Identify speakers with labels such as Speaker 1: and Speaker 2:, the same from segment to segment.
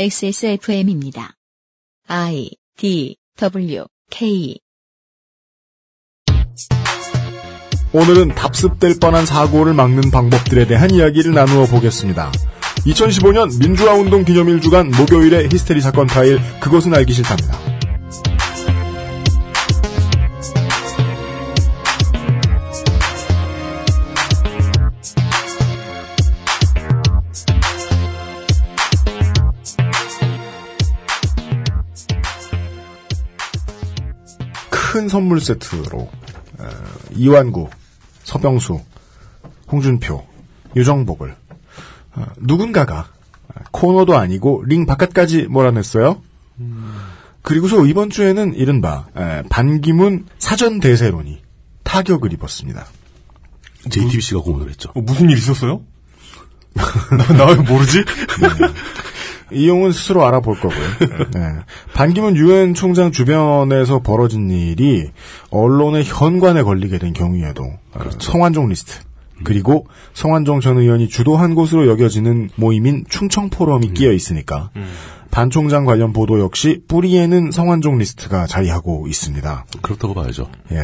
Speaker 1: XSFM입니다. I D W K
Speaker 2: 오늘은 답습될 뻔한 사고를 막는 방법들에 대한 이야기를 나누어 보겠습니다. 2015년 민주화 운동 기념일 주간 목요일의 히스테리 사건 파일 그것은 알기 싫답니다. 큰 선물 세트로 어, 이완구, 서병수, 홍준표, 유정복을 어, 누군가가 코너도 아니고 링 바깥까지 몰아냈어요. 그리고서 이번 주에는 이른바 에, 반기문 사전 대세론이 타격을 입었습니다.
Speaker 3: JTBC가 공연을 했죠.
Speaker 4: 어, 무슨 일 있었어요? 나, 나 왜 모르지?
Speaker 2: 이용은 스스로 알아볼 거고요. 네. 반기문 유엔 총장 주변에서 벌어진 일이 언론의 현관에 걸리게 된 경우에도 어, 성환종 리스트 그리고 성환종 전 의원이 주도한 곳으로 여겨지는 모임인 충청 포럼이 끼어 있으니까 반 총장 관련 보도 역시 뿌리에는 성환종 리스트가 자리하고 있습니다.
Speaker 3: 그렇다고 봐야죠.
Speaker 2: 예.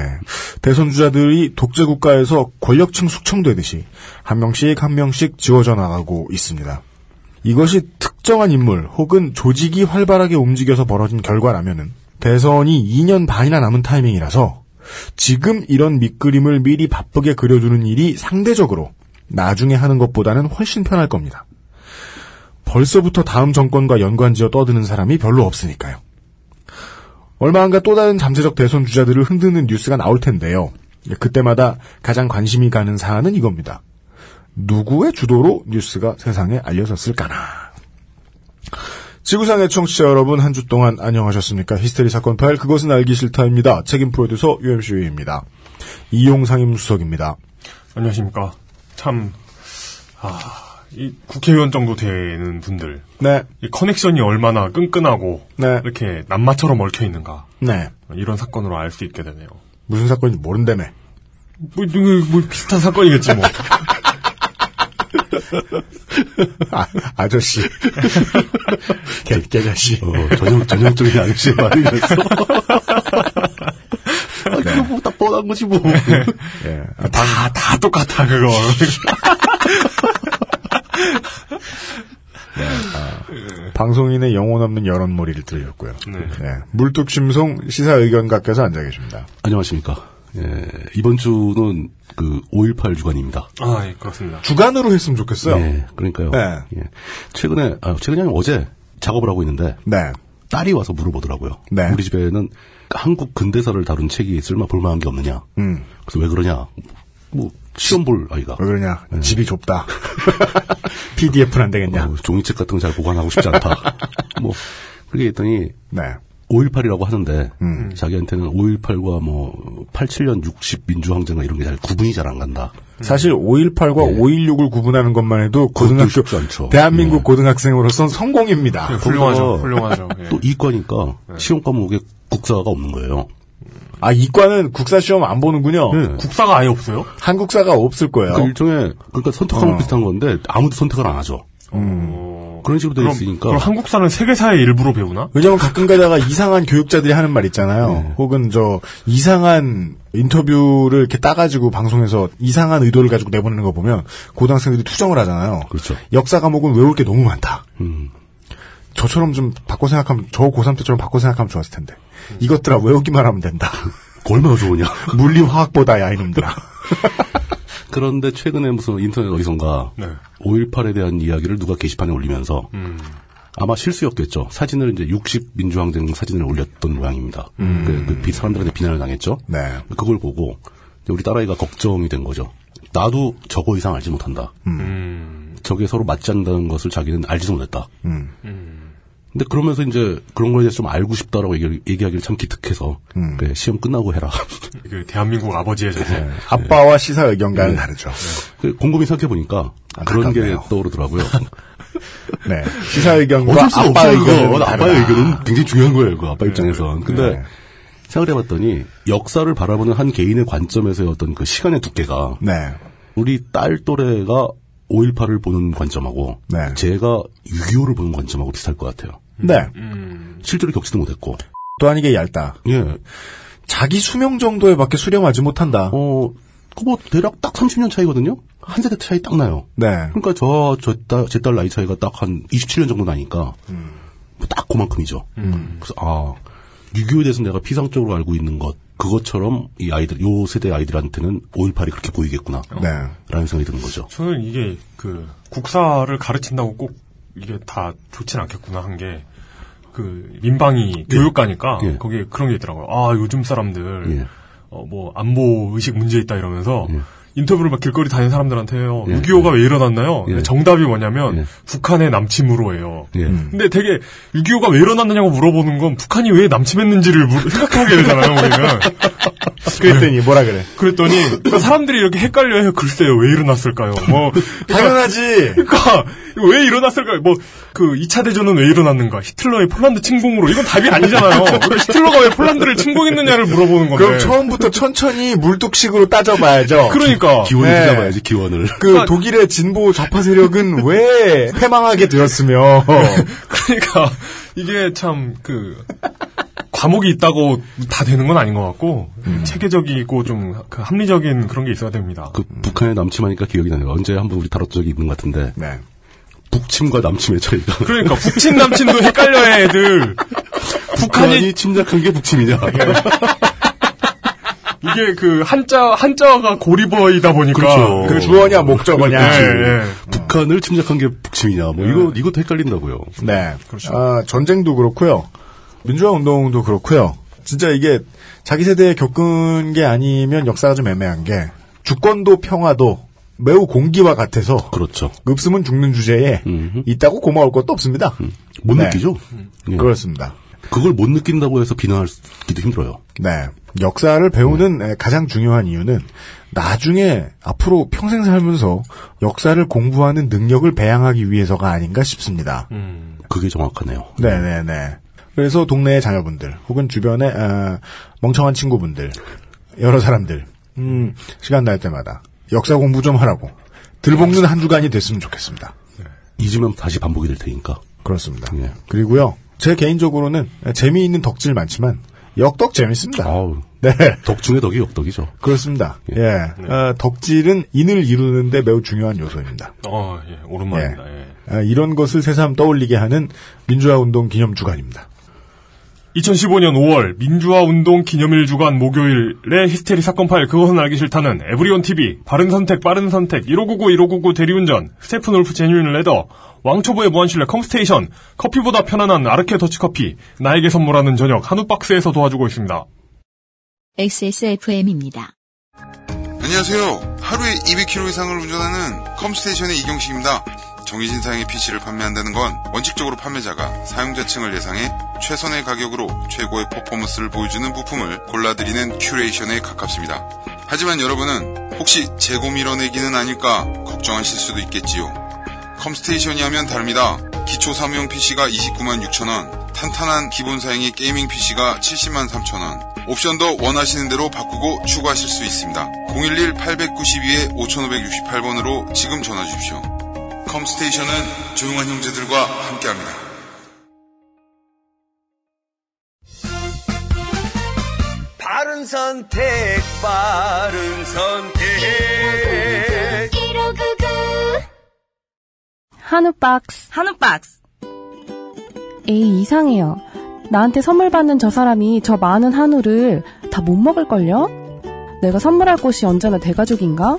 Speaker 2: 대선 주자들이 독재 국가에서 권력층 숙청되듯이 한 명씩 한 명씩 지워져 나가고 있습니다. 이것이 특정한 인물 혹은 조직이 활발하게 움직여서 벌어진 결과라면은 대선이 2년 반이나 남은 타이밍이라서 지금 이런 밑그림을 미리 바쁘게 그려주는 일이 상대적으로 나중에 하는 것보다는 훨씬 편할 겁니다. 벌써부터 다음 정권과 연관지어 떠드는 사람이 별로 없으니까요. 얼마 안가 또 다른 잠재적 대선 주자들을 흔드는 뉴스가 나올 텐데요. 그때마다 가장 관심이 가는 사안은 이겁니다. 누구의 주도로 뉴스가 세상에 알려졌을까나. 지구상의 청취자 여러분 한 주 동안 안녕하셨습니까? 히스테리 사건 파일 그것은 알기 싫다입니다. 책임 프로듀서 UMC입니다. 이용 상임수석입니다.
Speaker 4: 안녕하십니까. 참, 아, 이 국회의원 정도 되는 분들.
Speaker 2: 네,
Speaker 4: 이 커넥션이 얼마나 끈끈하고,
Speaker 2: 네.
Speaker 4: 이렇게 남마처럼 얽혀있는가.
Speaker 2: 네.
Speaker 4: 이런 사건으로 알 수 있게 되네요.
Speaker 2: 무슨 사건인지 모른다며.
Speaker 4: 뭐, 이거 뭐 비슷한 사건이겠지, 뭐.
Speaker 2: 아, 아저씨. 개, 개자씨.
Speaker 3: 어, 전형, 전형적인 아저씨의 말이라서. 아, 그거 뭐다 뻔한 거지, 뭐.
Speaker 2: 네. 예. 아, 다-
Speaker 4: 다, 다 똑같아, 그거.
Speaker 2: 방송인의 영혼 없는 여론몰이를 들으셨고요.
Speaker 4: 네.
Speaker 2: 예. 물뚝심송 시사 의견 각께서 앉아 계십니다.
Speaker 3: 안녕하십니까. 예, 이번 주는 그, 5.18 주간입니다.
Speaker 4: 아, 예, 그렇습니다.
Speaker 2: 주간으로 했으면 좋겠어요.
Speaker 3: 예, 그러니까요.
Speaker 2: 네.
Speaker 3: 예. 최근에, 아, 최근이 아니고 어제 작업을 하고 있는데,
Speaker 2: 네.
Speaker 3: 딸이 와서 물어보더라고요.
Speaker 2: 네.
Speaker 3: 우리 집에는 한국 근대사를 다룬 책이 쓸마 볼만한 게 없느냐.
Speaker 2: 음.
Speaker 3: 그래서 왜 그러냐. 뭐, 시험 볼 아이가.
Speaker 2: 왜 그러냐? 집이 좁다. PDF는 안 되겠냐?
Speaker 3: 음. 어, 종이책 같은 거 잘 보관하고 싶지 않다. 뭐, 그렇게 했더니,
Speaker 2: 네.
Speaker 3: 음. 5.18이라고 하는데,
Speaker 2: 음.
Speaker 3: 자기한테는 5.18과 뭐, 87년 60 민주항쟁과 이런 게 잘 구분이 잘 안 간다.
Speaker 2: 사실 5.18과 5.16을 구분하는 것만 해도 고등학교
Speaker 3: 네. 쉽지 않죠. 음.
Speaker 2: 대한민국 고등학생으로서는 성공입니다.
Speaker 4: 예, 훌륭하죠,
Speaker 3: 거기가
Speaker 4: 훌륭하죠. 예.
Speaker 3: 또 이과니까
Speaker 4: 네.
Speaker 3: 시험 과목에 국사가 없는 거예요.
Speaker 2: 아 이과는 국사 시험 안 보는군요.
Speaker 4: 국사가 아예 없어요?
Speaker 2: 한국사가 없을
Speaker 4: 네.
Speaker 2: 거예요.
Speaker 3: 네. 그러니까 일종의, 그러니까 선택하고 비슷한 건데, 아무도 선택을 안 하죠.
Speaker 4: 어,
Speaker 3: 음. 그런 식으로 되어
Speaker 4: 그럼,
Speaker 3: 있으니까.
Speaker 4: 그럼 한국사는 세계사의 일부로 배우나?
Speaker 2: 왜냐면 가끔 가다가 이상한 교육자들이 하는 말 있잖아요.
Speaker 3: 네.
Speaker 2: 혹은 저 이상한 인터뷰를 이렇게 따가지고 방송에서 이상한 의도를 가지고 내보내는 거 보면 고등학생들이 투정을 하잖아요.
Speaker 3: 그렇죠.
Speaker 2: 역사 과목은 외울 게 너무 많다.
Speaker 3: 음.
Speaker 2: 저처럼 좀 바꿔 생각하면 저 고3 때처럼 바꿔 생각하면 좋았을 텐데. 이것들아 외우기만 하면 된다.
Speaker 3: 얼마나 좋으냐.
Speaker 2: 물리 화학보다 야 이놈들아.
Speaker 3: 그런데 최근에 무슨 인터넷 어디선가
Speaker 4: 네. 음.
Speaker 3: 5.18에 대한 이야기를 누가 게시판에 올리면서 아마 실수였겠죠. 사진을 이제 60 민주항쟁 사진을 올렸던 모양입니다.
Speaker 4: 음.
Speaker 3: 그, 그 비- 사람들한테 비난을 당했죠.
Speaker 2: 네.
Speaker 3: 그걸 보고 이제 우리 딸아이가 걱정이 된 거죠. 나도 저거 이상 알지 못한다.
Speaker 4: 음,
Speaker 3: 저게 서로 맞지 않는다는 것을 자기는 알지도 못했다.
Speaker 2: 음.
Speaker 3: 네. 근데 그러면서 이제 그런 거에 대해서 좀 알고 싶다라고 얘기, 얘기하기를 참 기특해서
Speaker 2: 음.
Speaker 3: 그래, 시험 끝나고 해라.
Speaker 4: 그 대한민국 아버지의
Speaker 3: 네.
Speaker 4: 자세.
Speaker 2: 아빠와 시사 의견과는 다르죠.
Speaker 3: 그 곰곰이 생각해 보니까 그런 게
Speaker 2: 안타깝네요.
Speaker 3: 떠오르더라고요.
Speaker 2: 네. 시사 의견과
Speaker 3: 어쩔 수
Speaker 2: 아빠
Speaker 3: 없어요.
Speaker 2: 의견은
Speaker 3: 그건. 아빠의
Speaker 2: 다르다.
Speaker 3: 의견은 굉장히 중요한 거예요. 그 아빠 입장에선. 근데
Speaker 2: 네.
Speaker 3: 생각을 해봤더니 역사를 바라보는 한 개인의 관점에서의 어떤 그 시간의 두께가
Speaker 2: 네.
Speaker 3: 우리 딸 또래가 5.18을 보는 관점하고
Speaker 2: 네.
Speaker 3: 제가 6.25를 보는 관점하고 비슷할 것 같아요.
Speaker 2: 네.
Speaker 4: 음.
Speaker 3: 실제로 겪지도 못했고.
Speaker 2: 또 아니게 얇다.
Speaker 3: 예.
Speaker 2: 자기 수명 정도에 밖에 수렴하지 못한다.
Speaker 3: 어, 그뭐 대략 딱 30년 차이거든요. 한 세대 차이 딱 나요.
Speaker 2: 네.
Speaker 3: 그러니까 저, 저, 딸, 제 딸 나이 차이가 딱 한 27년 정도 나니까, 뭐 딱 그만큼이죠. 그래서, 아, 6.25에 대해서 내가 피상적으로 알고 있는 것, 그것처럼 이 아이들, 요 세대 아이들한테는 5.18이 그렇게 보이겠구나.
Speaker 2: 네.
Speaker 3: 라는 생각이 드는 거죠.
Speaker 4: 저는 이게 그 국사를 가르친다고 꼭 이게 다 좋진 않겠구나 한 게. 그 민방위 교육가니까
Speaker 3: 예.
Speaker 4: 거기에 그런 게 있더라고요. 아 요즘 사람들
Speaker 3: 예.
Speaker 4: 어, 뭐 안보 의식 문제 있다 이러면서
Speaker 3: 예.
Speaker 4: 인터뷰를 막 길거리 다니는 사람들한테요.
Speaker 3: 예.
Speaker 4: 6.25가 왜 일어났나요?
Speaker 3: 예.
Speaker 4: 정답이 뭐냐면
Speaker 3: 예.
Speaker 4: 북한의 남침으로예요.
Speaker 3: 예.
Speaker 4: 근데 되게 6.25가 왜 일어났느냐고 물어보는 건 북한이 왜 남침했는지를 물- 생각해보게 되잖아요, 우리는.
Speaker 2: 그랬더니 뭐라 그래.
Speaker 4: 그랬더니 그러니까 사람들이 이렇게 헷갈려요. 글쎄요, 왜 일어났을까요? 뭐
Speaker 2: 당연하지.
Speaker 4: 그러니까 이거 왜 일어났을까요? 뭐 그 2차 대전은 왜 일어났는가? 히틀러의 폴란드 침공으로 이건 답이 아니잖아요. 그러니까 히틀러가 왜 폴란드를 침공했느냐를 물어보는 건데.
Speaker 2: 그럼 처음부터 천천히 물뚝식으로 따져봐야죠.
Speaker 4: 그러니까
Speaker 3: 기원을
Speaker 2: 네.
Speaker 3: 찾아봐야지, 기원을.
Speaker 2: 그 독일의 진보 좌파 세력은 왜 패망하게 되었으며
Speaker 4: 그러니까 이게 참 그 과목이 있다고 다 되는 건 아닌 것 같고 체계적이고 좀그 합리적인 그런 게 있어야 됩니다.
Speaker 3: 그 북한에 남침하니까 기억이 나네요. 언제 한번 우리 다뤘던 적이 있는 것 같은데,
Speaker 2: 네.
Speaker 3: 북침과 남침의 차이가.
Speaker 4: 그러니까 북친 남친도 헷갈려해 애들. 북한이
Speaker 3: 북한이 예. 침략한 게 북침이냐.
Speaker 4: 이게 그 한자 한자가 고리버이다 보니까
Speaker 3: 그렇죠.
Speaker 2: 그 주어냐 목적어냐
Speaker 4: 예,
Speaker 2: 네.
Speaker 4: 예.
Speaker 3: 북한을 침략한 게 북침이냐. 뭐, 이거, 이것도 헷갈린다고요.
Speaker 2: 네.
Speaker 3: 그렇죠.
Speaker 2: 아, 전쟁도 그렇고요. 민주화 운동도 그렇고요. 진짜 이게 자기 세대에 겪은 게 아니면 역사가 좀 애매한 게 주권도 평화도 매우 공기와 같아서
Speaker 3: 그렇죠.
Speaker 2: 없으면 죽는 주제에
Speaker 3: 음흠.
Speaker 2: 있다고 고마울 것도 없습니다.
Speaker 3: 못
Speaker 2: 네.
Speaker 3: 느끼죠? 예.
Speaker 2: 그렇습니다.
Speaker 3: 그걸 못 느낀다고 해서 비난하기도 힘들어요.
Speaker 2: 네. 역사를
Speaker 3: 음.
Speaker 2: 배우는 에, 가장 중요한 이유는 나중에 앞으로 평생 살면서 역사를 공부하는 능력을 배양하기 위해서가 아닌가 싶습니다.
Speaker 4: 음,
Speaker 3: 그게 정확하네요.
Speaker 2: 네네네. 그래서 동네의 자녀분들 혹은 주변의 아, 멍청한 친구분들 여러 사람들 음, 시간 날 때마다 역사 공부 좀 하라고 들볶는 한 주간이 됐으면 좋겠습니다.
Speaker 3: 잊으면 다시 반복이 될 테니까.
Speaker 2: 그렇습니다.
Speaker 3: 예.
Speaker 2: 그리고요 제 개인적으로는 재미있는 덕질 많지만 역덕 재밌습니다.
Speaker 3: 아우.
Speaker 2: 네.
Speaker 3: 덕 중에 덕이 역덕이죠.
Speaker 2: 그렇습니다. 예. 아, 덕질은 인을 이루는데 매우 중요한 요소입니다.
Speaker 4: 어, 예, 오랜만입니다. 예.
Speaker 2: 아, 이런 것을 새삼 떠올리게 하는 민주화 운동 기념 주간입니다.
Speaker 4: 2015년 5월 민주화운동 기념일 주간 목요일의 히스테리 사건 파일 그것은 알기 싫다는 에브리온 TV 바른 선택 빠른 선택 1599 1599 대리운전 스테픈 울프 제뉴인 레더 왕초보의 무한실내 컴스테이션 커피보다 편안한 아르케 더치커피 나에게 선물하는 저녁 한우박스에서 도와주고 있습니다.
Speaker 1: XSFM입니다.
Speaker 5: 안녕하세요. 하루에 200km 이상을 운전하는 컴스테이션의 이경식입니다. 정해진 사양의 PC를 판매한다는 건 원칙적으로 판매자가 사용자층을 예상해 최선의 가격으로 최고의 퍼포먼스를 보여주는 부품을 골라드리는 큐레이션에 가깝습니다. 하지만 여러분은 혹시 재고 밀어내기는 아닐까 걱정하실 수도 있겠지요. 컴스테이션이 하면 다릅니다. 기초 사무용 PC가 29만 6천원, 탄탄한 기본 사양의 게이밍 PC가 70만 3천원, 옵션도 원하시는 대로 바꾸고 추가하실 수 있습니다. 011-892-5568번으로 지금 전화 주십시오. 컴스테이션은 조용한 형제들과 함께합니다.
Speaker 6: 바른 선택, 바른 선택.
Speaker 7: 한우박스.
Speaker 8: 한우박스
Speaker 7: 에이, 이상해요. 나한테 선물 받는 저 사람이 저 많은 한우를 다 못 먹을걸요? 내가 선물할 곳이 언제나 대가족인가?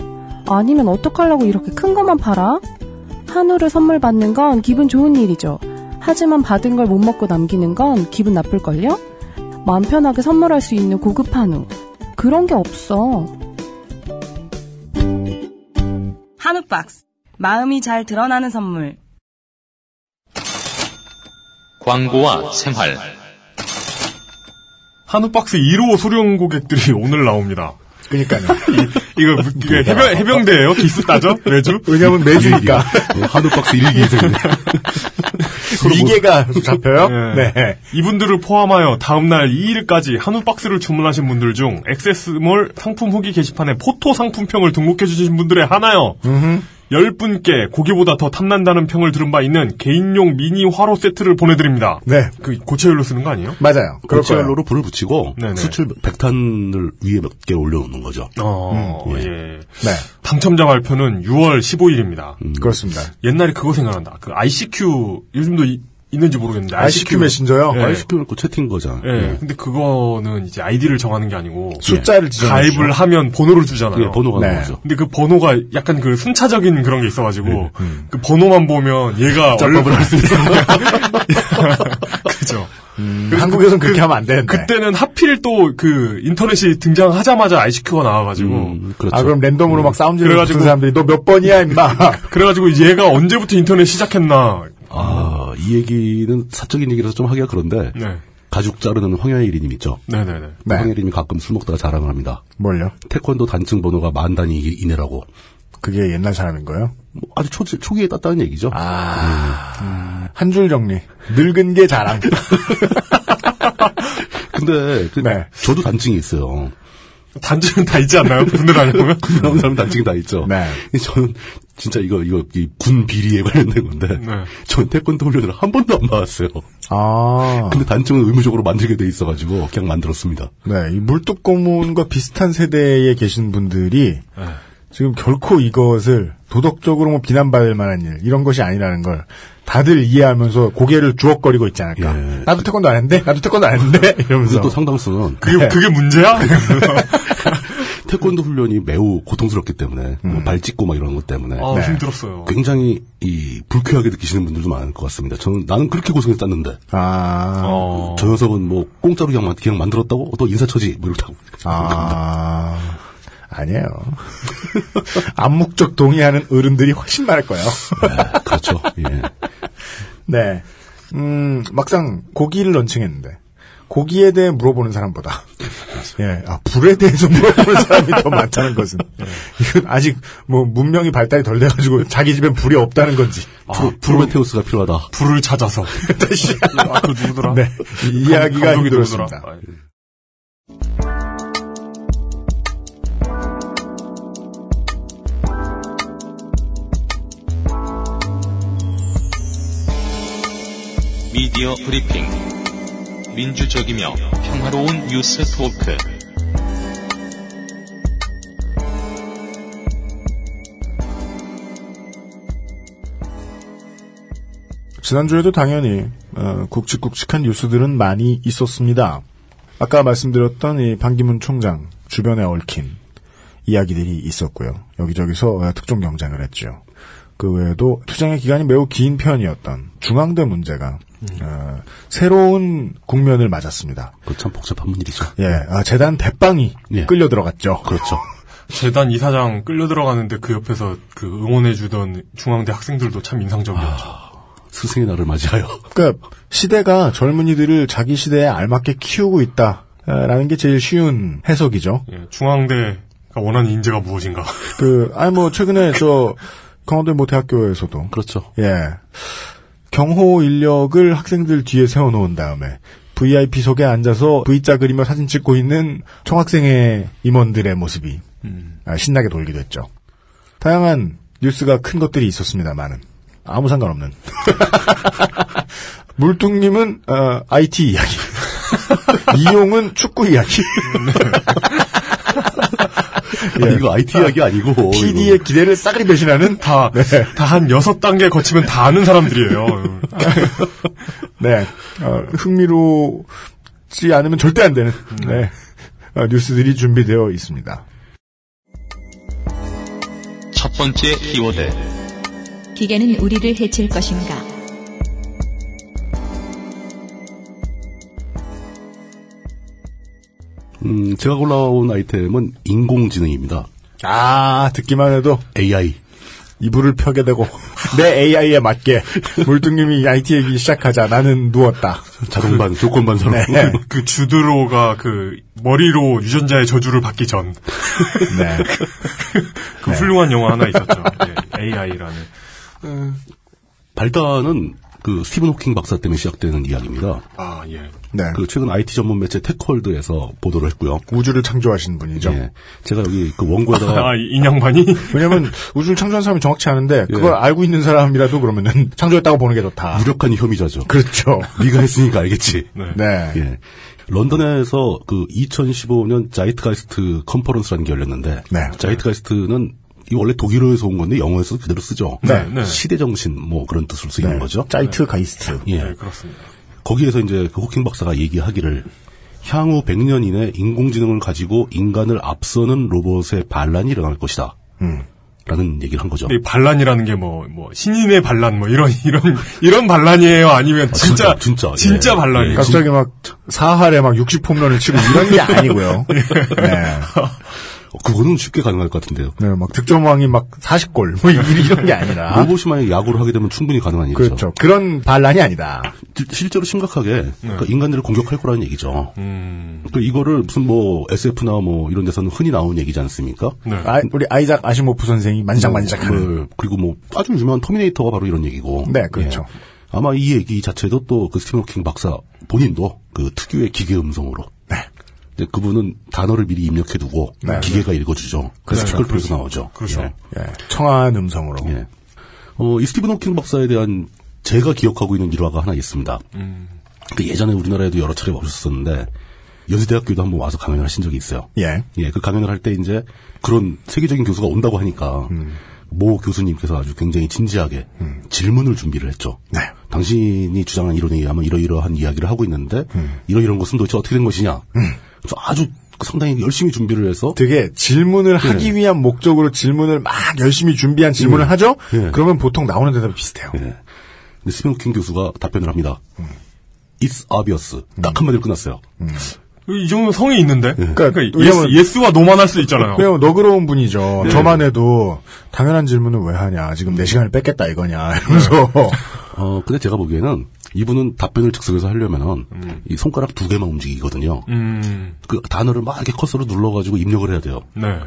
Speaker 7: 아니면 어떡하려고 이렇게 큰 것만 팔아? 한우를 선물 받는 건 기분 좋은 일이죠. 하지만 받은 걸 못 먹고 남기는 건 기분 나쁠걸요? 마음 편하게 선물할 수 있는 고급 한우. 그런 게 없어.
Speaker 8: 한우박스 마음이 잘 드러나는 선물
Speaker 9: 광고와 생활.
Speaker 4: 한우박스 1호 소령 고객들이 오늘 나옵니다.
Speaker 2: 그러니까요.
Speaker 4: 이거 이게 해병, 해병대예요? 기수 따죠? 매주?
Speaker 2: 왜냐하면 매주니까
Speaker 3: 예, 한우박스 1기 인생이네.
Speaker 2: 이게가 잡혀요.
Speaker 4: 예.
Speaker 2: 네.
Speaker 4: 이분들을 포함하여 다음날 2일까지 한우 박스를 주문하신 분들 중 액세스몰 상품 후기 게시판에 포토 상품평을 등록해주신 분들의 하나요. 10분께 고기보다 더 탐난다는 평을 들은 바 있는 개인용 미니 화로 세트를 보내드립니다.
Speaker 2: 네.
Speaker 4: 그 고체열로 쓰는 거 아니에요?
Speaker 2: 맞아요. 그럴
Speaker 4: 그렇죠.
Speaker 2: 거예요.
Speaker 3: 고체열로로 불을 붙이고
Speaker 4: 네네.
Speaker 3: 수출 백탄을 위에 몇 개 올려놓는 거죠.
Speaker 4: 어,
Speaker 3: 음,
Speaker 4: 예.
Speaker 3: 예.
Speaker 2: 네.
Speaker 4: 당첨자 발표는 6월 15일입니다.
Speaker 2: 음. 그렇습니다.
Speaker 4: 옛날에 그거 생각난다. 그 ICQ, 요즘도 이- 있는지 모르겠는데.
Speaker 2: ICQ 메신저요.
Speaker 4: 예.
Speaker 3: ICQ를 그 채팅거잖아.
Speaker 4: 예.
Speaker 2: 네.
Speaker 4: 근데 그거는 이제 아이디를 정하는 게 아니고.
Speaker 2: 숫자를 지정.
Speaker 4: 예. 가입을 하면 번호를 주잖아요.
Speaker 3: 예, 번호가
Speaker 2: 네.
Speaker 3: 나오죠
Speaker 4: 근데 그 번호가 약간 그 순차적인 그런 게
Speaker 2: 음,
Speaker 4: 있어가지고 그 번호만 보면 얘가 얼마를 할수 있어. 그죠.
Speaker 2: 음. 한국에서는 그렇게 하면 안 되는데.
Speaker 4: 그때는 하필 또 그 인터넷이 등장하자마자 ICQ가 나와가지고
Speaker 3: 음, 그렇죠.
Speaker 2: 아 그럼 랜덤으로 막 싸움질을
Speaker 4: 그래가지고-
Speaker 2: 붙은 사람들이 너 몇 번이야 임마.
Speaker 4: 그래가지고 얘가 언제부터 인터넷 시작했나.
Speaker 3: 아, 이 얘기는 사적인 얘기라서 좀 하기가 그런데
Speaker 4: 네.
Speaker 3: 가죽 자르는 황야일이님 있죠.
Speaker 4: 네네네.
Speaker 2: 네.
Speaker 3: 황야일님이 가끔 술 먹다가 자랑을 합니다.
Speaker 2: 뭘요?
Speaker 3: 태권도 단층 번호가 만 단위 이내라고
Speaker 2: 그게 옛날 사람인 거예요?
Speaker 3: 뭐 아주 초, 초기에 땄다는 얘기죠.
Speaker 4: 아.
Speaker 2: 한 줄 정리. 늙은 게 자랑.
Speaker 3: 근데 그-
Speaker 2: 네.
Speaker 3: 저도 단층이 있어요.
Speaker 4: 단지는 다 있지 않나요? 군대 다녀보면?
Speaker 3: 그런 사람 단층이 다 있죠.
Speaker 2: 네.
Speaker 3: 저는 진짜 이거 이거 이군 비리에 관련된 건데
Speaker 4: 네.
Speaker 3: 전 태권도 훈련을 한 번도 안 받았어요.
Speaker 2: 아.
Speaker 3: 근데 단층은 의무적으로 만들게 돼 있어가지고 그냥 만들었습니다.
Speaker 2: 네. 이 물뚝 고문과 비슷한 세대에 계신 분들이 지금 결코 이것을 도덕적으로 뭐 비난받을 만한 일, 이런 것이 아니라는 걸 다들 이해하면서 고개를 주걱거리고 있지 않을까.
Speaker 3: 예.
Speaker 2: 나도 태권도 안 했는데? 나도 태권도 안 했는데? 이러면서.
Speaker 3: 근데 또 상당수는
Speaker 4: 그게,
Speaker 2: 네.
Speaker 4: 그게 문제야?
Speaker 3: 태권도 훈련이 매우 고통스럽기 때문에 뭐발 찢고 막 이런 것 때문에
Speaker 4: 음. 아,
Speaker 2: 네.
Speaker 4: 힘들었어요.
Speaker 3: 굉장히 이 불쾌하게 느끼시는 분들도 많을 것 같습니다. 저는 나는 그렇게 고생해서 땄는데
Speaker 2: 아.
Speaker 4: 어.
Speaker 3: 저 녀석은 뭐 공짜로 그냥, 만- 그냥 만들었다고 또 인사처지 뭐 이렇다고
Speaker 2: 아. 아니에요. 암묵적 동의하는 어른들이 훨씬 많을 거예요.
Speaker 3: 네, 그렇죠. 예.
Speaker 2: 네. 음, 막상 고기를 런칭했는데, 고기에 대해 물어보는 사람보다, 예, 아, 불에 대해서 물어보는 사람이 더 많다는 것은,
Speaker 4: 예.
Speaker 2: 이건 아직, 뭐, 문명이 발달이 덜 돼가지고, 자기 집엔 불이 없다는 건지,
Speaker 3: 프로, 프로메테우스가 필요하다.
Speaker 4: 아, 불을 찾아서.
Speaker 2: 다시,
Speaker 4: 아, 그 누구더라?
Speaker 2: 네, 이 이야기가
Speaker 4: 감독이
Speaker 2: 힘들었습니다.
Speaker 4: 누구더라? 아,
Speaker 9: 미디어 브리핑 민주적이며 평화로운 뉴스 토크
Speaker 2: 지난주에도 당연히, 어, 굵직굵직한 뉴스들은 많이 있었습니다. 아까 말씀드렸던 이 반기문 총장 주변에 얽힌 이야기들이 있었고요. 여기저기서 어, 특종 경쟁을 했죠. 그 외에도 투쟁의 기간이 매우 긴 편이었던 중앙대 문제가
Speaker 3: 음.
Speaker 2: 어, 새로운 국면을 맞았습니다.
Speaker 3: 그 참 복잡한 문일이죠.
Speaker 2: 예, 아, 재단 대빵이
Speaker 3: 예.
Speaker 2: 끌려 들어갔죠.
Speaker 3: 그렇죠.
Speaker 4: 재단 이사장 끌려 들어가는데 그 옆에서 그 응원해주던 중앙대 학생들도 참 인상적이었죠.
Speaker 3: 스승의 날을 맞이하여
Speaker 2: 그러니까 시대가 젊은이들을 자기 시대에 알맞게 키우고 있다라는 게 제일 쉬운 해석이죠.
Speaker 4: 예, 중앙대가 원하는 인재가 무엇인가.
Speaker 2: 그 아니 뭐 최근에 저 강원도 모 대학교에서도
Speaker 3: 그렇죠.
Speaker 2: 예. 경호 인력을 학생들 뒤에 세워놓은 다음에 VIP석에 앉아서 V자 그리며 사진 찍고 있는 총학생회 임원들의 모습이
Speaker 3: 음.
Speaker 2: 아, 신나게 돌기도 했죠. 다양한 뉴스가 큰 것들이 있었습니다만은 아무 상관없는 물뚱님은 어, IT 이야기, 이용은 축구 이야기,
Speaker 3: 음.
Speaker 2: 예.
Speaker 4: 예.
Speaker 3: 네. 아니, 이거 IT 이야기 아니고
Speaker 2: PD의 기대를 싸그리 배신하는
Speaker 4: 다, 다 한 여섯 단계 거치면 다 아는 사람들이에요.
Speaker 2: 네. 어, 흥미롭지 않으면 절대 안 되는 네. 어, 뉴스들이 준비되어 있습니다.
Speaker 9: 첫 번째 키워드
Speaker 1: 기계는 우리를 해칠 것인가?
Speaker 3: 이거, 음, 제가 골라온 아이템은 인공지능입니다.
Speaker 2: 아, 듣기만 해도
Speaker 3: AI.
Speaker 2: 이불을 펴게 되고 내 AI에 맞게 물뚱님이 IT 얘기 시작하자. 나는 누웠다.
Speaker 3: 자동반,
Speaker 4: 그렇죠.
Speaker 3: 조건반사로.
Speaker 2: 네.
Speaker 4: 그 주드로가 그 머리로 유전자의 저주를 받기 전.
Speaker 2: 네.
Speaker 4: 네. 예, 그 훌륭한 영화 하나 있었죠. AI라는.
Speaker 3: 발단은 그 스티븐 호킹 박사 때문에 시작되는 이야기입니다.
Speaker 4: 아, 예.
Speaker 2: 네.
Speaker 3: 그 최근 IT 전문 매체 테크월드에서 보도를 했고요.
Speaker 2: 우주를 창조하신 분이죠.
Speaker 3: 예. 제가 여기 그 원고에다가
Speaker 4: 그렇죠. 아, 이- 인양반이?
Speaker 2: 왜냐면 우주를 창조한 사람이 정확치 않은데 그걸 알고 있는 사람이라도 그러면은 창조했다고 보는 게
Speaker 4: 예.
Speaker 2: 좋다.
Speaker 3: 유력한 혐의자죠.
Speaker 2: 그렇죠.
Speaker 3: 네가 했으니까 알겠지.
Speaker 2: 네.
Speaker 3: 예. 런던에서 그 2015년 자이트가이스트 컨퍼런스라는 게 열렸는데
Speaker 2: 네.
Speaker 3: 자이트가이스트는 이 원래 독일어에서 온 건데 영어에서 그대로 쓰죠. 그러니까
Speaker 2: 네,
Speaker 4: 네.
Speaker 3: 시대 정신 뭐 그런 뜻으로 쓰이는 거죠.
Speaker 2: 짜이트 가이스트.
Speaker 3: 예.
Speaker 4: 네, 그렇습니다.
Speaker 3: 거기에서 이제 그 호킹 박사가 얘기하기를 향후 100년 이내 인공지능을 가지고 인간을 앞서는 로봇의 반란이 일어날 것이다.
Speaker 2: 음.
Speaker 3: 라는 얘기를 한 거죠.
Speaker 2: 네.
Speaker 4: 근데 이 반란이라는 게 뭐, 뭐, 신인의 반란, 뭐, 이런, 이런, 이런 반란이에요? 아니면 진짜,
Speaker 3: 진짜, 진짜, 예.
Speaker 4: 진짜
Speaker 3: 예.
Speaker 4: 반란이에요?
Speaker 2: 갑자기 막 사할에 막 60홈런을 치고 이런 게 아니고요. 네.
Speaker 3: 어, 그거는 쉽게 가능할 것 같은데요.
Speaker 2: 네, 막 득점왕이 막 40골 뭐 이- 이런 게 아니라.
Speaker 3: 로봇이 만약 야구를 하게 되면 충분히 가능한 일이죠.
Speaker 2: 그렇죠. 네. 그런 반란이 아니다.
Speaker 3: 지- 실제로 심각하게 그러니까 인간들을 공격할 거라는 얘기죠.
Speaker 4: 음.
Speaker 3: 그 이거를 무슨 뭐 SF나 뭐 이런 데서는 흔히 나오는 얘기지 않습니까?
Speaker 2: 아, 우리 아이작 아시모프 선생이 만장만장하는.
Speaker 3: 그, 그리고 네. 뭐 아주 유명한 터미네이터가 바로 이런 얘기고.
Speaker 2: 네, 그렇죠.
Speaker 3: 예. 아마 이 얘기 자체도 또 그 스티븐 호킹 박사 본인도 그 특유의 기계 음성으로. 네. 근데 그분은 단어를 미리 입력해두고
Speaker 2: 네,
Speaker 3: 기계가 읽어주죠.
Speaker 2: 그렇죠.
Speaker 3: 그래서 스티커를 통해서 나오죠. 그렇죠.
Speaker 2: 예, 청아한 음성으로.
Speaker 3: 예. 어, 이 스티븐 호킹 박사에 대한 제가 기억하고 있는 일화가 하나 있습니다. 그 예전에 우리나라에도 여러 차례 오셨었는데 연세대학교도 한번 와서 강연을 하신 적이 있어요.
Speaker 2: 예.
Speaker 3: 그 강연을 할 때 이제 그런 세계적인 교수가 온다고 하니까 모 교수님께서 아주 굉장히 진지하게 질문을 준비를 했죠.
Speaker 2: 네.
Speaker 3: 당신이 주장한 이론에 의하면 이러이러한 이야기를 하고 있는데 이러이러한 것은 도대체 어떻게 된 것이냐. 그래서 아주 상당히 열심히 준비를 해서
Speaker 2: 되게 질문을
Speaker 3: 예.
Speaker 2: 하기 위한 목적으로 질문을 막 열심히 준비한 질문을 하죠?
Speaker 3: 예.
Speaker 2: 그러면 보통 나오는 대답이 비슷해요.
Speaker 3: 예. 근데 스티븐 호킹 교수가 답변을 합니다. It's obvious. 딱 한마디로 끝났어요.
Speaker 4: 이 정도면 성이 있는데? 그러니까,
Speaker 2: 왜냐면-
Speaker 4: 예스, 와 노만 할 수 있잖아요.
Speaker 2: 왜냐면 너그러운 분이죠.
Speaker 3: 예.
Speaker 2: 저만 해도 당연한 질문을 왜 하냐. 지금 내 시간을 뺏겠다 이거냐. 이러면서.
Speaker 3: 어, 근데 제가 보기에는 이분은 답변을 즉석에서 하려면은 이 손가락 두 개만 움직이거든요.
Speaker 4: 음,
Speaker 3: 그 단어를 막 이렇게 커서로 눌러가지고 입력을 해야 돼요.
Speaker 4: 네.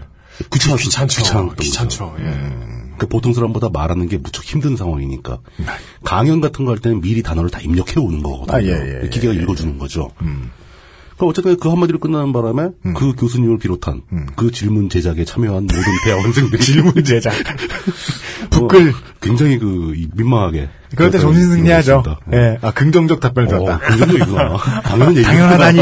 Speaker 3: 귀찮,
Speaker 4: 귀찮죠.
Speaker 3: 귀찮,
Speaker 4: 귀찮죠. 예.
Speaker 3: 그 보통 사람보다 말하는 게 무척 힘든 상황이니까 강연 같은 거 할 때는 미리 단어를 다 입력해 오는
Speaker 2: 네.
Speaker 3: 거거든요.
Speaker 2: 아, 예, 음. 예,
Speaker 3: 기계가 읽어주는 거죠. 그 어쨌든 그 한마디로 끝나는 바람에
Speaker 2: 음.
Speaker 3: 그 교수님을 비롯한 그 질문 제작에 참여한 모든 대학원생들이
Speaker 2: 질문 제작.
Speaker 3: 어,
Speaker 2: 북글.
Speaker 3: 굉장히 그 이- 민망하게
Speaker 2: 그럴 때
Speaker 3: 그랬다는
Speaker 2: 정신승리하죠.
Speaker 3: 생각이 있습니다.
Speaker 2: 예. 아, 긍정적 답변을
Speaker 3: 어,
Speaker 2: 들었다.
Speaker 3: 긍정적이구나. 당연한 얘기
Speaker 2: 당연하다니.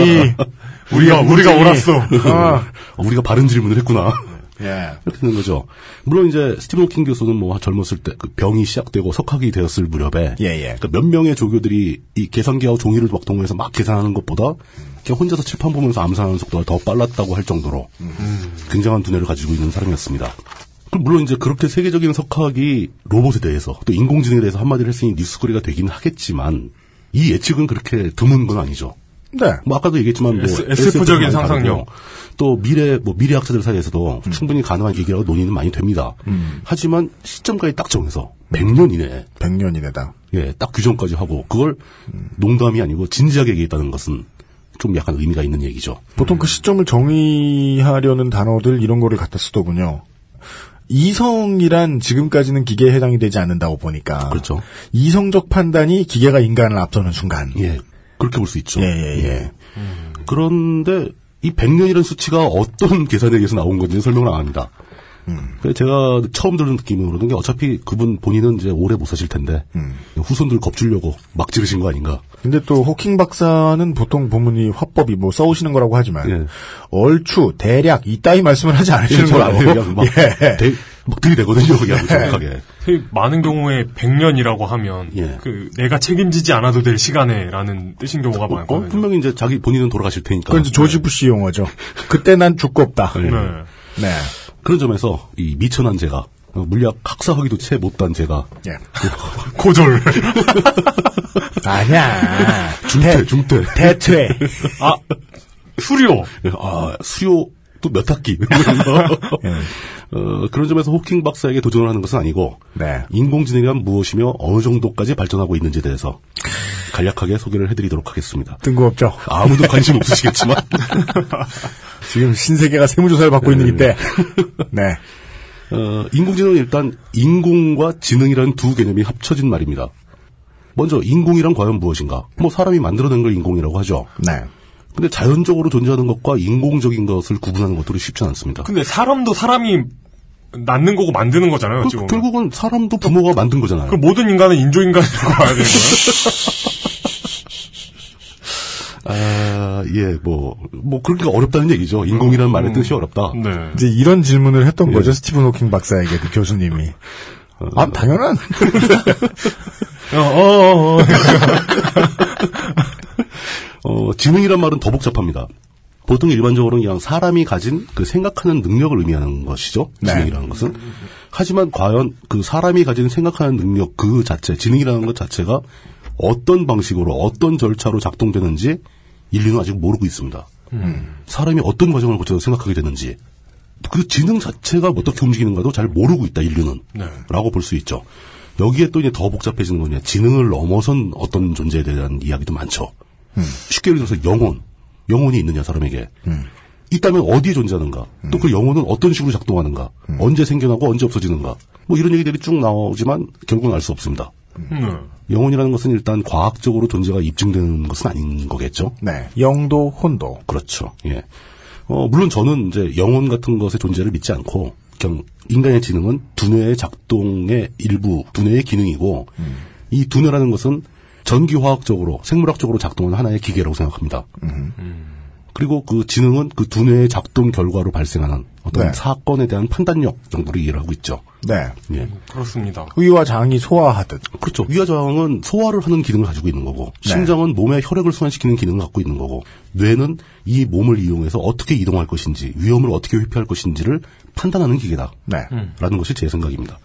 Speaker 4: 우리가, 우리가
Speaker 2: 문제니.
Speaker 4: 옳았어.
Speaker 2: 어.
Speaker 3: 우리가 바른 질문을 했구나.
Speaker 2: 예.
Speaker 3: 이렇게 되는 거죠. 물론 이제 스티븐 호킹 교수는 뭐 젊었을 때 그 병이 시작되고 석학이 되었을 무렵에
Speaker 2: 예, 예.
Speaker 3: 그러니까 몇 명의 조교들이 이 계산기하고 종이를 막 동원해서 막 계산하는 것보다 그냥 혼자서 칠판 보면서 암산하는 속도가 더 빨랐다고 할 정도로 굉장한 두뇌를 가지고 있는 사람이었습니다. 그럼 물론 이제 그렇게 세계적인 석학이 로봇에 대해서 또 인공지능에 대해서 한마디를 했으니 뉴스거리가 되긴 하겠지만 이 예측은 그렇게 드문 건 아니죠.
Speaker 2: 네.
Speaker 3: 뭐 아까도 얘기했지만 뭐
Speaker 4: SF 적인
Speaker 3: 많이
Speaker 4: 상상력.
Speaker 3: 다르고요. 또 미래 뭐 미래학자들 사이에서도 충분히 가능한 얘기라고 논의는 많이 됩니다.
Speaker 4: 음.
Speaker 3: 하지만 시점까지 딱 정해서 100년 이내에
Speaker 2: 100년이 되다.
Speaker 3: 예, 딱 규정까지 하고 그걸 농담이 아니고 진지하게 얘기했다는 것은 좀 약간 의미가 있는 얘기죠.
Speaker 2: 보통 그 시점을 정의하려는 단어들 이런 거를 갖다 쓰더군요. 이성이란 지금까지는 기계에 해당이 되지 않는다고 보니까.
Speaker 3: 그렇죠.
Speaker 2: 이성적 판단이 기계가 인간을 앞서는 순간.
Speaker 3: 예, 그렇게 볼 수 있죠.
Speaker 2: 예, 예, 예.
Speaker 3: 그런데 이 100년이라는 수치가 어떤 계산에 의해서 나온 건지 설명을 안 합니다.
Speaker 2: 음.
Speaker 3: 그래서 제가 처음 들은 느낌으로는 게 어차피 그분 본인은 이제 오래 못 사실 텐데
Speaker 2: 음.
Speaker 3: 후손들 겁주려고 막 지르신 거 아닌가.
Speaker 2: 근데 또 호킹 박사는 보통 보문이 화법이 뭐 써오시는 거라고 하지만
Speaker 3: 예.
Speaker 2: 얼추 대략 이따위 말씀을 하지 않으시는
Speaker 3: 그냥
Speaker 2: 거라고.
Speaker 3: 막,
Speaker 2: 예.
Speaker 3: 대, 막 들이대거든요, 그냥 정확하게.
Speaker 4: 되게 많은 경우에 100년이라고 하면
Speaker 3: 예.
Speaker 4: 그 내가 책임지지 않아도 될 시간에라는 뜻인 경우가
Speaker 3: 어,
Speaker 4: 많거든요.
Speaker 3: 분명히 이제 자기 본인은 돌아가실 테니까.
Speaker 2: 그건 그러니까 이제 조지 부시 용어죠. 그때 난 죽고 없다.
Speaker 4: 네.
Speaker 2: 네.
Speaker 3: 런 점에서 이 미천한 제가 어, 물리학 학사하기도 채 못한 제가
Speaker 2: 예.
Speaker 4: 고졸.
Speaker 2: 아니야.
Speaker 3: 중퇴, 중퇴.
Speaker 2: 대퇴.
Speaker 4: 아, 수료.
Speaker 3: 아, 수요 또 몇 학기.
Speaker 4: 예.
Speaker 3: 어, 그런 점에서 호킹 박사에게 도전을 하는 것은 아니고
Speaker 2: 네.
Speaker 3: 인공지능이란 무엇이며 어느 정도까지 발전하고 있는지에 대해서 간략하게 소개를 해드리도록 하겠습니다.
Speaker 2: 뜬금없죠.
Speaker 3: 아무도 관심 없으시겠지만
Speaker 2: 지금 신세계가 세무조사를 받고 있는 이때. 네.
Speaker 3: 어, 인공지능은 일단 인공과 지능이라는 두 개념이 합쳐진 말입니다. 먼저 인공이란 과연 무엇인가? 뭐 사람이 만들어낸 걸 인공이라고 하죠.
Speaker 2: 네.
Speaker 3: 근데 자연적으로 존재하는 것과 인공적인 것을 구분하는 것도 쉽지 않습니다.
Speaker 4: 근데 사람도 사람이 낳는 거고 만드는 거잖아요.
Speaker 3: 그-
Speaker 4: 어찌 보면.
Speaker 3: 결국은 사람도 부모가 만든 거잖아요.
Speaker 4: 그럼 모든 인간은 인조인간이라고 봐야 되는 거예요?
Speaker 3: 아, 예, 뭐, 뭐, 그러니까 어렵다는 얘기죠. 인공이라는
Speaker 4: 음,
Speaker 3: 말의 뜻이 어렵다.
Speaker 4: 네.
Speaker 2: 이제 이런 질문을 했던 거죠. 스티븐 호킹 박사에게 그 교수님이. 아, 당연한.
Speaker 4: 어, 어, 어, 어.
Speaker 3: 어, 지능이란 말은 더 복잡합니다. 보통 일반적으로는 그냥 사람이 가진 그 생각하는 능력을 의미하는 것이죠. 지능이라는 것은. 하지만 과연 그 사람이 가진 생각하는 능력 그 자체, 지능이라는 것 자체가 어떤 방식으로, 어떤 절차로 작동되는지 인류는 아직 모르고 있습니다. 사람이 어떤 과정을 거쳐서 생각하게 되는지, 그 지능 자체가 어떻게 움직이는가도 잘 모르고 있다, 인류는. 라고 볼 수 있죠. 여기에 또 이제 더 복잡해지는 거냐. 지능을 넘어선 어떤 존재에 대한 이야기도 많죠. 쉽게 예를 들어서 영혼. 영혼이 있느냐, 사람에게. 있다면 어디에 존재하는가. 또 그 영혼은 어떤 식으로 작동하는가. 언제 생겨나고 언제 없어지는가. 뭐 이런 얘기들이 쭉 나오지만 결국은 알 수 없습니다. 영혼이라는 것은 일단 과학적으로 존재가 입증되는 것은 아닌 거겠죠.
Speaker 2: 네. 영도, 혼도.
Speaker 3: 그렇죠. 예. 어, 물론 저는 이제 영혼 같은 것의 존재를 믿지 않고, 그냥 인간의 지능은 두뇌의 작동의 일부, 두뇌의 기능이고, 이 두뇌라는 것은 전기화학적으로, 생물학적으로 작동하는 하나의 기계라고 생각합니다. 그리고 그 지능은 그 두뇌의 작동 결과로 발생하는 어떤
Speaker 2: 네.
Speaker 3: 사건에 대한 판단력 정도로 이해를 하고 있죠.
Speaker 2: 네.
Speaker 3: 예.
Speaker 4: 그렇습니다.
Speaker 2: 의와 장이 소화하듯.
Speaker 3: 그렇죠. 위아장은 소화를 하는 기능을 가지고 있는 거고,
Speaker 4: 네.
Speaker 3: 심장은 몸의 혈액을 순환시키는 기능을 갖고 있는 거고, 뇌는 이 몸을 이용해서 어떻게 이동할 것인지, 위험을 어떻게 회피할 것인지를 판단하는 기계다.
Speaker 2: 네.
Speaker 3: 라는 것이 제 생각입니다.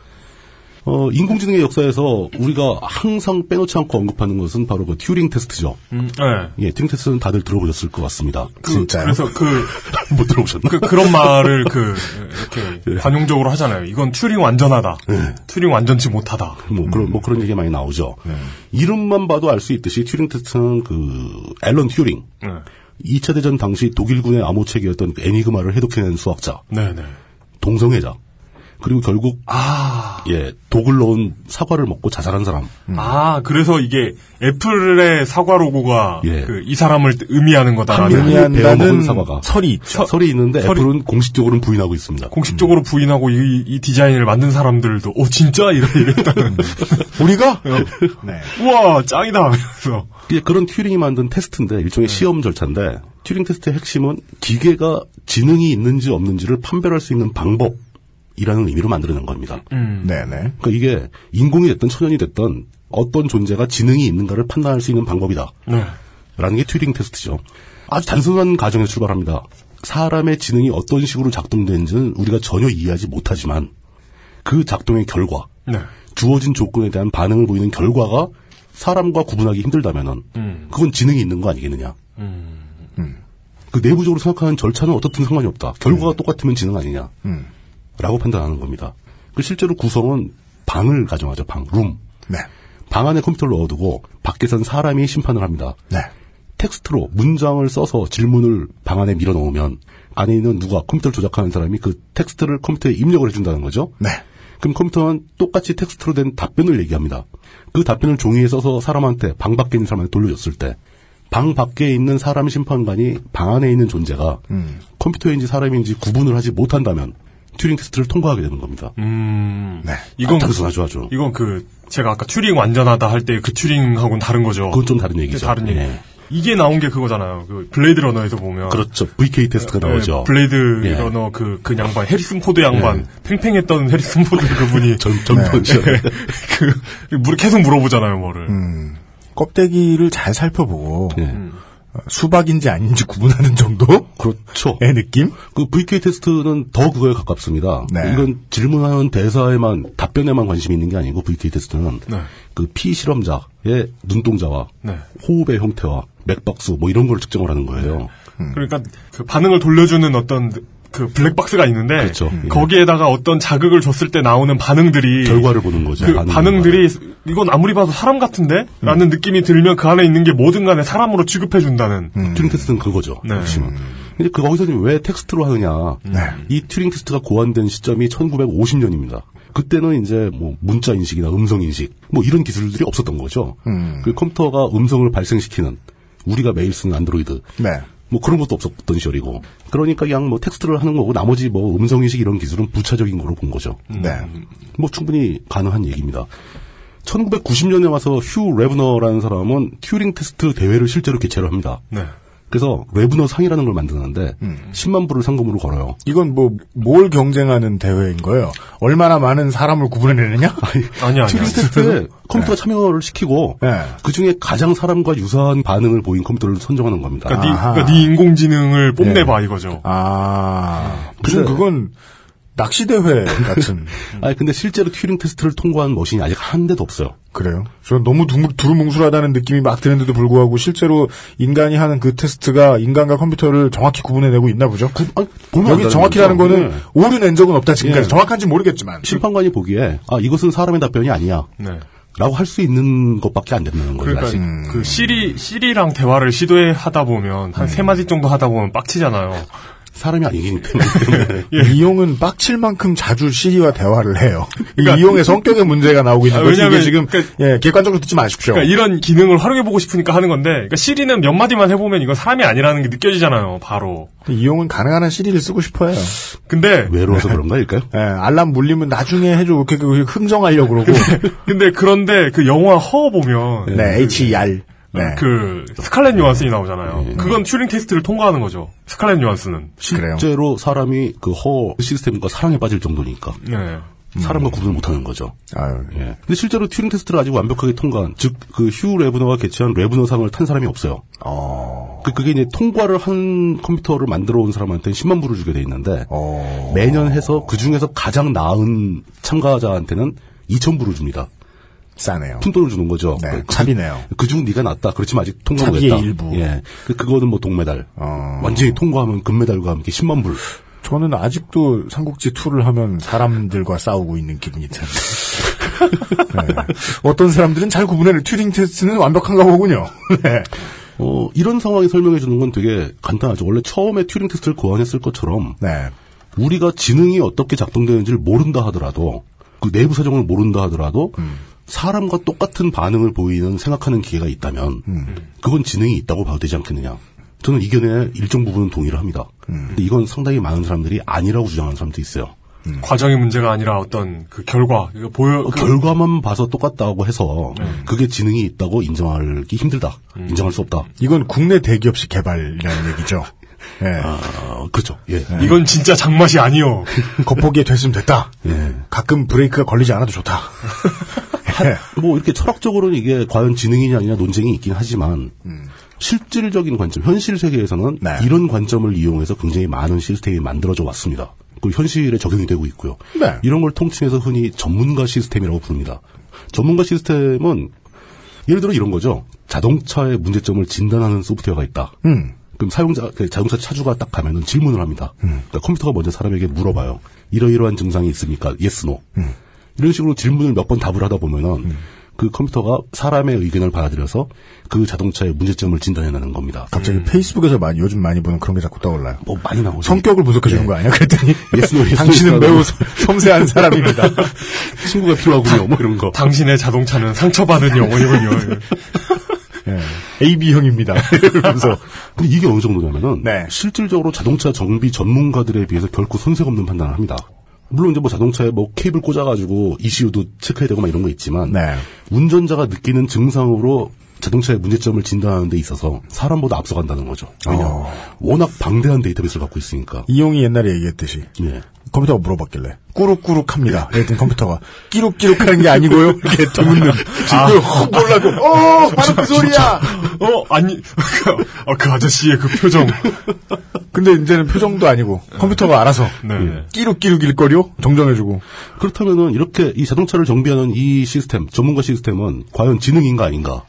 Speaker 3: 어, 인공지능의 역사에서 우리가 항상 빼놓지 않고 언급하는 것은 바로 그 튜링 테스트죠.
Speaker 4: 음, 네.
Speaker 3: 예, 튜링 테스트는 다들 들어보셨을 것 같습니다.
Speaker 2: 진짜요?
Speaker 4: 그래서 그,
Speaker 3: 못 들어보셨나?
Speaker 4: 그, 그런 말을 그,
Speaker 3: 예.
Speaker 4: 이렇게 관용적으로 하잖아요. 이건 튜링 완전하다. 튜링 완전치 못하다.
Speaker 3: 뭐 그런 뭐 그런 얘기 많이 나오죠.
Speaker 4: 네.
Speaker 3: 이름만 봐도 알 수 있듯이 튜링 테스트는 그 앨런 튜링
Speaker 4: 네.
Speaker 3: 2차 대전 당시 독일군의 암호책이었던 애니그마를 해독해낸 수학자,
Speaker 4: 네네.
Speaker 3: 동성애자, 그리고 결국 예 독을 넣은 사과를 먹고 자살한 사람.
Speaker 4: 아, 그래서 이게 애플의 사과 로고가
Speaker 3: 예.
Speaker 4: 그 이 사람을 의미하는 거다라는 그
Speaker 3: 의미-
Speaker 2: 의미한다는
Speaker 3: 배워먹은 사과가.
Speaker 2: 설이 있죠.
Speaker 3: 설이 음. 있는데
Speaker 4: 설이-
Speaker 3: 애플은 공식적으로는 부인하고 있습니다.
Speaker 4: 공식적으로 부인하고 이, 이 디자인을 만든 사람들도 오 진짜 이래 이랬다는
Speaker 2: 우리가? 네.
Speaker 4: 우와 짱이다 그래서
Speaker 3: 이제 예, 그런 튜링이 만든 테스트인데 일종의
Speaker 4: 네.
Speaker 3: 시험 절차인데 튜링 테스트의 핵심은 기계가 지능이 있는지 없는지를 판별할 수 있는 방법이라는 의미로 만들어낸 겁니다.
Speaker 2: 네네.
Speaker 3: 그러니까 이게 인공이 됐든 천연이 됐든 어떤 존재가 지능이 있는가를 판단할 수 있는 방법이다. 라는 게 튜링 테스트죠. 아주 단순한 가정에서 출발합니다. 사람의 지능이 어떤 식으로 작동되는지는 우리가 전혀 이해하지 못하지만 그 작동의 결과,
Speaker 4: 네.
Speaker 3: 주어진 조건에 대한 반응을 보이는 결과가 사람과 구분하기 힘들다면은 그건 지능이 있는 거 아니겠느냐. 음. 그 내부적으로 생각하는 절차는 어떻든 상관이 없다. 결과가 똑같으면 지능 아니냐. 라고 판단하는 겁니다. 그 실제로 구성은 방을 가정하죠. 방, 룸.
Speaker 2: 네.
Speaker 3: 방 안에 컴퓨터를 넣어두고 밖에선 사람이 심판을 합니다.
Speaker 2: 네.
Speaker 3: 텍스트로 문장을 써서 질문을 방 안에 밀어 넣으면 안에 있는 누가 컴퓨터를 조작하는 사람이 그 텍스트를 컴퓨터에 입력을 해준다는 거죠.
Speaker 2: 네.
Speaker 3: 그럼 컴퓨터는 똑같이 텍스트로 된 답변을 얘기합니다. 그 답변을 종이에 써서 사람한테 방 밖에 있는 사람한테 돌려줬을 때 방 밖에 있는 사람 심판관이 방 안에 있는 존재가
Speaker 4: 음.
Speaker 3: 컴퓨터인지 사람인지 구분을 하지 못한다면 튜링 테스트를 통과하게 되는 겁니다.
Speaker 4: 음
Speaker 2: 네.
Speaker 4: 이건
Speaker 3: 아,
Speaker 4: 그-
Speaker 3: 단순하죠, 아주.
Speaker 4: 이건 그 제가 아까 튜링 완전하다 할 때 그 튜링하고는 다른 거죠 네,
Speaker 3: 그건 좀 다른 얘기죠.
Speaker 4: 다른 얘기
Speaker 3: 예.
Speaker 4: 이게 나온 게 그거잖아요 그 블레이드 러너에서 보면
Speaker 3: 그렇죠. VK 테스트가
Speaker 4: 네,
Speaker 3: 나오죠.
Speaker 4: 블레이드
Speaker 3: 예.
Speaker 4: 러너 그, 그 양반, 해리슨 포드 양반, 팽팽했던 해리슨 포드 그분이.
Speaker 3: 전,
Speaker 4: 네.
Speaker 3: 전편 시험.
Speaker 4: 그, 물- 계속 물어보잖아요, 뭐를.
Speaker 3: 음.
Speaker 2: 껍데기를 잘 살펴보고
Speaker 3: 예.
Speaker 2: 어, 수박인지 아닌지 구분하는 정도?
Speaker 3: 그렇죠.
Speaker 2: 의 느낌?
Speaker 3: 그 VK 테스트는 더 그거에 가깝습니다.
Speaker 2: 네.
Speaker 3: 이건 질문하는 대사에만 답변에만 관심이 있는 게 아니고 VK 테스트는 그 피실험자의 눈동자와
Speaker 4: 네.
Speaker 3: 호흡의 형태와 맥박수 뭐 이런 걸 측정을 하는 거예요.
Speaker 4: 그러니까 그 반응을 돌려주는 어떤 그 블랙박스가 있는데.
Speaker 3: 그렇죠. 예.
Speaker 4: 거기에다가 어떤 자극을 줬을 때 나오는 반응들이.
Speaker 3: 결과를 보는 거죠. 음.
Speaker 4: 그
Speaker 3: 반응을.
Speaker 4: 반응들이 이건 아무리 봐도 사람 같은데? 라는 느낌이 들면 그 안에 있는 게 뭐든 간에 사람으로 취급해준다는.
Speaker 3: 튜링 테스트는 그거죠.
Speaker 4: 음. 네.
Speaker 3: 핵심은. 근데 그 거기서 이제 왜 텍스트로 하느냐. 이 튜링 테스트가 고안된 시점이 1950년입니다. 그때는 이제 뭐 문자 인식이나 음성 인식 뭐 이런 기술들이 없었던 거죠.
Speaker 4: 음.
Speaker 3: 그 컴퓨터가 음성을 발생시키는 우리가 매일 쓰는 안드로이드
Speaker 2: 네.
Speaker 3: 뭐 그런 것도 없었던 시절이고 그러니까 그냥 뭐 텍스트를 하는 거고 나머지 뭐 음성 인식 이런 기술은 부차적인 거로 본 거죠.
Speaker 2: 네.
Speaker 3: 뭐 충분히 가능한 얘기입니다. 1990년에 와서 휴 레브너라는 사람은 튜링 테스트 대회를 실제로 개최를 합니다.
Speaker 4: 네.
Speaker 3: 그래서 레브너 상이라는 걸 만드는데 10만 불을 상금으로 걸어요.
Speaker 2: 이건 뭐 뭘 경쟁하는 대회인 거예요? 얼마나 많은 사람을 구분해내느냐?
Speaker 4: 아니, 아니,
Speaker 3: 튜링
Speaker 4: 아니.
Speaker 3: 테스트에 컴퓨터 가 참여를 시키고
Speaker 2: 네.
Speaker 3: 그 중에 가장 사람과 유사한 반응을 보인 컴퓨터를 선정하는 네. 겁니다.
Speaker 4: 그러니까, 네,
Speaker 2: 아하.
Speaker 4: 그러니까 네 인공지능을 뽐내봐 이거죠.
Speaker 2: 아, 무슨
Speaker 3: 근데-
Speaker 2: 그건 낚시 대회 같은
Speaker 3: 아니 근데 실제로 튜링 테스트를 통과한 머신이 아직 한 대도 없어요.
Speaker 2: 그래요? 저는 너무 둥- 두루뭉술하다는 느낌이 막 드는데도 불구하고 실제로 인간이 하는 그 테스트가 인간과 컴퓨터를 정확히 구분해내고 있나 보죠.
Speaker 3: 아니, 보면
Speaker 2: 여기
Speaker 3: 안다는
Speaker 2: 정확히라는
Speaker 3: 거죠.
Speaker 2: 거는
Speaker 3: 네.
Speaker 2: 오류낸 적은 없다 지금까지
Speaker 3: 예.
Speaker 2: 정확한지 모르겠지만
Speaker 3: 심판관이 보기에 아 이것은 사람의 답변이 아니야.
Speaker 4: 네.
Speaker 3: 라고 할 수 있는 것밖에 안 된다는 거죠.
Speaker 4: 그러니까
Speaker 3: 아직.
Speaker 4: 그 시리 시리랑 대화를 시도하다 보면
Speaker 3: 음.
Speaker 4: 한 세 마디 정도 하다 보면 빡치잖아요.
Speaker 3: 사람이 아니기 때문에.
Speaker 2: 이용은 빡칠 만큼 자주 시리와 대화를 해요. 이 이용의 성격의 문제가 나오고 있는
Speaker 4: 아,
Speaker 2: 거죠. 이게
Speaker 4: 왜냐면
Speaker 2: 지금
Speaker 4: 그러니까-
Speaker 2: 예, 객관적으로 듣지 마십시오.
Speaker 4: 그러니까 이런 기능을 활용해 보고 싶으니까 하는 건데 그러니까 시리는 몇 마디만 해보면 이건 사람이 아니라는 게 느껴지잖아요. 바로.
Speaker 2: 이용은 가능한 한 시리를 쓰고 싶어요.
Speaker 4: 근데
Speaker 3: 외로워서 그런가일까요?
Speaker 2: 예, 알람 물리면 나중에 해줘. 그렇게 그 흥정하려고 그러고.
Speaker 4: 근데 그런데 그 영화 허 보면
Speaker 2: 네, HER. 네.
Speaker 4: 그 스칼렛 요한슨이 나오잖아요. 그건 튜링 테스트를 통과하는 거죠. 스칼렛 요한슨은.
Speaker 2: 그래요.
Speaker 3: 실제로 사람이 그 허 시스템과 사랑에 빠질 정도니까
Speaker 4: 네.
Speaker 3: 사람과 구분을 못하는 거죠.
Speaker 2: 아유,
Speaker 3: 예. 근데 실제로 튜링 테스트를 아직 완벽하게 통과한 즉 그 휴 레브너가 개최한 레브너상을 탄 사람이 없어요. 그, 그게 이제 통과를 한 컴퓨터를 만들어 온 사람한테 10만 불을 주게 돼 있는데
Speaker 2: 어,
Speaker 4: 어.
Speaker 3: 매년 해서 그 중에서 가장 나은 참가자한테는 2천 불을 줍니다.
Speaker 2: 싸네요.
Speaker 3: 푼돈을 주는 거죠.
Speaker 2: 네,
Speaker 3: 그-
Speaker 2: 차비네요.
Speaker 3: 그중 네가 낫다. 그렇지만 아직 통과
Speaker 2: 차비의
Speaker 3: 못했다.
Speaker 2: 일부. 어.
Speaker 3: 예, 그, 그거는 뭐 동메달. 완전히 통과하면 금메달과 함께 10만 불.
Speaker 2: 저는 아직도 삼국지 2를 하면 사람들과 싸우고 있는 기분이 드는데. 네. 어떤 사람들은 잘 구분해낼 튜링 테스트는 완벽한가 보군요. 네.
Speaker 3: 어, 이런 상황이 설명해 주는 건 되게 간단하죠. 원래 처음에 튜링 테스트를 고안했을 것처럼
Speaker 2: 네.
Speaker 3: 우리가 지능이 어떻게 작동되는지를 모른다 하더라도 그 내부 사정을 모른다 하더라도
Speaker 2: 음.
Speaker 3: 사람과 똑같은 반응을 보이는 생각하는 기회가 있다면
Speaker 2: 음.
Speaker 3: 그건 지능이 있다고 봐도 되지 않겠느냐. 저는 이 견해에 일정 부분은 동의를 합니다.
Speaker 2: 음.
Speaker 3: 근데 이건 상당히 많은 사람들이 아니라고 주장하는 사람도 있어요.
Speaker 2: 음.
Speaker 4: 과정의 문제가 아니라 어떤 그 결과 이거 보여
Speaker 3: 어,
Speaker 4: 그-
Speaker 3: 결과만 봐서 똑같다고 해서 그게 지능이 있다고 인정하기 힘들다.
Speaker 2: 음.
Speaker 3: 인정할 수 없다.
Speaker 2: 이건 국내 대기업식 개발이라는 얘기죠. 예.
Speaker 3: 아, 그렇죠. 예.
Speaker 2: 네.
Speaker 4: 이건 진짜 장맛이 아니요.
Speaker 2: 겉보기에 됐으면 됐다.
Speaker 3: 예.
Speaker 2: 가끔 브레이크가 걸리지 않아도 좋다. 예.
Speaker 3: 뭐 이렇게 철학적으로는 이게 과연 지능이냐 아니냐 논쟁이 있긴 하지만 실질적인 관점, 현실 세계에서는
Speaker 2: 음. 네.
Speaker 3: 이런 관점을 이용해서 굉장히 많은 시스템이 만들어져 왔습니다. 그 현실에 적용이 되고 있고요.
Speaker 2: 네.
Speaker 3: 이런 걸 통칭해서 흔히 전문가 시스템이라고 부릅니다. 전문가 시스템은 예를 들어 이런 거죠. 자동차의 문제점을 진단하는 소프트웨어가 있다.
Speaker 2: 음.
Speaker 3: 그럼 사용자 그 자동차 차주가 딱 가면은 질문을 합니다.
Speaker 2: 음.
Speaker 3: 그러니까 컴퓨터가 먼저 사람에게 물어봐요. 이러이러한 증상이 있습니까? 예스 노.
Speaker 2: 음.
Speaker 3: 이런 식으로 질문을 몇 번 답을 하다 보면은 그 컴퓨터가 사람의 의견을 받아들여서 그 자동차의 문제점을 진단해내는 겁니다.
Speaker 2: 갑자기 페이스북에서 많이 요즘 많이 보는 그런 게 자꾸 떠올라요.
Speaker 3: 뭐 많이 나오죠.
Speaker 2: 음. 성격을 분석해 주는 거 아니야? 그랬더니
Speaker 3: Yes, no, yes, no,
Speaker 2: 당신은
Speaker 3: yes, no.
Speaker 2: 매우 섬- 섬세한 사람입니다.
Speaker 3: 친구가 필요하군요. 뭐 이런 거.
Speaker 4: 당신의 자동차는
Speaker 2: 네.
Speaker 4: 상처받은 영혼이군요.
Speaker 2: AB 예. 형입니다. 이러면서
Speaker 3: 근데 이게 어느 정도냐면은
Speaker 2: 네.
Speaker 3: 실질적으로 자동차 정비 전문가들에 비해서 결코 손색 없는 판단을 합니다. 물론 이제 뭐 자동차에 뭐 케이블 꽂아가지고 ECU도 체크해야 되고 막 이런 거 있지만
Speaker 2: 네.
Speaker 3: 운전자가 느끼는 증상으로 자동차의 문제점을 진단하는 데 있어서 사람보다 앞서간다는 거죠. 왜냐
Speaker 2: 어.
Speaker 3: 워낙 방대한 데이터베이스를 갖고 있으니까.
Speaker 2: 이용이 옛날에 얘기했듯이
Speaker 3: 예.
Speaker 2: 컴퓨터가 물어봤길래 꾸룩꾸룩합니다. 그랬더니 컴퓨터가 끼룩끼룩하는 게 아니고요. 이렇게 드묻는
Speaker 4: 아.
Speaker 2: 그걸 확 몰라고 어 바로 그 소리야.
Speaker 4: 어 아니 어, 그 아저씨의 그 표정.
Speaker 2: 근데 이제는 표정도 아니고 컴퓨터가 알아서
Speaker 4: 네. 네.
Speaker 2: 끼룩끼룩 일거리요 정정해주고
Speaker 3: 그렇다면은 이렇게 이 자동차를 정비하는 이 시스템, 전문가 시스템은 과연 지능인가 아닌가?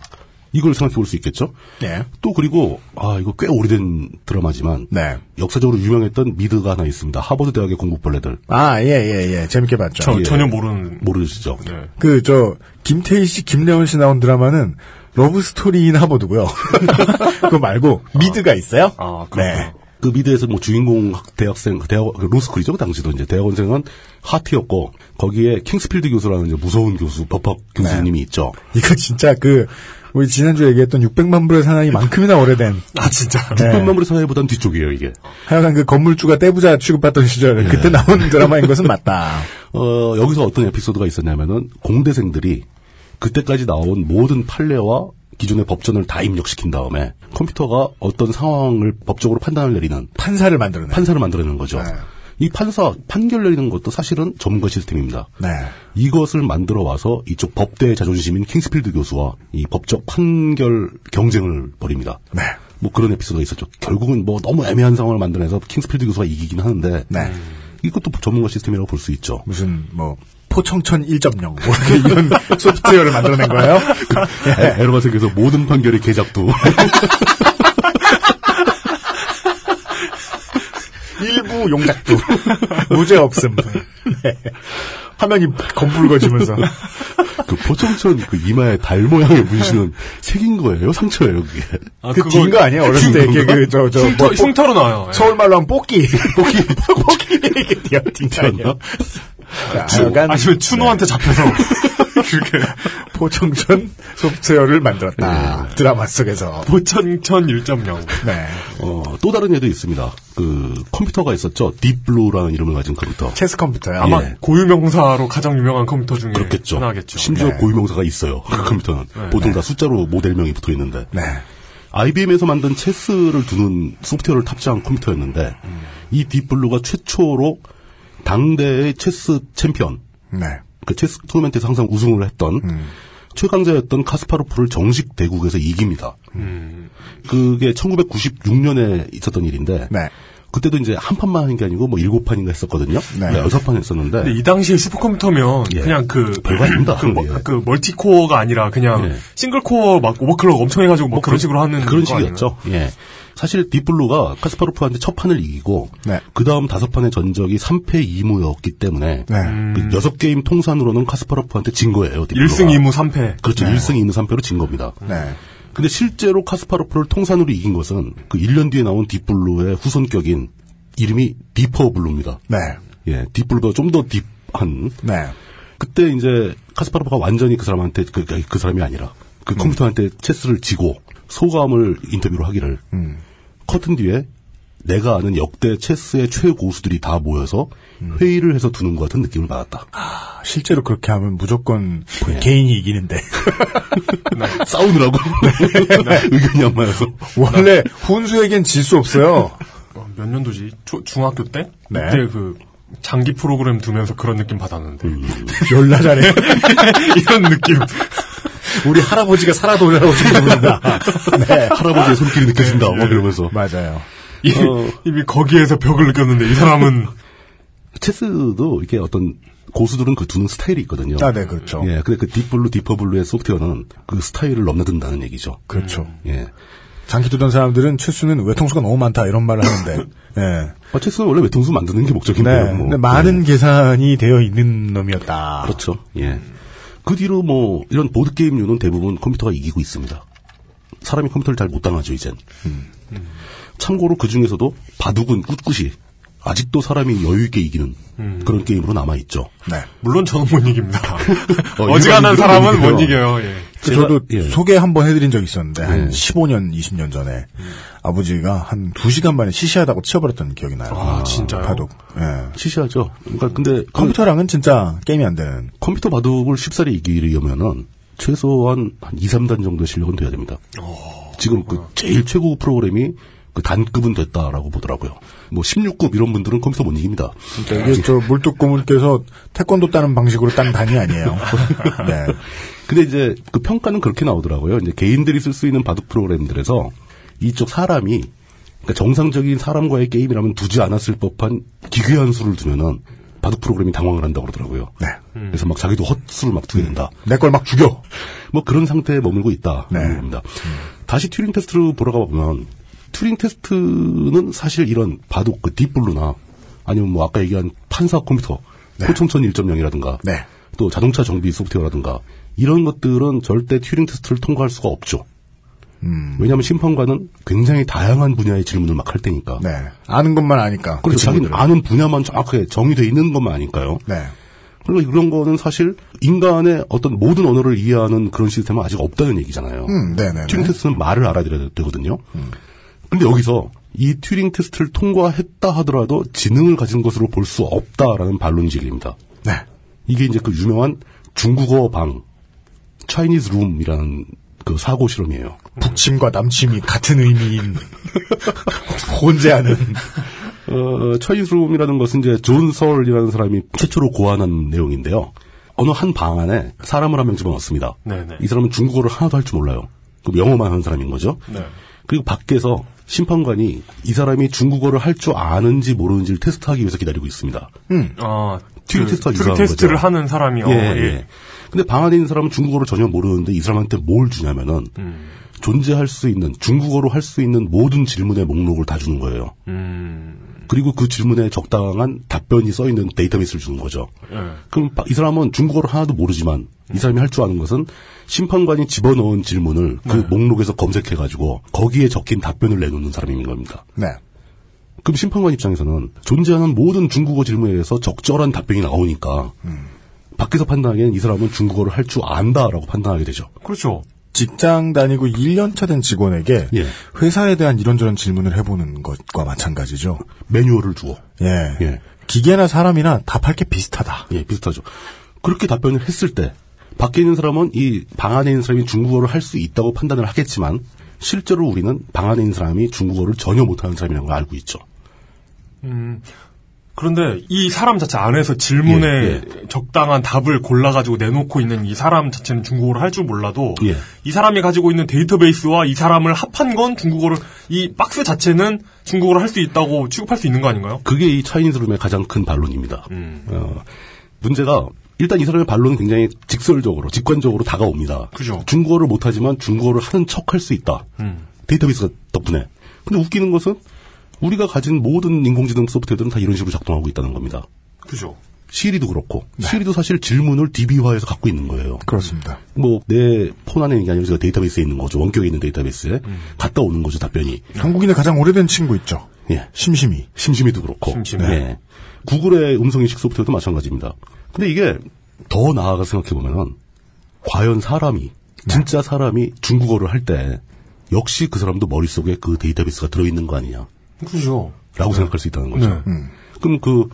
Speaker 3: 이걸 생각해 볼 수 있겠죠?
Speaker 2: 네.
Speaker 3: 또 그리고 아 이거 꽤 오래된 드라마지만
Speaker 2: 네.
Speaker 3: 역사적으로 유명했던 미드가 하나 있습니다. 하버드 대학의 공부벌레들
Speaker 2: 아, 예, 예, 예. 재밌게 봤죠.
Speaker 4: 저, 전혀 모르는.
Speaker 3: 모르시죠?
Speaker 4: 네.
Speaker 2: 그, 저, 김태희 씨, 김래원 씨 나온 드라마는 러브스토리인 하버드고요 그거 말고 미드가 있어요?
Speaker 4: 아, 그렇구나.
Speaker 2: 네.
Speaker 3: 그 미드에서 뭐 주인공 학- 대학생, 대학, 그 로스쿨이죠, 그 당시도 이제 대학원생은 하트였고, 거기에 킹스필드 교수라는 이제 무서운 교수, 법학 교수님이 있죠.
Speaker 2: 이거 진짜 그 우리 지난주에 얘기했던 600만 불의 사나이만큼이나 오래된
Speaker 4: 아 진짜.
Speaker 2: 네.
Speaker 3: 흑백마무리 사회보단 뒤쪽이에요, 이게.
Speaker 2: 하여간 그 건물주가 떼부자 취급받던 시절 그때 나온 드라마인 것은 맞다.
Speaker 3: 어, 여기서 어떤 에피소드가 있었냐면은, 공대생들이 그때까지 나온 모든 판례와 기존의 법전을 다 입력시킨 다음에 컴퓨터가 어떤 상황을 법적으로 판단을 내리는
Speaker 2: 판사를 만들어낸.
Speaker 3: 판사를 만들어낸 거죠.
Speaker 2: 네.
Speaker 3: 이 판사, 판결 내리는 것도 사실은 전문가 시스템입니다.
Speaker 2: 네.
Speaker 3: 이것을 만들어 와서 이쪽 법대의 자존심인 킹스필드 교수와 이 법적 판결 경쟁을 벌입니다.
Speaker 2: 네.
Speaker 3: 뭐 그런 에피소드가 있었죠. 결국은 뭐 너무 애매한 상황을 만들어내서 킹스필드 교수가 이기긴 하는데
Speaker 2: 네.
Speaker 3: 이것도 전문가 시스템이라고 볼 수 있죠.
Speaker 2: 무슨 뭐 포청천 1.0 뭐 이런 소프트웨어를 만들어낸 거예요.
Speaker 3: 에- 에러가 생겨서 모든 판결의 개작도
Speaker 2: 일부 용작도 무죄 없음. 네. 화면이 검붉어지면서
Speaker 3: 그 포청천 그 이마에 달 모양의 문신은
Speaker 2: 네.
Speaker 3: 색인 거예요? 상처예요, 그게.
Speaker 4: 아,
Speaker 2: 그 뒤인 거 아니에요? 어렸을 때 이렇게 그저저뭐
Speaker 4: 흉터, 흉터로 나와요. 예.
Speaker 2: 서울말로 하면 뽑기 뽑기 뽑기 이게 뒤야 뒤야. 하여간
Speaker 4: 그렇죠. 아니면 추노한테 잡혀서 그렇게
Speaker 2: 포청천 소프트웨어를
Speaker 4: 아.
Speaker 2: 만들었다 드라마 속에서.
Speaker 4: 보천천 1.0.
Speaker 2: 네.
Speaker 3: 어, 또 다른 애도 있습니다. 그 컴퓨터가 있었죠. 딥블루라는 이름을 가진 컴퓨터.
Speaker 2: 체스 컴퓨터요.
Speaker 4: 아마
Speaker 3: 예.
Speaker 4: 고유명사로 가장 유명한 컴퓨터 중에
Speaker 3: 그렇겠죠.
Speaker 4: 하나겠죠. 네. 음.
Speaker 3: 심지어 고유명사가 있어요. 그 컴퓨터는 보통 다 숫자로 모델명이 붙어 있는데
Speaker 2: 네.
Speaker 3: IBM에서 만든 체스를 두는 소프트웨어를 탑재한 컴퓨터였는데
Speaker 4: 음.
Speaker 3: 이 딥블루가 최초로 당대의 체스 챔피언
Speaker 2: 네.
Speaker 3: 그 체스 토너먼트에서 항상 우승을 했던 최강자였던 카스파로프를 정식 대국에서 이깁니다. 그게 1996년에 있었던 일인데
Speaker 2: 네.
Speaker 3: 그때도 이제 한 판만 한 게 아니고 뭐 일곱 판인가 했었거든요.
Speaker 2: 네.
Speaker 3: 네, 여섯 판 했었는데
Speaker 4: 근데 이 당시에 슈퍼컴퓨터면
Speaker 3: 예.
Speaker 4: 그냥 그
Speaker 3: 별거 아닙니다.
Speaker 4: 그, 뭐-
Speaker 3: 예.
Speaker 4: 그 멀티코어가 아니라 그냥
Speaker 3: 예.
Speaker 4: 싱글코어 막 오버클럭 엄청 해가지고 뭐 그런 식으로 하는
Speaker 3: 그런
Speaker 4: 거
Speaker 3: 식이었죠. 예. 사실 딥블루가 카스파로프한테 첫 판을 이기고
Speaker 2: 네.
Speaker 3: 그 다음 다섯 판의 전적이 3패 2무였기 때문에
Speaker 2: 네.
Speaker 3: 그 여섯 게임 통산으로는 카스파로프한테 진 거예요.
Speaker 4: 아니에요?
Speaker 3: 딥블루가.
Speaker 4: 1승 2무 3패.
Speaker 3: 그렇죠. 1승 2무 3패로 진 겁니다.
Speaker 2: 네.
Speaker 3: 근데 실제로 카스파로프를 통산으로 이긴 것은 그 1년 뒤에 나온 딥블루의 후손격인 이름이 디퍼블루입니다.
Speaker 2: 네.
Speaker 3: 예, 딥블루보다 좀 더 딥한
Speaker 2: 네.
Speaker 3: 그때 이제 카스파로프가 완전히 그 사람한테 그, 그- 그 사람이 아니라 그 컴퓨터한테 체스를 지고 소감을 인터뷰로 하기를 커튼 뒤에 내가 아는 역대 체스의 최고수들이 다 모여서 회의를 해서 두는 것 같은 느낌을 받았다.
Speaker 2: 실제로 그렇게 하면 무조건 개인이 이기는데
Speaker 3: 싸우느라고 의견이 안 맞아서
Speaker 2: 원래 훈수에겐 질 수 없어요.
Speaker 4: 어, 몇 년도지? 초, 중학교 때?
Speaker 2: 네.
Speaker 4: 그때 그 장기 프로그램 두면서 그런 느낌 받았는데.
Speaker 3: 음.
Speaker 2: 열나 잘해.
Speaker 4: 이런 느낌.
Speaker 2: 우리 할아버지가 살아도 올라오신 분이다. 네.
Speaker 3: 할아버지의 손길이 느껴진다. 막 이러면서
Speaker 2: 맞아요.
Speaker 4: 이-
Speaker 3: 어.
Speaker 4: 이미 거기에서 벽을 느꼈는데 이 사람은
Speaker 3: 체스도 이렇게 어떤 고수들은 그 두는 스타일이 있거든요.
Speaker 2: 아, 네, 그렇죠.
Speaker 3: 예, 근데 그 딥블루, 디퍼블루의 소프트웨어는 그 스타일을 넘나든다는 얘기죠.
Speaker 2: 그렇죠.
Speaker 3: 예.
Speaker 2: 장기 두던 사람들은 최수는 외통수가 너무 많다 이런 말을 하는데, 네.
Speaker 3: 아, 체스는 원래 외통수 만드는 게 목적인데요.
Speaker 2: 네.
Speaker 3: 뭐.
Speaker 2: 근데 많은 계산이 되어 있는 놈이었다.
Speaker 3: 예, 그렇죠. 예. 그 뒤로 뭐 이런 보드 게임류는 대부분 컴퓨터가 이기고 있습니다. 사람이 컴퓨터를 잘 못 당하죠 이젠. 음. 참고로 그 중에서도 바둑은 꿋꿋이 아직도 사람이 여유 있게 이기는
Speaker 2: 음.
Speaker 3: 그런 게임으로 남아 있죠.
Speaker 2: 네.
Speaker 4: 물론 저는 못 이깁니다.
Speaker 3: 어,
Speaker 4: 어, 지간한
Speaker 3: 이런
Speaker 4: 사람은
Speaker 3: 분들이요.
Speaker 4: 못 이겨요. 예.
Speaker 2: 그
Speaker 3: 제가-
Speaker 2: 저도
Speaker 3: 예.
Speaker 2: 소개 한 번 해드린 적이 있었는데 한 15년, 20년 전에
Speaker 3: 음.
Speaker 2: 아버지가 한 2시간 만에 시시하다고 치워버렸던 기억이 나요.
Speaker 4: 아, 진짜요?
Speaker 2: 바둑. 예.
Speaker 3: 시시하죠. 그러니까 근데 그
Speaker 2: 컴퓨터랑은 진짜 게임이 안 되는.
Speaker 3: 컴퓨터 바둑을 쉽사리 이기려면은 최소한 한 2, 3단 정도의 실력은 돼야 됩니다. 지금 그 제일 최고 프로그램이 그 단급은 됐다라고 보더라고요. 뭐 16급 이런 분들은 컴퓨터 못 이깁니다.
Speaker 2: 이게 저 물뚝고물께서 태권도 따는 방식으로 딴 단이 아니에요. 네.
Speaker 3: 근데 이제 그 평가는 그렇게 나오더라고요. 이제 개인들이 쓸 수 있는 바둑 프로그램들에서 이쪽 사람이 그러니까 정상적인 사람과의 게임이라면 두지 않았을 법한 기괴한 수를 두면은 바둑 프로그램이 당황을 한다고 그러더라고요.
Speaker 2: 네.
Speaker 3: 그래서 막 자기도 헛수를 막 두게 된다.
Speaker 2: 내 걸 막 죽여.
Speaker 3: 뭐 그런 상태에 머물고 있다.
Speaker 2: 네.
Speaker 3: 는 겁니다. 다시 튜링 테스트로 보러가 보면 튜링 테스트는 사실 이런 바둑 그 딥블루나 아니면 뭐 아까 얘기한 판사 컴퓨터 포청천 1.0이라든가
Speaker 2: 네.
Speaker 3: 또 자동차 정비 소프트웨어라든가 이런 것들은 절대 튜링 테스트를 통과할 수가 없죠.
Speaker 2: 음.
Speaker 3: 왜냐하면 심판관은 굉장히 다양한 분야의 질문을 막 할 테니까.
Speaker 2: 네. 그렇죠, 아는 것만 아니까.
Speaker 3: 그리고 자기는
Speaker 2: 친구들은.
Speaker 3: 아는 분야만 정확하게 정의돼 있는 것만 아니까요.
Speaker 2: 네.
Speaker 3: 그리고 이런 거는 사실 인간의 어떤 모든 언어를 이해하는 그런 시스템은 아직 없다는 얘기잖아요.
Speaker 2: 음, 네네. 음.
Speaker 3: 튜링 테스트는 말을 알아들어야 되거든요. 근데 여기서 이 튜링 테스트를 통과했다 하더라도 지능을 가진 것으로 볼 수 없다라는 반론질입니다.
Speaker 2: 네.
Speaker 3: 이게 이제 그 유명한 중국어 방, Chinese Room이라는 그 사고 실험이에요.
Speaker 2: 북침과 남침이 같은 의미인 혼재하는
Speaker 3: 어, Chinese Room이라는 것은 이제 존 설이라는 사람이 최초로 고안한 내용인데요. 어느 한 방 안에 사람을 한 명 집어넣습니다.
Speaker 4: 네네.
Speaker 3: 이 사람은 중국어를 하나도 할 줄 몰라요. 그럼 영어만 하는 사람인 거죠.
Speaker 4: 네.
Speaker 3: 그리고 밖에서 심판관이 이 사람이 중국어를 할 줄 아는지 모르는지를 테스트하기 위해서 기다리고 있습니다.
Speaker 4: 아,
Speaker 3: 튜링 테스트가 유사한
Speaker 4: 테스트를
Speaker 3: 거죠.
Speaker 4: 하는 사람이요.
Speaker 3: 예, 예. 근데 방 안에 있는 사람은 중국어를 전혀 모르는데 이 사람한테 뭘 주냐면은
Speaker 4: 음.
Speaker 3: 존재할 수 있는 중국어로 할 수 있는 모든 질문의 목록을 다 주는 거예요.
Speaker 4: 음.
Speaker 3: 그리고 그 질문에 적당한 답변이 써 있는 데이터베이스를 주는 거죠. 그럼 바- 이 사람은 중국어를 하나도 모르지만 이 사람이 할 줄 아는 것은 심판관이 집어넣은 질문을 그 목록에서 검색해 가지고 거기에 적힌 답변을 내놓는 사람인 겁니다.
Speaker 2: 네.
Speaker 3: 그럼 심판관 입장에서는 존재하는 모든 중국어 질문에 대해서 적절한 답변이 나오니까 밖에서 판단하기엔 이 사람은 중국어를 할 줄 안다라고 판단하게 되죠.
Speaker 4: 그렇죠.
Speaker 2: 직장 다니고 1년차 된 직원에게
Speaker 3: 예.
Speaker 2: 회사에 대한 이런저런 질문을 해보는 것과 마찬가지죠.
Speaker 3: 매뉴얼을 주어.
Speaker 2: 예.
Speaker 3: 예.
Speaker 2: 기계나 사람이나 답할 게 비슷하다.
Speaker 3: 예, 비슷하죠. 그렇게 답변을 했을 때 밖에 있는 사람은 이 방 안에 있는 사람이 중국어를 할 수 있다고 판단을 하겠지만 실제로 우리는 방 안에 있는 사람이 중국어를 전혀 못하는 사람이라는 걸 알고 있죠.
Speaker 4: 그런데 이 사람 자체 안에서 질문에
Speaker 3: 예,
Speaker 4: 적당한 답을 골라가지고 내놓고 있는 이 사람 자체는 중국어를 할 줄 몰라도
Speaker 3: 예.
Speaker 4: 이 사람이 가지고 있는 데이터베이스와 이 사람을 합한 건 중국어를 이 박스 자체는 중국어를 할 수 있다고 취급할 수 있는 거 아닌가요?
Speaker 3: 그게 이 차이니즈룸의 가장 큰 반론입니다.
Speaker 4: 음.
Speaker 3: 어, 문제가 일단 이 사람의 반론은 굉장히 직설적으로, 직관적으로 다가옵니다.
Speaker 4: 그죠. 음.
Speaker 3: 중국어를 못하지만 중국어를 하는 척 할 수 있다. 데이터베이스 덕분에. 근데 웃기는 것은 우리가 가진 모든 인공지능 소프트웨어들은 다 이런 식으로 작동하고 있다는 겁니다.
Speaker 4: 그죠.
Speaker 3: 시리도 그렇고
Speaker 4: 네.
Speaker 3: 시리도 사실 질문을 DB화해서 갖고 있는 거예요.
Speaker 2: 그렇습니다.
Speaker 3: 뭐 내 폰 안에 있는 게 아니라 제가 데이터베이스에 있는 거죠. 원격에 있는 데이터베이스에
Speaker 4: 음.
Speaker 3: 갔다 오는 거죠. 답변이.
Speaker 2: 한국인의 가장 오래된 친구 있죠.
Speaker 3: 예.
Speaker 2: 심심이.
Speaker 3: 심심이도 그렇고.
Speaker 4: 심심이.
Speaker 3: 예. 구글의 음성 인식 소프트웨어도 마찬가지입니다. 근데 이게 더 나아가 생각해 보면은 과연 사람이
Speaker 4: 네.
Speaker 3: 진짜 사람이 중국어를 할 때 역시 그 사람도 머릿속에 그 데이터베이스가 들어 있는 거 아니냐.
Speaker 4: 그죠.
Speaker 3: 라고 생각할 수 있다는
Speaker 2: 네.
Speaker 3: 거죠.
Speaker 2: 음.
Speaker 3: 그럼 그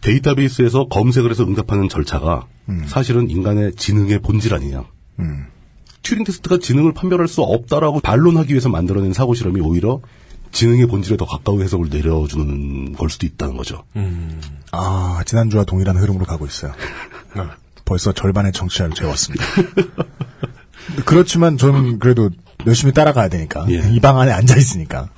Speaker 3: 데이터베이스에서 검색을 해서 응답하는 절차가
Speaker 2: 음.
Speaker 3: 사실은 인간의 지능의 본질 아니냐. 튜링 테스트가 지능을 판별할 수 없다라고 반론하기 위해서 만들어낸 사고 실험이 오히려 지능의 본질에 더 가까운 해석을 내려주는 걸 수도 있다는 거죠.
Speaker 2: 음. 아, 지난주와 동일한 흐름으로 가고 있어요.
Speaker 4: 네.
Speaker 2: 벌써 절반의 청취자를 채웠습니다. 그렇지만 저는 그래도 열심히 따라가야 되니까.
Speaker 3: 예.
Speaker 2: 이 방 안에 앉아있으니까.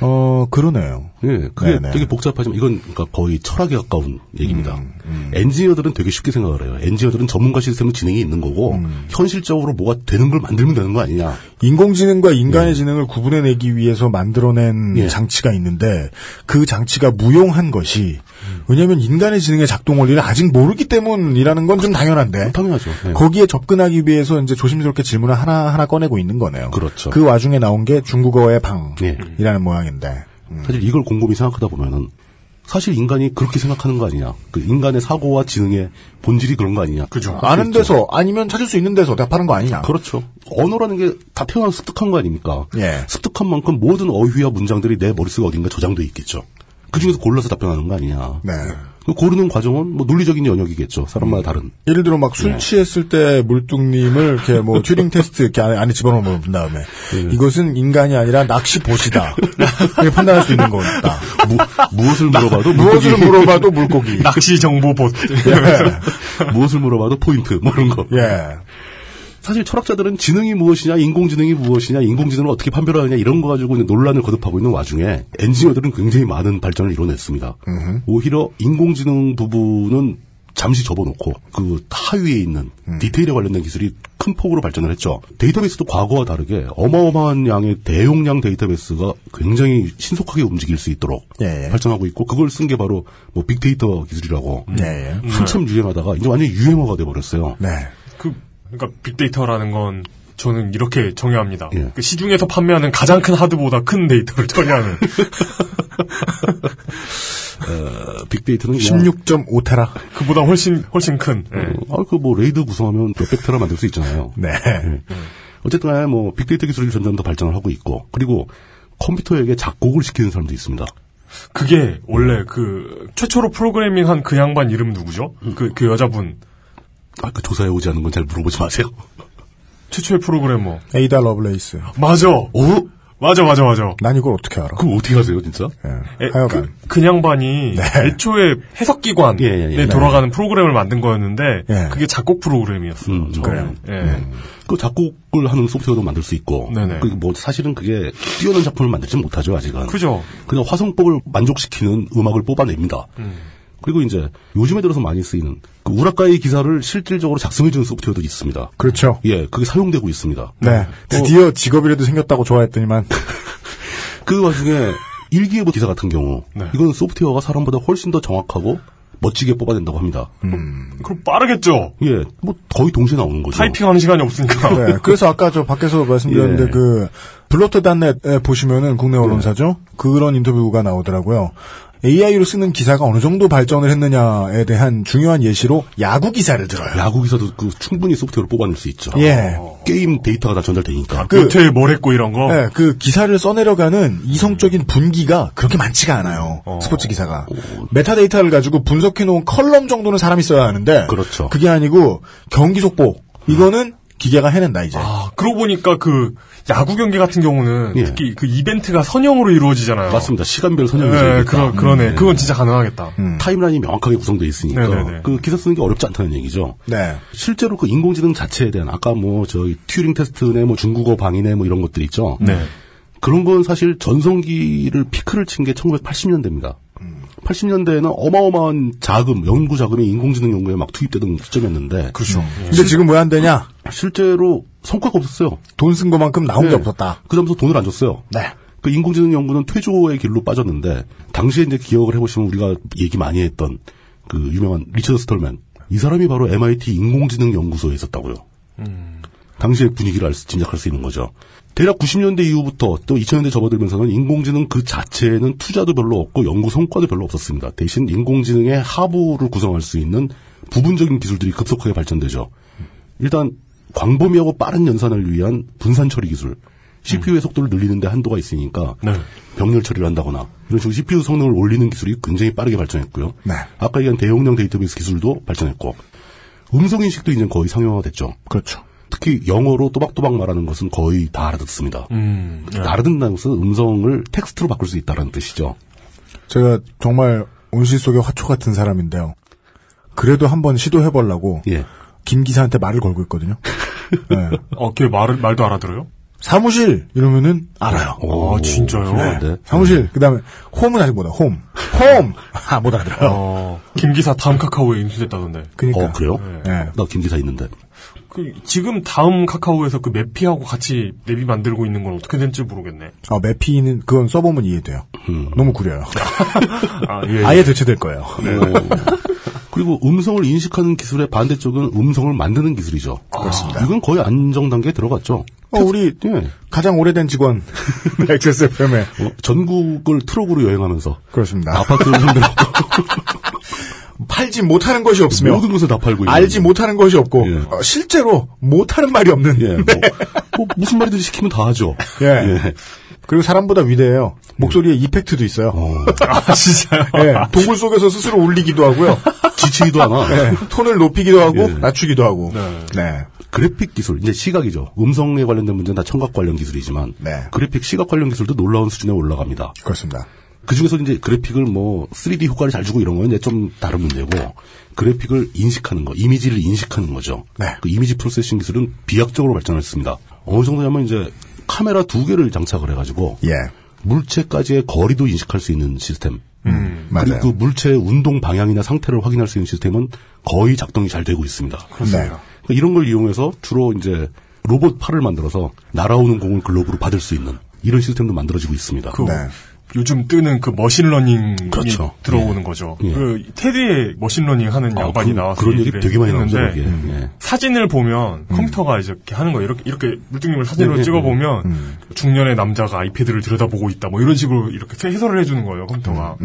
Speaker 2: 어, 그러네요.
Speaker 3: 예, 그게
Speaker 2: 네네.
Speaker 3: 되게 복잡하지만 이건 그러니까 거의 철학에 가까운 얘기입니다.
Speaker 2: 음,
Speaker 3: 엔지니어들은 되게 쉽게 생각을 해요. 엔지니어들은 전문가 시스템의 지능이 있는 거고
Speaker 2: 음.
Speaker 3: 현실적으로 뭐가 되는 걸 만들면 되는 거 아니냐.
Speaker 2: 인공지능과 인간의 지능을 구분해내기 위해서 만들어낸
Speaker 3: 예.
Speaker 2: 장치가 있는데 그 장치가 무용한 것이
Speaker 3: 음.
Speaker 2: 왜냐하면 인간의 지능의 작동 원리를 아직 모르기 때문이라는 건 좀 당연한데
Speaker 3: 당연하죠. 예.
Speaker 2: 거기에 접근하기 위해서 이제 조심스럽게 질문을 하나 하나 꺼내고 있는 거네요.
Speaker 3: 그렇죠.
Speaker 2: 그 와중에 나온 게 중국어의
Speaker 3: 예.
Speaker 2: 방이라는 모양인데
Speaker 3: 사실 이걸 곰곰이 생각하다 보면은 사실 인간이 그렇게 생각하는 거 아니냐. 그 인간의 사고와 지능의 본질이 그런 거 아니냐. 그죠.
Speaker 2: 아는 데서 아니면 찾을 수 있는 데서 대답하는 거 아니냐?
Speaker 3: 그렇죠. 언어라는 게 다 태어나 서 습득한 거 아닙니까?
Speaker 2: 예.
Speaker 3: 습득한 만큼 모든 어휘와 문장들이 내 머릿속에 어딘가 저장돼 있겠죠. 그 중에서 골라서 답변하는 거 아니냐.
Speaker 2: 네.
Speaker 3: 그 고르는 과정은 뭐 논리적인 영역이겠죠. 사람마다 다른.
Speaker 2: 예를 들어 막 술 취했을 때 물뚱님을 이렇게 뭐 튜링 테스트 이렇게 안에, 안에 집어넣어 본 다음에 이것은 인간이 아니라 낚시 보시다 이렇게 판단할 수 있는 거다.
Speaker 3: 무, 무엇을 물어봐도 물고기,
Speaker 2: 그 무엇을 물어봐도 물고기.
Speaker 4: 낚시 정보봇.
Speaker 3: 무엇을 물어봐도 포인트 뭐 이런 거.
Speaker 2: 예.
Speaker 3: 사실 철학자들은 지능이 무엇이냐, 인공지능이 무엇이냐, 인공지능을 어떻게 판별하느냐 이런 거 가지고 이제 논란을 거듭하고 있는 와중에 엔지니어들은 굉장히 많은 발전을 이뤄냈습니다. 오히려 인공지능 부분은 잠시 접어놓고 그 하위에 있는 디테일에 관련된 기술이 큰 폭으로 발전을 했죠. 데이터베이스도 과거와 다르게 어마어마한 양의 대용량 데이터베이스가 굉장히 신속하게 움직일 수 있도록
Speaker 2: 예, 예.
Speaker 3: 발전하고 있고 그걸 쓴 게 바로 뭐 빅데이터 기술이라고
Speaker 2: 예, 예.
Speaker 3: 한참 유행하다가 이제 완전 히 유행어가 돼버렸어요.
Speaker 2: 네.
Speaker 4: 그, 그러니까 빅데이터라는 건 저는 이렇게 정의합니다.
Speaker 3: 예.
Speaker 4: 그 시중에서 판매하는 가장 큰 하드보다 큰 데이터를 처리하는
Speaker 3: 어, 빅데이터는 그냥
Speaker 2: 16.5테라.
Speaker 4: 그보다 훨씬 훨씬 큰. 예.
Speaker 3: 어, 아, 그 뭐 레이드 구성하면 몇백 테라 만들 수 있잖아요.
Speaker 2: 네.
Speaker 3: 어쨌든 간에 뭐 빅데이터 기술이 점점 더 발전을 하고 있고 그리고 컴퓨터에게 작곡을 시키는 사람도 있습니다.
Speaker 4: 그게 원래 그 최초로 프로그래밍한 그 양반 이름 누구죠?
Speaker 3: 음.
Speaker 4: 그 그 여자분
Speaker 3: 아, 그 조사해 오지 않은 건 잘 물어보지 마세요.
Speaker 4: 최초의 프로그래머.
Speaker 2: 에이다 러블레이스.
Speaker 4: 맞아.
Speaker 3: 어?
Speaker 4: 오? 맞아 맞아 맞아.
Speaker 2: 난 이걸 어떻게 알아?
Speaker 3: 그럼 어떻게 하세요, 진짜?
Speaker 2: 예.
Speaker 4: 에, 그,
Speaker 2: 하여간.
Speaker 4: 그 양반이 애초에 해석기관에
Speaker 3: 네. 예, 예, 예. 네.
Speaker 4: 돌아가는 프로그램을 만든 거였는데
Speaker 2: 예.
Speaker 4: 그게 작곡 프로그램이었어요.
Speaker 3: 음,
Speaker 4: 처음에. 예.
Speaker 3: 그 작곡을 하는 소프트웨어도 만들 수 있고,
Speaker 4: 네네.
Speaker 3: 그뭐 사실은 그게 뛰어난 작품을 만들지 못하죠 아직은.
Speaker 4: 그죠.
Speaker 3: 그냥 화성법을 만족시키는 음악을 뽑아냅니다. 그리고 이제 요즘에 들어서 많이 쓰이는 그 우라카이 기사를 실질적으로 작성해주는 소프트웨어도 있습니다.
Speaker 2: 그렇죠.
Speaker 3: 예, 그게 사용되고 있습니다.
Speaker 2: 네. 드디어 직업이라도 생겼다고 좋아했더니만.
Speaker 3: 그 와중에 일기예보 기사 같은 경우,
Speaker 4: 네.
Speaker 3: 이건 소프트웨어가 사람보다 훨씬 더 정확하고 멋지게 뽑아낸다고 합니다.
Speaker 4: 음. 그럼 빠르겠죠.
Speaker 3: 예, 뭐 거의 동시에 나오는 거죠.
Speaker 4: 타이핑하는 시간이 없으니까.
Speaker 2: 네. 그래서 아까 저 밖에서 말씀드렸는데
Speaker 3: 예.
Speaker 2: 그 블로터드 넷에 보시면은 국내 언론사죠. 그런 인터뷰가 나오더라고요. AI로 쓰는 기사가 어느 정도 발전을 했느냐에 대한 중요한 예시로 야구 기사를 들어요.
Speaker 3: 야구 기사도 그 충분히 소프트웨어로 뽑아낼 수 있죠.
Speaker 2: 예.
Speaker 3: 게임 데이터가 다 전달되니까.
Speaker 2: 그-
Speaker 4: 요트에 뭘 했고 이런 거.
Speaker 2: 네, 그 기사를 써내려가는 이성적인 분기가 그렇게 많지가 않아요.
Speaker 3: 어.
Speaker 2: 스포츠 기사가. 메타데이터를 가지고 분석해놓은 컬럼 정도는 사람이 써야 하는데.
Speaker 3: 그렇죠.
Speaker 2: 게 아니고 경기 속보. 이거는 기계가 해낸다, 이제.
Speaker 4: 아, 그러고 보니까 그 야구 경기 같은 경우는
Speaker 3: 예.
Speaker 4: 특히 그 이벤트가 선형으로 이루어지잖아요.
Speaker 3: 맞습니다. 시간별
Speaker 4: 네,
Speaker 3: 선정이 되니까.
Speaker 4: 그러, 그러네.
Speaker 3: 음,
Speaker 4: 그건 진짜 가능하겠다.
Speaker 3: 타임라인이 명확하게 구성되어 있으니까
Speaker 4: 네네네.
Speaker 3: 그 기사 쓰는 게 어렵지 않다는 얘기죠.
Speaker 2: 네.
Speaker 3: 실제로 그 인공지능 자체에 대한 아까 뭐 저희 튜링 테스트네 뭐 중국어 방이네 뭐 이런 것들 있죠.
Speaker 4: 네.
Speaker 3: 그런 건 사실 전성기를 피크를 친 게 1980년대입니다. 80년대에는 어마어마한 자금, 연구 자금이 인공지능 연구에 막 투입되던 시점이었는데
Speaker 2: 그렇죠. 근데 지금 왜 안 되냐?
Speaker 3: 실제로 성과가 없었어요.
Speaker 2: 돈 쓴 것만큼
Speaker 3: 네.
Speaker 2: 나온 게 없었다.
Speaker 3: 그다음부터 돈을 안 줬어요.
Speaker 2: 네.
Speaker 3: 그 인공지능 연구는 퇴조의 길로 빠졌는데 당시에 이제 기억을 해보시면 우리가 얘기 많이 했던 그 유명한 리처드 스톨맨 이 사람이 바로 MIT 인공지능 연구소에 있었다고요. 당시의 분위기를 알 수, 짐작할 수 있는 거죠. 대략 90년대 이후부터 또 2000년대 접어들면서는 인공지능 그 자체에는 투자도 별로 없고 연구 성과도 별로 없었습니다. 대신 인공지능의 하부를 구성할 수 있는 부분적인 기술들이 급속하게 발전되죠. 일단 광범위하고 빠른 연산을 위한 분산 처리 기술. CPU의 속도를 늘리는데 한도가 있으니까 병렬 처리를 한다거나 이런 식으로 CPU 성능을 올리는 기술이 굉장히 빠르게 발전했고요.
Speaker 2: 네.
Speaker 3: 아까 얘기한 대용량 데이터베이스 기술도 발전했고 음성 인식도 이제 거의 상용화됐죠.
Speaker 2: 그렇죠.
Speaker 3: 특히 영어로 또박또박 말하는 것은 거의 다 알아듣습니다. 알아듣는다는 것은 음성을 텍스트로 바꿀 수 있다는 뜻이죠.
Speaker 2: 제가 정말 온실 속의 화초 같은 사람인데요. 그래도 한번 시도해보려고.
Speaker 3: 예.
Speaker 2: 김 기사한테 말을 걸고 있거든요. 네.
Speaker 4: 어, 걔 말을, 말도 알아들어요?
Speaker 2: 사무실! 이러면은 알아요.
Speaker 4: 아, 진짜요?
Speaker 3: 네.
Speaker 2: 사무실, 그 다음에, 홈은 아직 못알아 홈. 홈! 아, 못 알아들어요.
Speaker 4: 어, 김기사 다음 카카오에 인수됐다던데.
Speaker 2: 그니까.
Speaker 3: 어, 그래요?
Speaker 2: 예.
Speaker 3: 나 김기사 있는데.
Speaker 4: 그, 지금 다음 카카오에서 그 매피하고 같이 앱이 만들고 있는 건 어떻게 될지 모르겠네.
Speaker 2: 어, 매피는, 그건 써보면 이해돼요. 너무 구려요.
Speaker 4: 아, 예.
Speaker 2: 아예 대체될 거예요.
Speaker 3: 그리고 음성을 인식하는 기술의 반대쪽은 음성을 만드는 기술이죠. 그렇습니다. 이건 거의 안정 단계에 들어갔죠.
Speaker 2: 어, 우리,
Speaker 3: 예.
Speaker 2: 가장 오래된 직원, 네, XSFM에.
Speaker 3: 어, 전국을 트럭으로 여행하면서
Speaker 2: 그렇습니다.
Speaker 3: 아파트를 흔들고
Speaker 2: 팔지 못하는 것이 없으며,
Speaker 3: 모든 것을 다 팔고 있는
Speaker 2: 알지 못하는 것이 없고,
Speaker 3: 예.
Speaker 2: 어, 실제로 못하는 말이 없는. 네.
Speaker 3: 예, 뭐, 뭐 무슨 말이든지 시키면 다 하죠.
Speaker 2: 예. 그리고 사람보다 위대해요. 목소리에 이펙트도 있어요.
Speaker 4: 아, 진짜요?
Speaker 2: 예, 동굴 속에서 스스로 울리기도 하고요.
Speaker 3: 지치기도 않아.
Speaker 2: 예, 톤을 높이기도 하고,
Speaker 3: 예.
Speaker 2: 낮추기도 하고. 네.
Speaker 3: 그래픽 기술, 이제 시각이죠. 음성에 관련된 문제는 다 청각 관련 기술이지만
Speaker 2: 네.
Speaker 3: 그래픽 시각 관련 기술도 놀라운 수준에 올라갑니다.
Speaker 2: 그렇습니다.
Speaker 3: 그 중에서 이제 그래픽을 뭐 3D 효과를 잘 주고 이런 건 이제 좀 다른 문제고 그래픽을 인식하는 거, 이미지를 인식하는 거죠.
Speaker 2: 네.
Speaker 3: 그 이미지 프로세싱 기술은 비약적으로 발전했습니다. 어느 정도냐면 이제 카메라 두 개를 장착을 해가지고
Speaker 2: 예.
Speaker 3: 물체까지의 거리도 인식할 수 있는 시스템.
Speaker 2: 음, 맞아요.
Speaker 3: 그리고 그 물체의 운동 방향이나 상태를 확인할 수 있는 시스템은 거의 작동이 잘 되고 있습니다.
Speaker 2: 그렇습니다.
Speaker 3: 그러니까 이런 걸 이용해서 주로 이제 로봇 팔을 만들어서 날아오는 공을 글로브로 받을 수 있는 이런 시스템도 만들어지고 있습니다. 네.
Speaker 4: 그, 요즘 뜨는 그 머신러닝이
Speaker 3: 그렇죠.
Speaker 4: 들어오는 거죠.
Speaker 3: 예.
Speaker 4: 그 테디의 머신러닝 하는
Speaker 3: 아,
Speaker 4: 양반이
Speaker 3: 그-
Speaker 4: 나와서
Speaker 3: 그런 얘기
Speaker 4: 얘기를
Speaker 3: 되게 많이 나오죠.
Speaker 4: 했는데
Speaker 3: 거기에. 예. 음.
Speaker 4: 사진을 보면 컴퓨터가 이제 이렇게 하는 거예요. 이렇게 이렇게 물뚱님을 사진으로
Speaker 3: 네, 네,
Speaker 4: 찍어 보면 중년의 남자가 아이패드를 들여다보고 있다. 뭐 이런 식으로 이렇게 해설을 해주는 거예요. 컴퓨터가.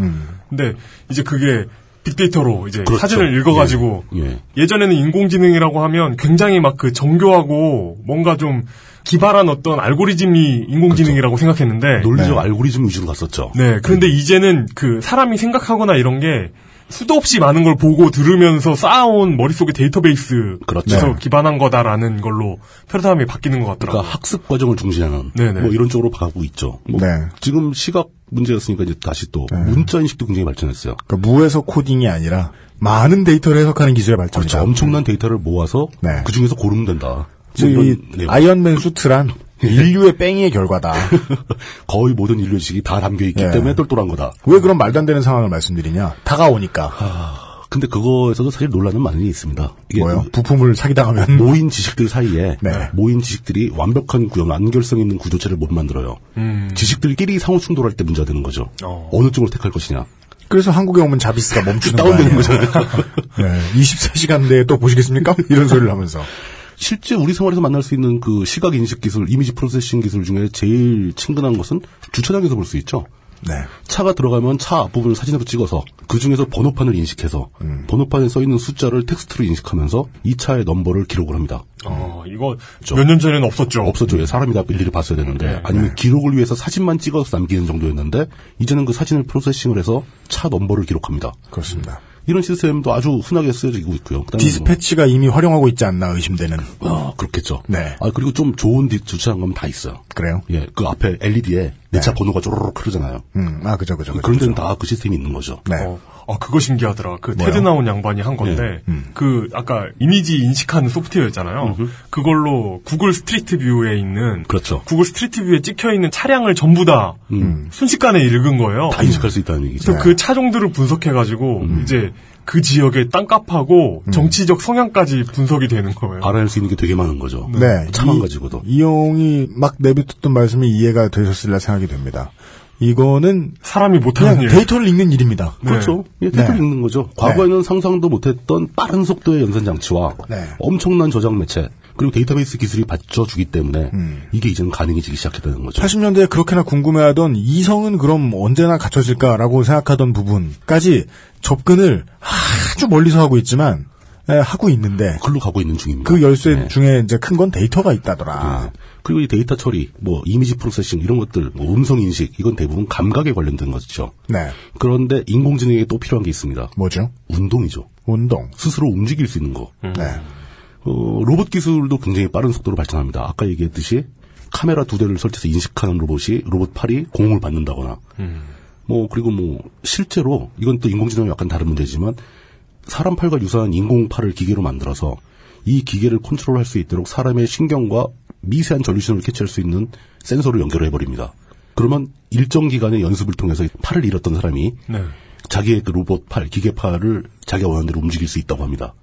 Speaker 4: 근데 이제 그게 빅데이터로 이제
Speaker 3: 음, 그렇죠.
Speaker 4: 사진을 읽어가지고
Speaker 3: 예. 예.
Speaker 4: 예전에는 인공지능이라고 하면 굉장히 막 그 정교하고 뭔가 좀 기발한 어떤 알고리즘이 인공지능이라고 생각했는데
Speaker 3: 논리적 알고리즘 위주로 갔었죠.
Speaker 4: 네 그런데 이제는 그 사람이 생각하거나 이런 게 수도 없이 많은 걸 보고 들으면서 쌓아온 머릿속의 데이터베이스에서 네.
Speaker 3: 그렇죠.
Speaker 4: 기반한 거다라는 걸로 패러다임이 바뀌는 것 같더라고요.
Speaker 3: 그러니까 학습 과정을 중시하는
Speaker 4: 네네.
Speaker 3: 뭐 이런 쪽으로 가고 있죠. 뭐
Speaker 2: 네.
Speaker 3: 지금 시각 문제였으니까 이제 다시 또 문자 인식도 굉장히 발전했어요.
Speaker 2: 그러니까 무에서 코딩이 아니라 많은 데이터를 해석하는 기술의 발전이다.
Speaker 3: 그렇죠. 엄청난 데이터를 모아서
Speaker 2: 네.
Speaker 3: 그 중에서 고르면 된다.
Speaker 2: 즉,
Speaker 3: 뭐
Speaker 2: 이
Speaker 3: 이런 예. 내용.
Speaker 2: 아이언맨 수트란 인류의 뺑이의 결과다.
Speaker 3: 거의 모든 인류 지식이 다 담겨 있기
Speaker 2: 예.
Speaker 3: 때문에 똘똘한 거다.
Speaker 2: 왜 그런 말도 안 되는 상황을 말씀드리냐? 다가오니까.
Speaker 3: 근데 그거에서도 사실 논란은 많이 있습니다. 이게
Speaker 2: 아.
Speaker 3: 음.
Speaker 2: 뭐요? 부품을 사기당하면
Speaker 3: 모인 지식들 사이에
Speaker 2: 네.
Speaker 3: 모인 지식들이 완벽한 구형, 안결성 있는 구조체를 못 만들어요.
Speaker 2: 음.
Speaker 3: 지식들끼리 상호 충돌할 때 문제가 되는 거죠.
Speaker 4: 어.
Speaker 3: 어. 느 쪽을 택할 것이냐.
Speaker 2: 그래서 한국에 오면 자비스가 멈추는 거
Speaker 3: 다운되는
Speaker 2: 아니에요?
Speaker 3: 거잖아요.
Speaker 2: 네, 24시간 내에 또 보시겠습니까? 이런 소리를 하면서.
Speaker 3: 실제 우리 생활에서 만날 수 있는 그 시각 인식 기술, 이미지 프로세싱 기술 중에 제일 친근한 것은 주차장에서 볼 수 있죠.
Speaker 2: 네.
Speaker 3: 차가 들어가면 차 앞부분을 사진으로 찍어서 그 중에서 번호판을 인식해서
Speaker 2: 음.
Speaker 3: 번호판에 써 있는 숫자를 텍스트로 인식하면서 이 차의 넘버를 기록을 합니다.
Speaker 4: 어, 이거 몇 년 전에는 없었죠.
Speaker 3: 음.
Speaker 2: 음.
Speaker 3: 없었죠. 예, 사람이 다 일일이 봤어야 되는데
Speaker 2: 네.
Speaker 3: 아니면 기록을 위해서 사진만 찍어서 남기는 정도였는데 이제는 그 사진을 프로세싱을 해서 차 넘버를 기록합니다.
Speaker 2: 그렇습니다.
Speaker 3: 이런 시스템도 아주 흔하게 쓰여지고 있고요. 그다음에
Speaker 2: 디스패치가 이미 활용하고 있지 않나 의심되는.
Speaker 3: 뭐- 아, 그렇겠죠.
Speaker 2: 네.
Speaker 3: 아 그리고 좀 좋은 디- 주차장 가면 다 있어요.
Speaker 2: 그래요?
Speaker 3: 예, 그 앞에 LED에 내 차 번호가 쪼르륵 흐르잖아요.
Speaker 2: 음, 아, 네. 그죠, 그죠. 그죠,
Speaker 3: 그런 데는
Speaker 2: 그죠.
Speaker 3: 다 그 시스템이 있는 거죠.
Speaker 2: 네.
Speaker 4: 어, 아, 그거 신기하더라. 그
Speaker 2: 뭐요?
Speaker 4: 테드 나온 양반이 한
Speaker 3: 예.
Speaker 4: 건데,
Speaker 3: 음.
Speaker 4: 그 아까 이미지 인식하는 소프트웨어 있잖아요. 그걸로 구글 스트리트 뷰에 있는
Speaker 3: 그렇죠.
Speaker 4: 구글 스트리트 뷰에 찍혀 있는 차량을 전부 다 순식간에 읽은 거예요.
Speaker 3: 음. 다 인식할 수 있다는 얘기죠.
Speaker 2: 네.
Speaker 4: 그래서 그 차종들을 분석해가지고
Speaker 2: 음.
Speaker 4: 이제 그 지역의 땅값하고 정치적 성향까지 분석이 되는 거예요.
Speaker 3: 네. 알아낼 수 있는 게 되게 많은 거죠.
Speaker 2: 네.
Speaker 3: 차만
Speaker 2: 이-
Speaker 3: 가지고도.
Speaker 2: 이용이 막 내뱉었던 말씀이 이해가 되셨으리라 생각이 됩니다. 이거는
Speaker 4: 사람이 못하는
Speaker 2: 그냥
Speaker 4: 일.
Speaker 2: 데이터를 읽는 일입니다.
Speaker 3: 그렇죠. 예, 댓글
Speaker 2: 네.
Speaker 3: 읽는 거죠. 과거에는 상상도 못했던 빠른 속도의 연산 장치와
Speaker 2: 네.
Speaker 3: 엄청난 저장 매체 그리고 데이터베이스 기술이 받쳐주기 때문에
Speaker 2: 음.
Speaker 3: 이게 이제는 가능해지기 시작했다는 거죠.
Speaker 2: 80년대에 그렇게나 궁금해하던 이성은 그럼 언제나 갖춰질까라고 생각하던 부분까지 접근을 아주 멀리서 하고 있지만 에, 하고 있는데
Speaker 3: 글로 가고 있는 중입니다.
Speaker 2: 그 열쇠
Speaker 3: 네.
Speaker 2: 중에 이제 큰 건 데이터가 있다더라.
Speaker 3: 예. 그리고 이 데이터 처리, 뭐 이미지 프로세싱 이런 것들, 뭐 음성 인식 이건 대부분 감각에 관련된 것이죠.
Speaker 2: 네,
Speaker 3: 그런데 인공지능에 또 필요한 게 있습니다.
Speaker 2: 뭐죠?
Speaker 3: 운동이죠.
Speaker 2: 운동.
Speaker 3: 스스로 움직일 수 있는 거.
Speaker 2: 네,
Speaker 3: 어, 로봇 기술도 굉장히 빠른 속도로 발전합니다. 아까 얘기했듯이 카메라 두 대를 설치해서 인식하는 로봇이 로봇 팔이 공을 받는다거나 뭐 그리고 뭐 실제로 이건 또 인공지능이 약간 다른 문제지만 사람 팔과 유사한 인공 팔을 기계로 만들어서 이 기계를 컨트롤할 수 있도록 사람의 신경과 미세한 전류신호를 캐치할 수 있는 센서를 연결해 버립니다. 그러면 일정 기간의 연습을 통해서 팔을 잃었던 사람이
Speaker 4: 네.
Speaker 3: 자기의 그 로봇 팔, 기계 팔을 자기가 원하는 대로 움직일 수 있다고 합니다.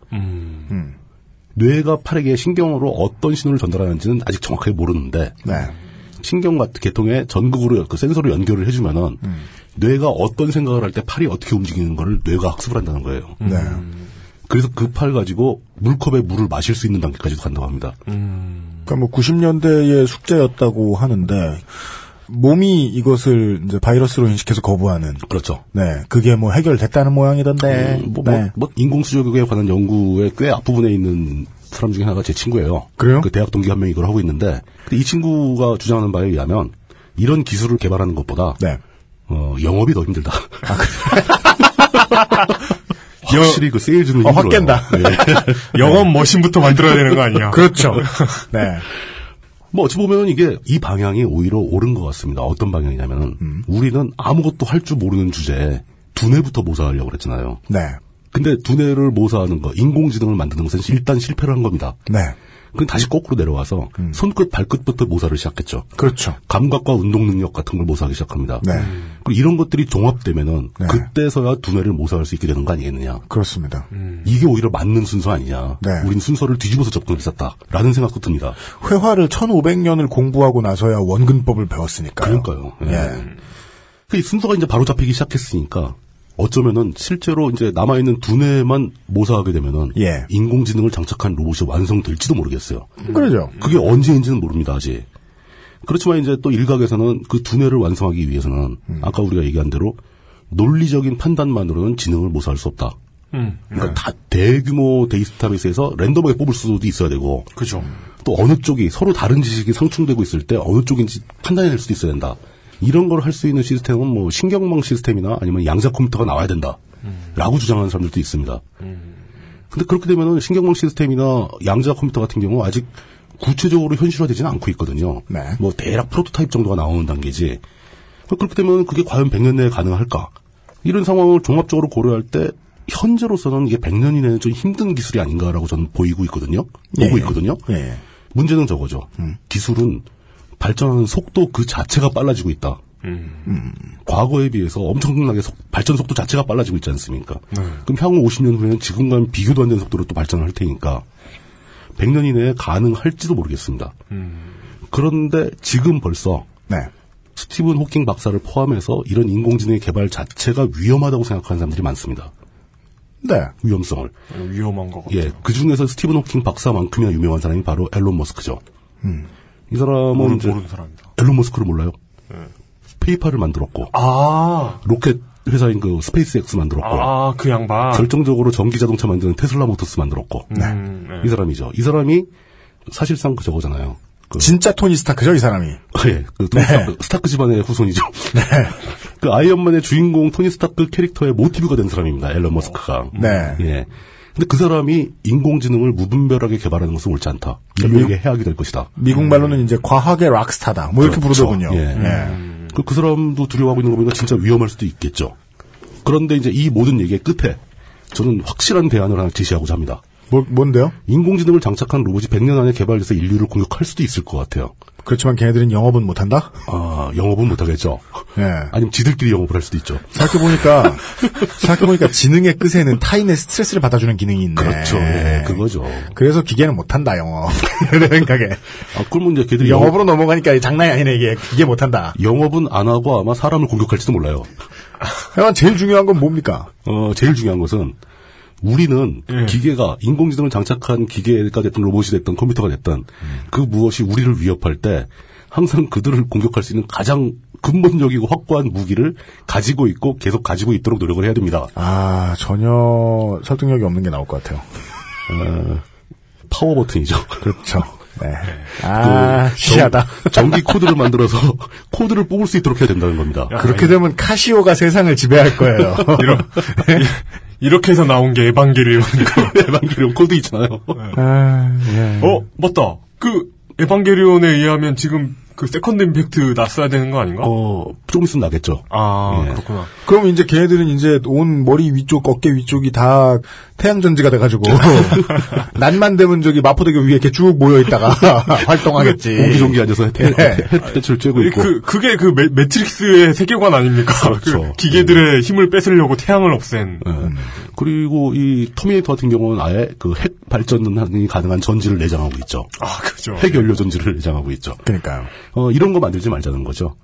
Speaker 3: 뇌가 팔에게 신경으로 어떤 신호를 전달하는지는 아직 정확하게 모르는데
Speaker 2: 네,
Speaker 3: 신경 같은 계통에 전극으로 그 센서로 연결을 해주면은
Speaker 2: 음.
Speaker 3: 뇌가 어떤 생각을 할 때 팔이 어떻게 움직이는 거를 뇌가 학습을 한다는 거예요.
Speaker 2: 네.
Speaker 3: 그래서 그 팔 가지고 물컵에 물을 마실 수 있는 단계까지도 간다고 합니다.
Speaker 2: 그러니까 뭐 90년대의 숙제였다고 하는데 몸이 이것을 이제 바이러스로 인식해서 거부하는.
Speaker 3: 그렇죠.
Speaker 2: 네, 그게 뭐 해결됐다는 모양이던데.
Speaker 3: 음, 뭐,
Speaker 2: 네.
Speaker 3: 뭐, 뭐 인공수족에 관한 연구의 꽤 앞부분에 있는 사람 중에 하나가 제 친구예요.
Speaker 2: 그래요?
Speaker 3: 그 대학 동기 한 명이 그걸 하고 있는데 근데 이 친구가 주장하는 바에 의하면 이런 기술을 개발하는 것보다
Speaker 2: 네.
Speaker 3: 어, 영업이 더 힘들다.
Speaker 2: 아,
Speaker 3: 확실히 그 세일즈는
Speaker 2: 어,
Speaker 3: 힘들어요.
Speaker 2: 확 깬다.
Speaker 3: 예.
Speaker 4: 영업 머신부터 만들어야 되는 거 아니야?
Speaker 2: 그렇죠. 네.
Speaker 3: 뭐 어찌 보면 이게 이 방향이 오히려 옳은 것 같습니다. 어떤 방향이냐면은
Speaker 2: 음.
Speaker 3: 우리는 아무것도 할 줄 모르는 주제에 두뇌부터 모사하려고 그랬잖아요.
Speaker 2: 네.
Speaker 3: 근데 두뇌를 모사하는 거, 인공지능을 만드는 것은 일단 실패를 한 겁니다.
Speaker 2: 네.
Speaker 3: 그럼 다시 거꾸로 내려와서
Speaker 2: 음.
Speaker 3: 손끝 발끝부터 모사를 시작했죠.
Speaker 2: 그렇죠.
Speaker 3: 감각과 운동 능력 같은 걸 모사하기 시작합니다.
Speaker 2: 네.
Speaker 3: 그리고 이런 것들이 종합되면은
Speaker 2: 네.
Speaker 3: 그때서야 두뇌를 모사할 수 있게 되는 거 아니겠느냐.
Speaker 2: 그렇습니다.
Speaker 3: 이게 오히려 맞는 순서 아니냐.
Speaker 2: 네.
Speaker 3: 우린 순서를 뒤집어서 접근했었다라는 생각도 듭니다.
Speaker 2: 회화를 1500년을 공부하고 나서야 원근법을 배웠으니까요.
Speaker 3: 그러니까요. 예.
Speaker 2: 예.
Speaker 3: 그 이 순서가 이제 바로 잡히기 시작했으니까 어쩌면은 실제로 이제 남아있는 두뇌만 모사하게 되면은
Speaker 2: 예.
Speaker 3: 인공지능을 장착한 로봇이 완성될지도 모르겠어요.
Speaker 2: 그러죠.
Speaker 3: 그게 언제인지는 모릅니다, 아직. 그렇지만 이제 또 일각에서는 그 두뇌를 완성하기 위해서는 아까 우리가 얘기한 대로 논리적인 판단만으로는 지능을 모사할 수 없다. 그러니까 다 대규모 데이터베이스에서 랜덤하게 뽑을 수도 있어야 되고.
Speaker 4: 그죠.
Speaker 3: 또 어느 쪽이 서로 다른 지식이 상충되고 있을 때 어느 쪽인지 판단해낼 수도 있어야 된다. 이런 걸 할 수 있는 시스템은 뭐 신경망 시스템이나 아니면 양자 컴퓨터가 나와야 된다. 라고 주장하는 사람들도 있습니다. 근데 그렇게 되면은 신경망 시스템이나 양자 컴퓨터 같은 경우 아직 구체적으로 현실화되지는 않고 있거든요.
Speaker 2: 네.
Speaker 3: 뭐 대략 프로토타입 정도가 나오는 단계지. 뭐 그렇게 되면 그게 과연 100년 내에 가능할까? 이런 상황을 종합적으로 고려할 때 현재로서는 이게 100년 이내는 좀 힘든 기술이 아닌가라고 저는 보이고 있거든요. 보고
Speaker 2: 예.
Speaker 3: 있거든요.
Speaker 2: 예. 음.
Speaker 3: 문제는 저거죠. 기술은 발전하는 속도 그 자체가 빨라지고 있다. 음. 과거에 비해서 엄청나게 속- 발전 속도 자체가 빨라지고 있지 않습니까? 그럼 향후 50년 후에는 지금과는 비교도 안 되는 속도로 또 발전을 할 테니까 100년 이내에 가능할지도 모르겠습니다. 그런데 지금 벌써
Speaker 2: 네.
Speaker 3: 스티븐 호킹 박사를 포함해서 이런 인공지능의 개발 자체가 위험하다고 생각하는 사람들이 많습니다.
Speaker 2: 네.
Speaker 3: 위험성을.
Speaker 4: 위험한 거 같아요.
Speaker 3: 예, 그 중에서 스티븐 호킹 박사만큼이나 유명한 사람이 바로 앨런 머스크죠. 이
Speaker 2: 뭐
Speaker 3: 사람은 이제
Speaker 4: 음. 모르는 사람이다.
Speaker 3: 앨런 머스크를 몰라요?
Speaker 4: 예.
Speaker 3: 페이팔을 만들었고
Speaker 4: 아,
Speaker 3: 로켓 회사인 그 스페이스X
Speaker 2: 뭐.
Speaker 3: 만들었고
Speaker 4: 아, 그 양반.
Speaker 3: 결정적으로 전기 자동차 만드는 테슬라 모터스 만들었고
Speaker 4: 음, 네.
Speaker 3: 이 사람이죠. 이 사람이 사실상 그 저거잖아요. 그
Speaker 2: 진짜 토니 스타크죠, 이 사람이.
Speaker 3: 예, 그 토니 스타크, 스타크 집안의 후손이죠. 그 아이언맨의 주인공 토니 스타크 캐릭터의 모티브가 된 사람입니다. 앨런 머스크가.
Speaker 2: 네.
Speaker 3: 예. 근데 그 사람이 인공지능을 무분별하게 개발하는 것은 옳지 않다. 인류에게 해악이 될 것이다.
Speaker 2: 미국 말로는 이제 과학의 락스타다. 뭐 이렇게 부르더군요.
Speaker 3: 음. 예. 그, 그 사람도 두려워하고 있는 거 보니까 진짜 위험할 수도 있겠죠. 그런데 이제 이 모든 얘기의 끝에 저는 확실한 대안을 하나 제시하고자 합니다.
Speaker 2: 뭐, 뭔데요?
Speaker 3: 인공지능을 장착한 로봇이 100년 안에 개발돼서 인류를 공격할 수도 있을 것 같아요.
Speaker 2: 그렇지만 걔네들은 영업은 못한다?
Speaker 3: 아, 영업은 못하겠죠.
Speaker 2: 예.
Speaker 3: 아니면 지들끼리 영업을 할 수도 있죠.
Speaker 2: 생각해보니까, 생각해보니까 지능의 끝에는 타인의 스트레스를 받아주는 기능이 있네.
Speaker 3: 그렇죠. 예, 그거죠.
Speaker 2: 그래서 기계는 못한다, 영업. 내 생각에.
Speaker 3: 아, 그러면 이제 걔들이 영업,
Speaker 2: 영업으로 넘어가니까 이 장난이 아니네, 이게. 기계 못한다.
Speaker 3: 음. 영업은 안 하고 아마 사람을 공격할지도 몰라요.
Speaker 2: 그럼 제일 중요한 건 뭡니까?
Speaker 3: 어, 제일 중요한 것은 우리는
Speaker 2: 예.
Speaker 3: 기계가 인공지능을 장착한 기계가 됐든 로봇이 됐든 컴퓨터가 됐든
Speaker 2: 음.
Speaker 3: 그 무엇이 우리를 위협할 때 항상 그들을 공격할 수 있는 가장 근본적이고 확고한 무기를 가지고 있고 계속 가지고 있도록 노력을 해야 됩니다.
Speaker 2: 아, 전혀 설득력이 없는 게 나올 것 같아요.
Speaker 3: 파워 버튼이죠.
Speaker 2: 그렇죠. 네. 아,
Speaker 4: 그
Speaker 2: 시하다.
Speaker 3: 전기 코드를 만들어서 코드를 뽑을 수 있도록 해야 된다는 겁니다.
Speaker 2: 그렇게 되면 카시오가 세상을 지배할 거예요.
Speaker 4: 이렇게 해서 나온 게 에반게리온.
Speaker 3: 에반게리온 코드 있잖아요.
Speaker 2: 아, 예.
Speaker 4: 어, 맞다. 그, 에반게리온에 의하면 지금 그 세컨드 임팩트 났어야 되는 거 아닌가?
Speaker 3: 어, 조금 있으면 나겠죠.
Speaker 4: 아,
Speaker 3: 예.
Speaker 4: 그렇구나.
Speaker 2: 그럼 이제 걔네들은 이제 온 머리 위쪽, 어깨 위쪽이 다 태양전지가 돼가지고, 낮만 되면 저기 마포대교 위에 이렇게 쭉 모여있다가 활동하겠지.
Speaker 3: 네.
Speaker 4: 네.
Speaker 3: 옹기종기 앉아서 해, 햇빛을 쬐고 있고.
Speaker 4: 그, 그게 그 매, 매트릭스의 세계관 아닙니까?
Speaker 3: 그렇죠.
Speaker 4: 그 기계들의 힘을 뺏으려고 태양을 없앤.
Speaker 3: 예. 그리고 이 터미네이터 같은 경우는 아예 그 핵 발전이 가능한 전지를 내장하고 있죠.
Speaker 4: 아, 그죠.
Speaker 3: 핵 연료 전지를 내장하고 있죠.
Speaker 2: 그러니까요.
Speaker 3: 어, 이런 거 만들지 말자는 거죠.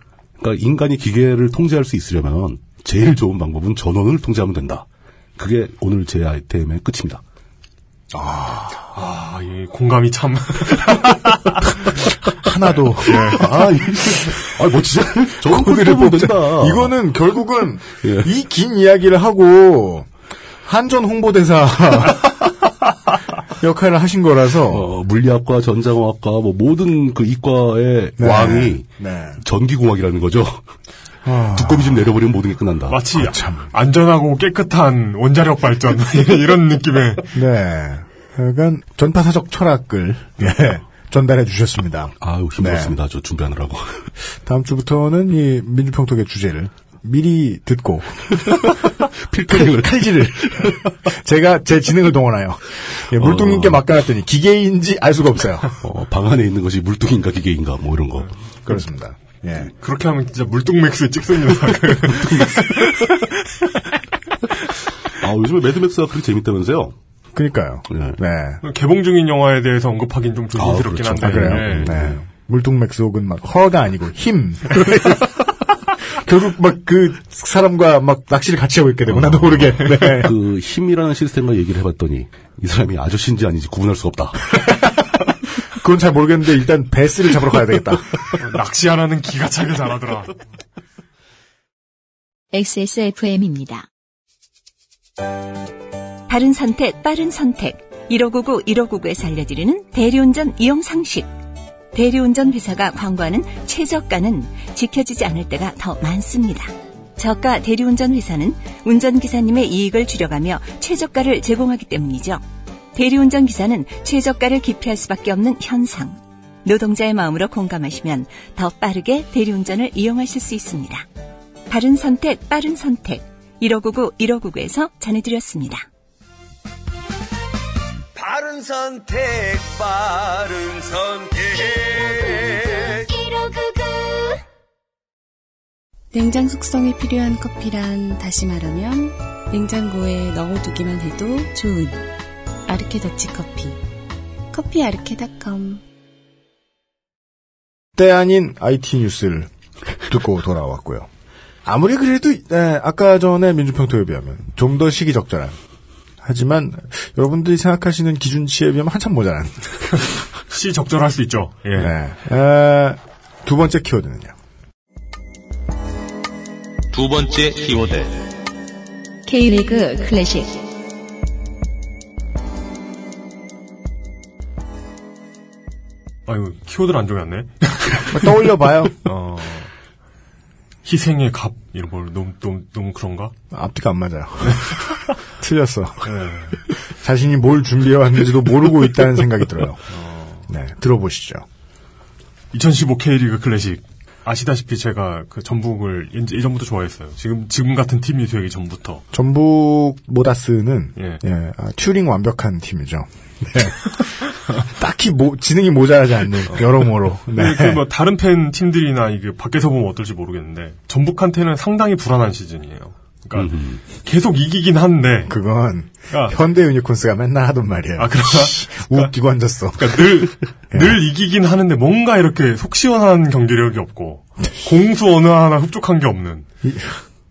Speaker 3: 그러니까 인간이 기계를 통제할 수 있으려면 제일 좋은 방법은 전원을 통제하면 된다. 그게 오늘 제 아이템의 끝입니다.
Speaker 4: 아, 예, 공감이 참.
Speaker 2: 하나도.
Speaker 4: 네.
Speaker 3: 아, 이- 아, 멋지지? 저런 코드를 보면
Speaker 2: 뽑자.
Speaker 3: 된다.
Speaker 2: 이거는 결국은
Speaker 3: 예.
Speaker 2: 이 긴 이야기를 하고 한전 홍보대사 역할을 하신 거라서
Speaker 3: 어, 물리학과, 전자공학과, 뭐 모든 그 이과의
Speaker 2: 네.
Speaker 3: 왕이
Speaker 2: 네.
Speaker 3: 전기공학이라는 거죠. 두꺼비 좀 내려버리면 모든 게 끝난다.
Speaker 4: 아.
Speaker 3: 아,
Speaker 4: 마치 안전하고 깨끗한 원자력 발전. 이런 느낌의.
Speaker 2: 네. 약간 전파사적 철학을 예, 전달해 주셨습니다.
Speaker 3: 아유
Speaker 4: 네.
Speaker 3: 힘들었습니다. 저 준비하느라고.
Speaker 2: 다음 주부터는 이 민주평통의 주제를 미리 듣고
Speaker 3: 필터링을
Speaker 2: 칼질을 제가 제 지능을 동원하여 예, 물뚱님께 맡겨놨더니 기계인지 알 수가 없어요.
Speaker 3: 어, 방 안에 있는 것이 물뚱인가 기계인가 뭐 이런 거.
Speaker 2: 그렇습니다. 예.
Speaker 4: 그렇게 하면 진짜 물뚱맥스 찍습니다.
Speaker 3: 아 요즘에 매드맥스가 그렇게 재밌다면서요?
Speaker 2: 그니까요.
Speaker 3: 네.
Speaker 2: 네.
Speaker 4: 개봉 중인 영화에 대해서 언급하긴 좀 조심스럽긴
Speaker 3: 아, 그렇죠.
Speaker 4: 한데. 예.
Speaker 2: 아, 그래요?
Speaker 4: 네.
Speaker 2: 네. 물뚱맥스 혹은 막, 허가 아니고, 힘. 결국 막 그 사람과 막 낚시를 같이 하고 있게 되고 나도 모르게. 네.
Speaker 3: 그 힘이라는 시스템과 얘기를 해봤더니 이 사람이 아저씨인지 아닌지 구분할 수가 없다.
Speaker 2: 그건 잘 모르겠는데 일단 베스를 잡으러 가야 되겠다.
Speaker 4: 낚시 하나는 기가 차게 잘하더라.
Speaker 1: XSFM입니다.
Speaker 10: 바른 선택, 빠른 선택. 1599, 1599에서 알려드리는 대리운전 이용 상식. 대리운전 회사가 광고하는 최저가는 지켜지지 않을 때가 더 많습니다. 저가 대리운전 회사는 운전기사님의 이익을 줄여가며 최저가를 제공하기 때문이죠. 대리운전 기사는 최저가를 기피할 수밖에 없는 현상. 노동자의 마음으로 공감하시면 더 빠르게 대리운전을 이용하실 수 있습니다. 바른 선택, 빠른 선택. 1599, 1599에서 전해드렸습니다.
Speaker 6: 바른 선택, 바른 선택.
Speaker 8: 냉장 숙성이 필요한 커피란 다시 말하면 냉장고에 넣어두기만 해도 좋은 아르케 더치 커피. 커피 아르케닷컴.
Speaker 2: 때 아닌 IT 뉴스를 듣고 돌아왔고요. 아무리 그래도 네, 아까 전에 민주평토에 비하면 좀 더 시기적절한 하지만 여러분들이 생각하시는 기준치에 비하면 한참 모자란
Speaker 4: 시 적절할 수 있죠. 예.
Speaker 2: 네. 에, 두 번째 키워드는요.
Speaker 9: 두 번째 키워드.
Speaker 1: K리그 클래식.
Speaker 4: 아유 키워드를 안 정했네.
Speaker 2: 뭐 떠올려봐요.
Speaker 4: 어, 희생의 값 이런 걸 너무 너무 너무 그런가?
Speaker 2: 앞뒤가 안 맞아요. 틀렸어.
Speaker 4: 네.
Speaker 2: 자신이 뭘 준비해왔는지도 모르고 있다는 생각이 들어요. 네, 들어보시죠.
Speaker 4: 2015 K리그 클래식. 아시다시피 제가 그 전북을 예- 예전부터 좋아했어요. 지금 지금 같은 팀이 되기 전부터.
Speaker 2: 전북 모다스는
Speaker 4: 예.
Speaker 2: 예, 아, 튜링 완벽한 팀이죠. 네. 딱히 모, 지능이 모자라지 않는 여러모로. 네.
Speaker 4: 어. 그 뭐 다른 팬 팀들이나 이게 밖에서 보면 어떨지 모르겠는데 전북한테는 상당히 불안한 시즌이에요. 그러니까 계속 이기긴 한데
Speaker 2: 그건
Speaker 4: 그러니까-
Speaker 2: 현대 유니콘스가 맨날 하던 말이에요.
Speaker 4: 아 그러나
Speaker 2: 웃기고 앉았어.
Speaker 4: 그러니까 늘, 늘 이기긴 하는데 뭔가 이렇게 속 시원한 경기력이 없고 공수 어느 하나 흡족한 게 없는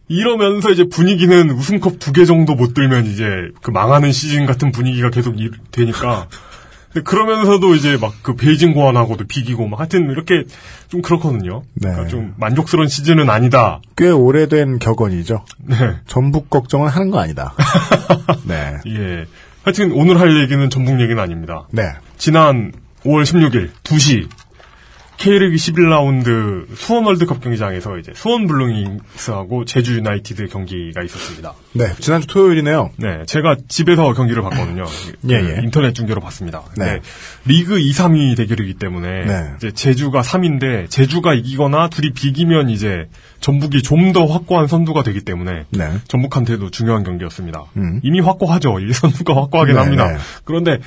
Speaker 4: 이러면서 이제 분위기는 우승컵 두 개 정도 못 들면 이제 그 망하는 시즌 같은 분위기가 계속 이- 되니까 근데 그러면서도 이제 막 그 베이징 고안하고도 비기고 막 하여튼 이렇게 좀 그렇거든요.
Speaker 2: 네.
Speaker 4: 그러니까 좀 만족스러운 시즌은 아니다.
Speaker 2: 꽤 오래된 격언이죠.
Speaker 4: 네.
Speaker 2: 전북 걱정은 하는 거 아니다. 네.
Speaker 4: 예. 하여튼 오늘 할 얘기는 전북 얘기는 아닙니다.
Speaker 2: 네.
Speaker 4: 지난 5월 16일 2시 K리그 11라운드 수원 월드컵 경기장에서 이제 수원 블루윙스하고 제주 유나이티드 경기가 있었습니다.
Speaker 2: 네. 지난주 토요일이네요.
Speaker 4: 네, 제가 집에서 경기를 봤거든요. 그
Speaker 2: 예, 예.
Speaker 4: 인터넷 중계로 봤습니다.
Speaker 2: 네.
Speaker 4: 네. 리그 2, 3위 대결이기 때문에
Speaker 2: 네.
Speaker 4: 이제 제주가 3인데 제주가 이기거나 둘이 비기면 이제 전북이 좀 더 확고한 선두가 되기 때문에
Speaker 2: 네.
Speaker 4: 전북한테도 중요한 경기였습니다.
Speaker 2: 음.
Speaker 4: 이미 확고하죠. 이 선수가 확고하긴
Speaker 2: 네,
Speaker 4: 합니다.
Speaker 2: 네.
Speaker 4: 그런데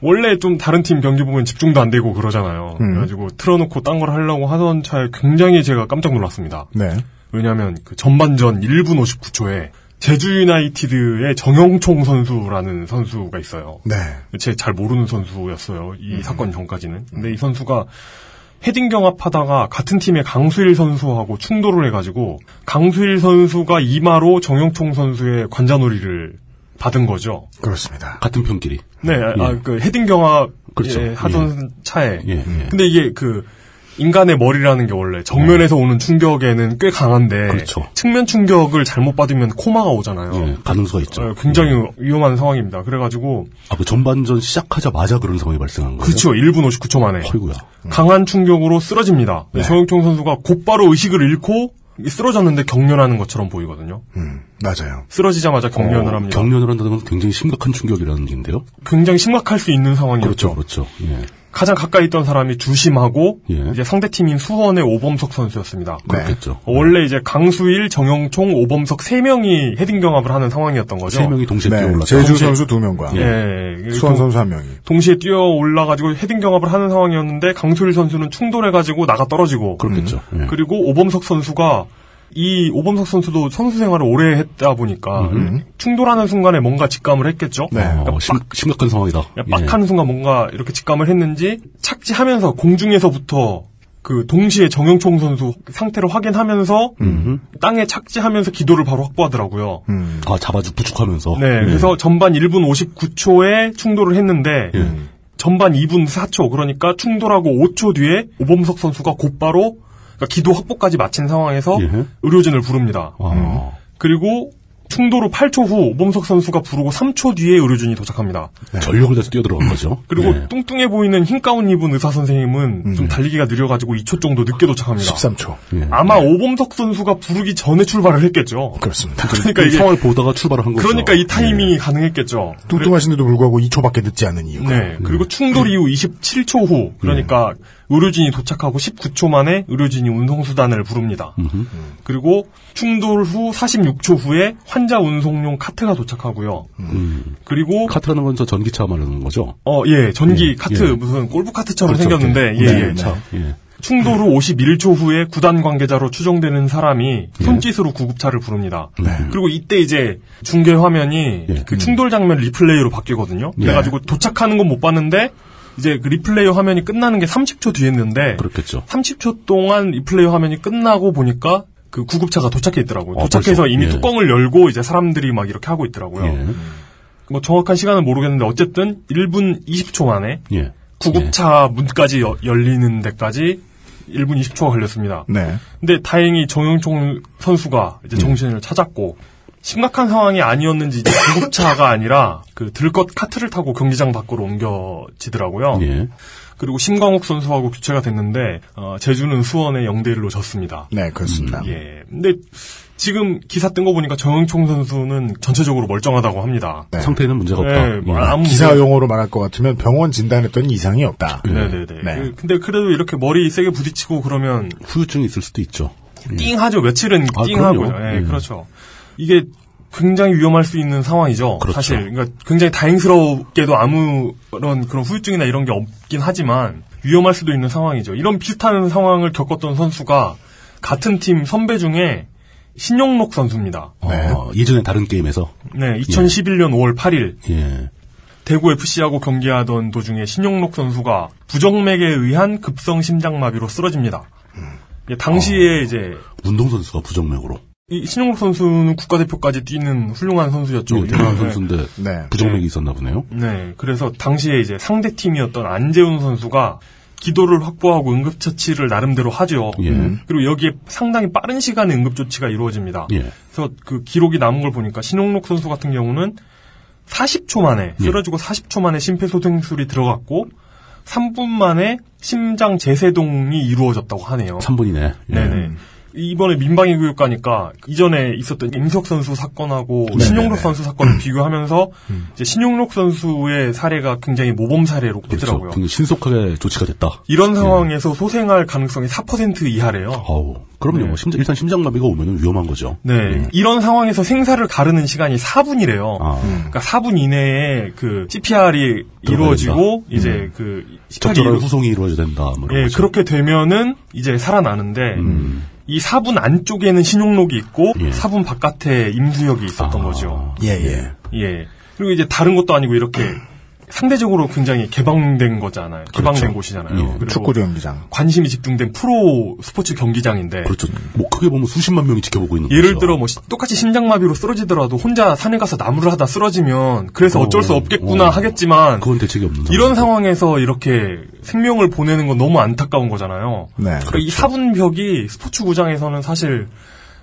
Speaker 4: 원래 좀 다른 팀 경기 보면 집중도 안 되고 그러잖아요.
Speaker 2: 음.
Speaker 4: 그래가지고 틀어놓고 딴 걸 하려고 하던 차에 굉장히 제가 깜짝 놀랐습니다.
Speaker 2: 네.
Speaker 4: 왜냐하면 그 전반전 1분 59초에 제주 유나이티드의 정영총 선수라는 선수가 있어요.
Speaker 2: 네.
Speaker 4: 제 잘 모르는 선수였어요. 이 사건 전까지는. 근데 이 선수가 헤딩 경합하다가 같은 팀의 강수일 선수하고 충돌을 해가지고 강수일 선수가 이마로 정영총 선수의 관자놀이를 받은 거죠.
Speaker 2: 그렇습니다.
Speaker 3: 같은 편끼리.
Speaker 4: 네, 아, 아, 그 헤딩 경합
Speaker 3: 예. 그렇죠.
Speaker 4: 예, 하던 차에.
Speaker 3: 예, 예.
Speaker 4: 근데 이게 그 인간의 머리라는 게 원래 정면에서 오는 충격에는 꽤 강한데
Speaker 3: 예. 그렇죠.
Speaker 4: 측면 충격을 잘못 받으면 코마가 오잖아요.
Speaker 3: 예, 가능성이 있죠. 예.
Speaker 4: 어, 굉장히 위험한 상황입니다. 그래가지고
Speaker 3: 아, 그 전반전 시작하자마자 그런 상황이 발생한 거예요.
Speaker 4: 그렇죠. 1분 59초 만에
Speaker 3: 어이구야. 예.
Speaker 4: 강한 충격으로 쓰러집니다. 정영총 선수가 곧바로 의식을 잃고 쓰러졌는데 경련하는 것처럼 보이거든요.
Speaker 2: 음, 맞아요.
Speaker 4: 쓰러지자마자 경련을
Speaker 3: 어,
Speaker 4: 합니다.
Speaker 3: 경련을 한다는 건 굉장히 심각한 충격이라는 얘기인데요.
Speaker 4: 굉장히 심각할 수 있는 상황이었죠. 네.
Speaker 3: 그렇죠, 그렇죠. 예.
Speaker 4: 가장 가까이 있던 사람이 주심하고
Speaker 3: 예. 네.
Speaker 4: 이제 상대팀인 수원의 오범석 선수였습니다.
Speaker 2: 네.
Speaker 3: 그렇겠죠.
Speaker 4: 원래 이제 강수일, 정영총, 오범석 세 명이 헤딩 경합을 하는 상황이었던 거죠.
Speaker 3: 세 명이 동시에
Speaker 2: 네.
Speaker 3: 뛰어올랐다.
Speaker 2: 제주 선수 두 명과
Speaker 4: 예.
Speaker 2: 수원
Speaker 4: 동-
Speaker 2: 선수 한 명이.
Speaker 4: 동시에 뛰어 올라가지고 헤딩 경합을 하는 상황이었는데 강수일 선수는 충돌해가지고 나가 떨어지고
Speaker 3: 그렇겠죠.
Speaker 4: 음.
Speaker 3: 예.
Speaker 4: 그리고 오범석 선수가 이 오범석 선수도 선수 생활을 오래 했다 보니까
Speaker 3: 음.
Speaker 4: 충돌하는 순간에 뭔가 직감을 했겠죠.
Speaker 2: 네.
Speaker 3: 어,
Speaker 4: 그러니까
Speaker 3: 심, 심각한 상황이다.
Speaker 4: 빡 하는 순간 뭔가 이렇게 직감을 했는지 착지하면서 공중에서부터 그 동시에 정영총 선수 상태를 확인하면서 땅에 착지하면서 기도를 바로
Speaker 2: 음.
Speaker 4: 확보하더라고요.
Speaker 3: 아 잡아주 부축하면서. 예.
Speaker 4: 네, 그래서 전반 1분 59초에 충돌을 했는데 전반 2분 4초 그러니까 충돌하고 5초 뒤에 오범석 선수가 곧바로 그러니까 기도 확보까지 마친 상황에서
Speaker 3: 예.
Speaker 4: 의료진을 부릅니다.
Speaker 3: 아,
Speaker 4: 그리고 충돌 후 8초 후 오범석 선수가 부르고 3초 뒤에 의료진이 도착합니다.
Speaker 3: 전력을 다해서 뛰어들어간 거죠.
Speaker 4: 네. 그리고
Speaker 3: 네. 음.
Speaker 4: 뚱뚱해 보이는 흰 가운 입은 의사 선생님은 좀 달리기가 느려가지고 2초 정도 늦게 도착합니다.
Speaker 2: 13초.
Speaker 3: 예.
Speaker 4: 아마 오범석 선수가 부르기 전에 출발을 했겠죠.
Speaker 2: 그렇습니다.
Speaker 4: 그러니까
Speaker 3: 그
Speaker 4: 이게
Speaker 3: 상황을 보다가 출발을 한 거죠. 예.
Speaker 4: 그러니까 이
Speaker 3: 네.
Speaker 4: 타이밍이 가능했겠죠.
Speaker 2: 뚱뚱하신데도 불구하고 2초밖에 늦지 않은
Speaker 3: 음.
Speaker 2: 이유가.
Speaker 4: 네. 그리고 충돌 이후 27초 후, 그러니까
Speaker 3: 네.
Speaker 4: 의료진이 도착하고 19초 만에 의료진이 운송수단을 부릅니다. 그리고 충돌 후 46초 후에 환자 운송용 카트가 도착하고요. 그리고
Speaker 3: 음. 카트라는 건 저 전기차 말하는 거죠.
Speaker 4: 어, 예, 전기 카트,
Speaker 3: 예.
Speaker 4: 무슨 골프 카트처럼
Speaker 3: 그렇죠.
Speaker 4: 생겼는데, 예,
Speaker 3: 네,
Speaker 4: 예.
Speaker 3: 차. 예.
Speaker 4: 충돌 후 51초 후에 구단 관계자로 추정되는 사람이
Speaker 3: 예.
Speaker 4: 손짓으로 구급차를 부릅니다. 그리고 이때 이제 중계 화면이
Speaker 3: 네. 예. 네.
Speaker 4: 그 충돌 장면 리플레이로 바뀌거든요. 그래가지고 도착하는 건 못 봤는데 이제 그 리플레이 화면이 끝나는 게 30초 뒤였는데
Speaker 3: 그렇겠죠.
Speaker 4: 30초 동안 리플레이 화면이 끝나고 보니까 그 구급차가 도착해 있더라고요.
Speaker 3: 아,
Speaker 4: 도착해서
Speaker 3: 벌써?
Speaker 4: 이미
Speaker 3: 예.
Speaker 4: 뚜껑을 열고 이제 사람들이 막 이렇게 하고 있더라고요. 뭐 정확한 시간은 모르겠는데 어쨌든 1분 20초 만에
Speaker 3: 예. 예.
Speaker 4: 구급차 문까지 여- 열리는 데까지 1분 20초가 걸렸습니다.
Speaker 2: 네.
Speaker 4: 근데 다행히 정영총 선수가 이제 정신을 찾았고 심각한 상황이 아니었는지 이제 구급차가 아니라 그 들것 카트를 타고 경기장 밖으로 옮겨지더라고요.
Speaker 3: 예.
Speaker 4: 그리고 심광욱 선수하고 교체가 됐는데 어, 제주는 수원에 0대 1로 졌습니다.
Speaker 2: 네, 그렇습니다.
Speaker 4: 예. 근데 지금 기사 뜬 거 보니까 정영총 선수는 전체적으로 멀쩡하다고 합니다.
Speaker 2: 네.
Speaker 3: 상태에는 문제가
Speaker 4: 예,
Speaker 3: 없다.
Speaker 4: 뭐
Speaker 3: 예.
Speaker 4: 아무
Speaker 2: 기사 용어로 말할 것 같으면 병원 진단했더니 이상이 없다.
Speaker 4: 네네네.
Speaker 2: 네.
Speaker 4: 그- 근데 그래도 이렇게 머리 세게 부딪히고 그러면
Speaker 3: 후유증이 있을 수도 있죠.
Speaker 4: 띵하죠. 며칠은
Speaker 3: 아,
Speaker 4: 띵하고요.
Speaker 3: 그럼요.
Speaker 4: 예,
Speaker 3: 예.
Speaker 4: 그렇죠. 이게 굉장히 위험할 수 있는 상황이죠.
Speaker 3: 그렇죠.
Speaker 4: 사실. 그러니까 굉장히 다행스럽게도 아무런 그런 후유증이나 이런 게 없긴 하지만 위험할 수도 있는 상황이죠. 이런 비슷한 상황을 겪었던 선수가 같은 팀 선배 중에 신영록 선수입니다.
Speaker 3: 어, 예전에 다른 게임에서
Speaker 4: 네, 2011년 5월 8일
Speaker 3: 예.
Speaker 4: 대구 FC하고 경기하던 도중에 신용록 선수가 부정맥에 의한 급성 심장마비로 쓰러집니다.
Speaker 3: 음.
Speaker 4: 예, 당시에
Speaker 3: 아.
Speaker 4: 이제
Speaker 3: 운동 선수가 부정맥으로
Speaker 4: 이 신용록 선수는 국가대표까지 뛰는 훌륭한 선수였죠.
Speaker 3: 예, 대단한
Speaker 4: 네.
Speaker 3: 선수인데
Speaker 2: 네.
Speaker 3: 부정맥이 있었나 보네요.
Speaker 4: 네, 그래서 당시에 이제 상대 팀이었던 안재훈 선수가 기도를 확보하고 응급처치를 나름대로 하죠. 음.
Speaker 3: 예.
Speaker 4: 그리고 여기에 상당히 빠른 시간에 응급조치가 이루어집니다.
Speaker 3: 예.
Speaker 4: 그래서 그 기록이 남은 걸 보니까 신용록 선수 같은 경우는 40초 만에
Speaker 3: 예.
Speaker 4: 쓰러지고 40초 만에 심폐소생술이 들어갔고 3분 만에 심장 재세동이 이루어졌다고 하네요.
Speaker 3: 3분이네. 예.
Speaker 4: 네네. 음. 이번에 민방위 교육 가니까 이전에 있었던 임석 선수 사건하고
Speaker 3: 네,
Speaker 4: 신용록 선수
Speaker 3: 음.
Speaker 4: 사건을 비교하면서 이제 신용록 선수의 사례가 굉장히 모범 사례로
Speaker 3: 그렇죠. 예.
Speaker 4: 꼽히더라고요.
Speaker 3: 굉장히 신속하게 조치가 됐다.
Speaker 4: 이런 상황에서 소생할 가능성이 4% 이하래요.
Speaker 3: 아우, 그럼요. 심장, 일단 심장마비가 오면 위험한 거죠.
Speaker 4: 네. 이런 상황에서 생사를 가르는 시간이 4분이래요.
Speaker 3: 예. 아,
Speaker 4: 그러니까 4분 이내에 그 CPR이 이루어지고 이제 그 CPR 이
Speaker 3: 음. 적절한
Speaker 4: 이루-
Speaker 3: 후송이 이루어져야 된다. 뭐 이런
Speaker 4: 예,
Speaker 3: 거죠. 음.
Speaker 4: 그렇게 되면은 이제 살아나는데 이 4분 안쪽에는 신용록이 있고
Speaker 3: 예. 아.
Speaker 4: 4분 바깥에 임수혁이 있었던 거죠.
Speaker 2: 예, 예.
Speaker 4: 예. 그리고 이제 다른 것도 아니고 이렇게 상대적으로 굉장히 개방된 거잖아요. 개방된 곳이잖아요.
Speaker 3: 그렇죠. 예.
Speaker 4: 그리고
Speaker 2: 축구경기장
Speaker 4: 관심이 집중된 프로 스포츠 경기장인데
Speaker 3: 그렇죠. 뭐 크게 보면 수십만 명이 지켜보고 있는
Speaker 4: 예를
Speaker 3: 거죠.
Speaker 4: 들어 뭐 시- 똑같이 심장마비로 쓰러지더라도 혼자 산에 가서 나무를 하다 쓰러지면 그래서 어쩔 수
Speaker 3: 어,
Speaker 4: 없겠구나
Speaker 3: 어.
Speaker 4: 하겠지만
Speaker 3: 그건 대책이 없는
Speaker 4: 이런
Speaker 3: 상황이죠.
Speaker 4: 상황에서 이렇게 생명을 보내는 건 너무 안타까운 거잖아요.
Speaker 2: 네.
Speaker 4: 그러니까 이 사분 벽이 스포츠 구장에서는 사실